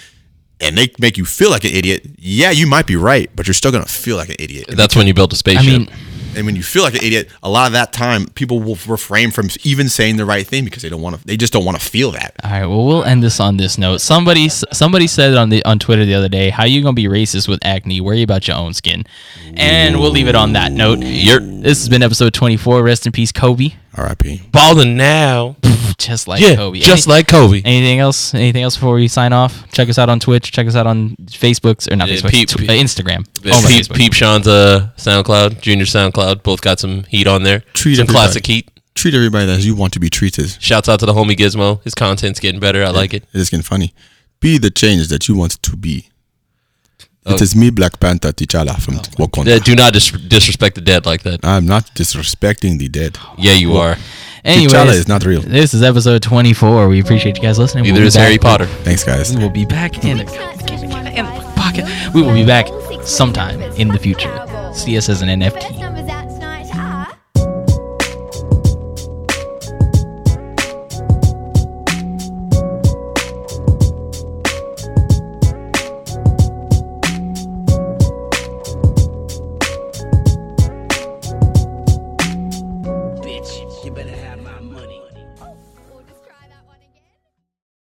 And they make you feel like an idiot. Yeah, you might be right, but you're still gonna feel like an idiot. And
That's when you build a spaceship.
mean-
and when you feel like an idiot, a lot of that time people will refrain from even saying the right thing because they don't want to. They just don't want to feel that.
All right. Well, we'll end this on this note. Somebody s- somebody said on the on Twitter the other day, "How you gonna be racist with acne? Worry about your own skin." And we'll leave it on that note. this has been episode twenty four. Rest in peace, Kobe.
R.I.P.
balling now.
Just like
Yeah,
Kobe.
just like Kobe.
Anything else? Anything else before we sign off? Check us out on Twitch. Check us out on Facebooks or not
Yeah,
Facebook,
peep-
tw-
peep.
uh, Instagram.
Oh,
Only
Peep,
Facebook.
Peep Sean's uh, SoundCloud, Junior SoundCloud, both got some heat on there.
Treat
some
everybody.
classic heat.
Treat everybody as you want to be treated.
Shouts out to the homie Gizmo. His content's getting better. I like it.
It is getting funny. Be the change that you want to be. It is me, Black Panther T'Challa from
Yeah,
Wakanda.
Uh, do not dis- disrespect the dead like that.
I'm not disrespecting the dead.
Yeah, you are.
T'Challa
Anyways,
is not real.
this is episode twenty four. We appreciate you guys listening.
Neither
be
is
back
Harry
with-
Potter.
Thanks, guys.
We will be back in.
in
pocket. We will be back sometime in the future. See us as an NFT.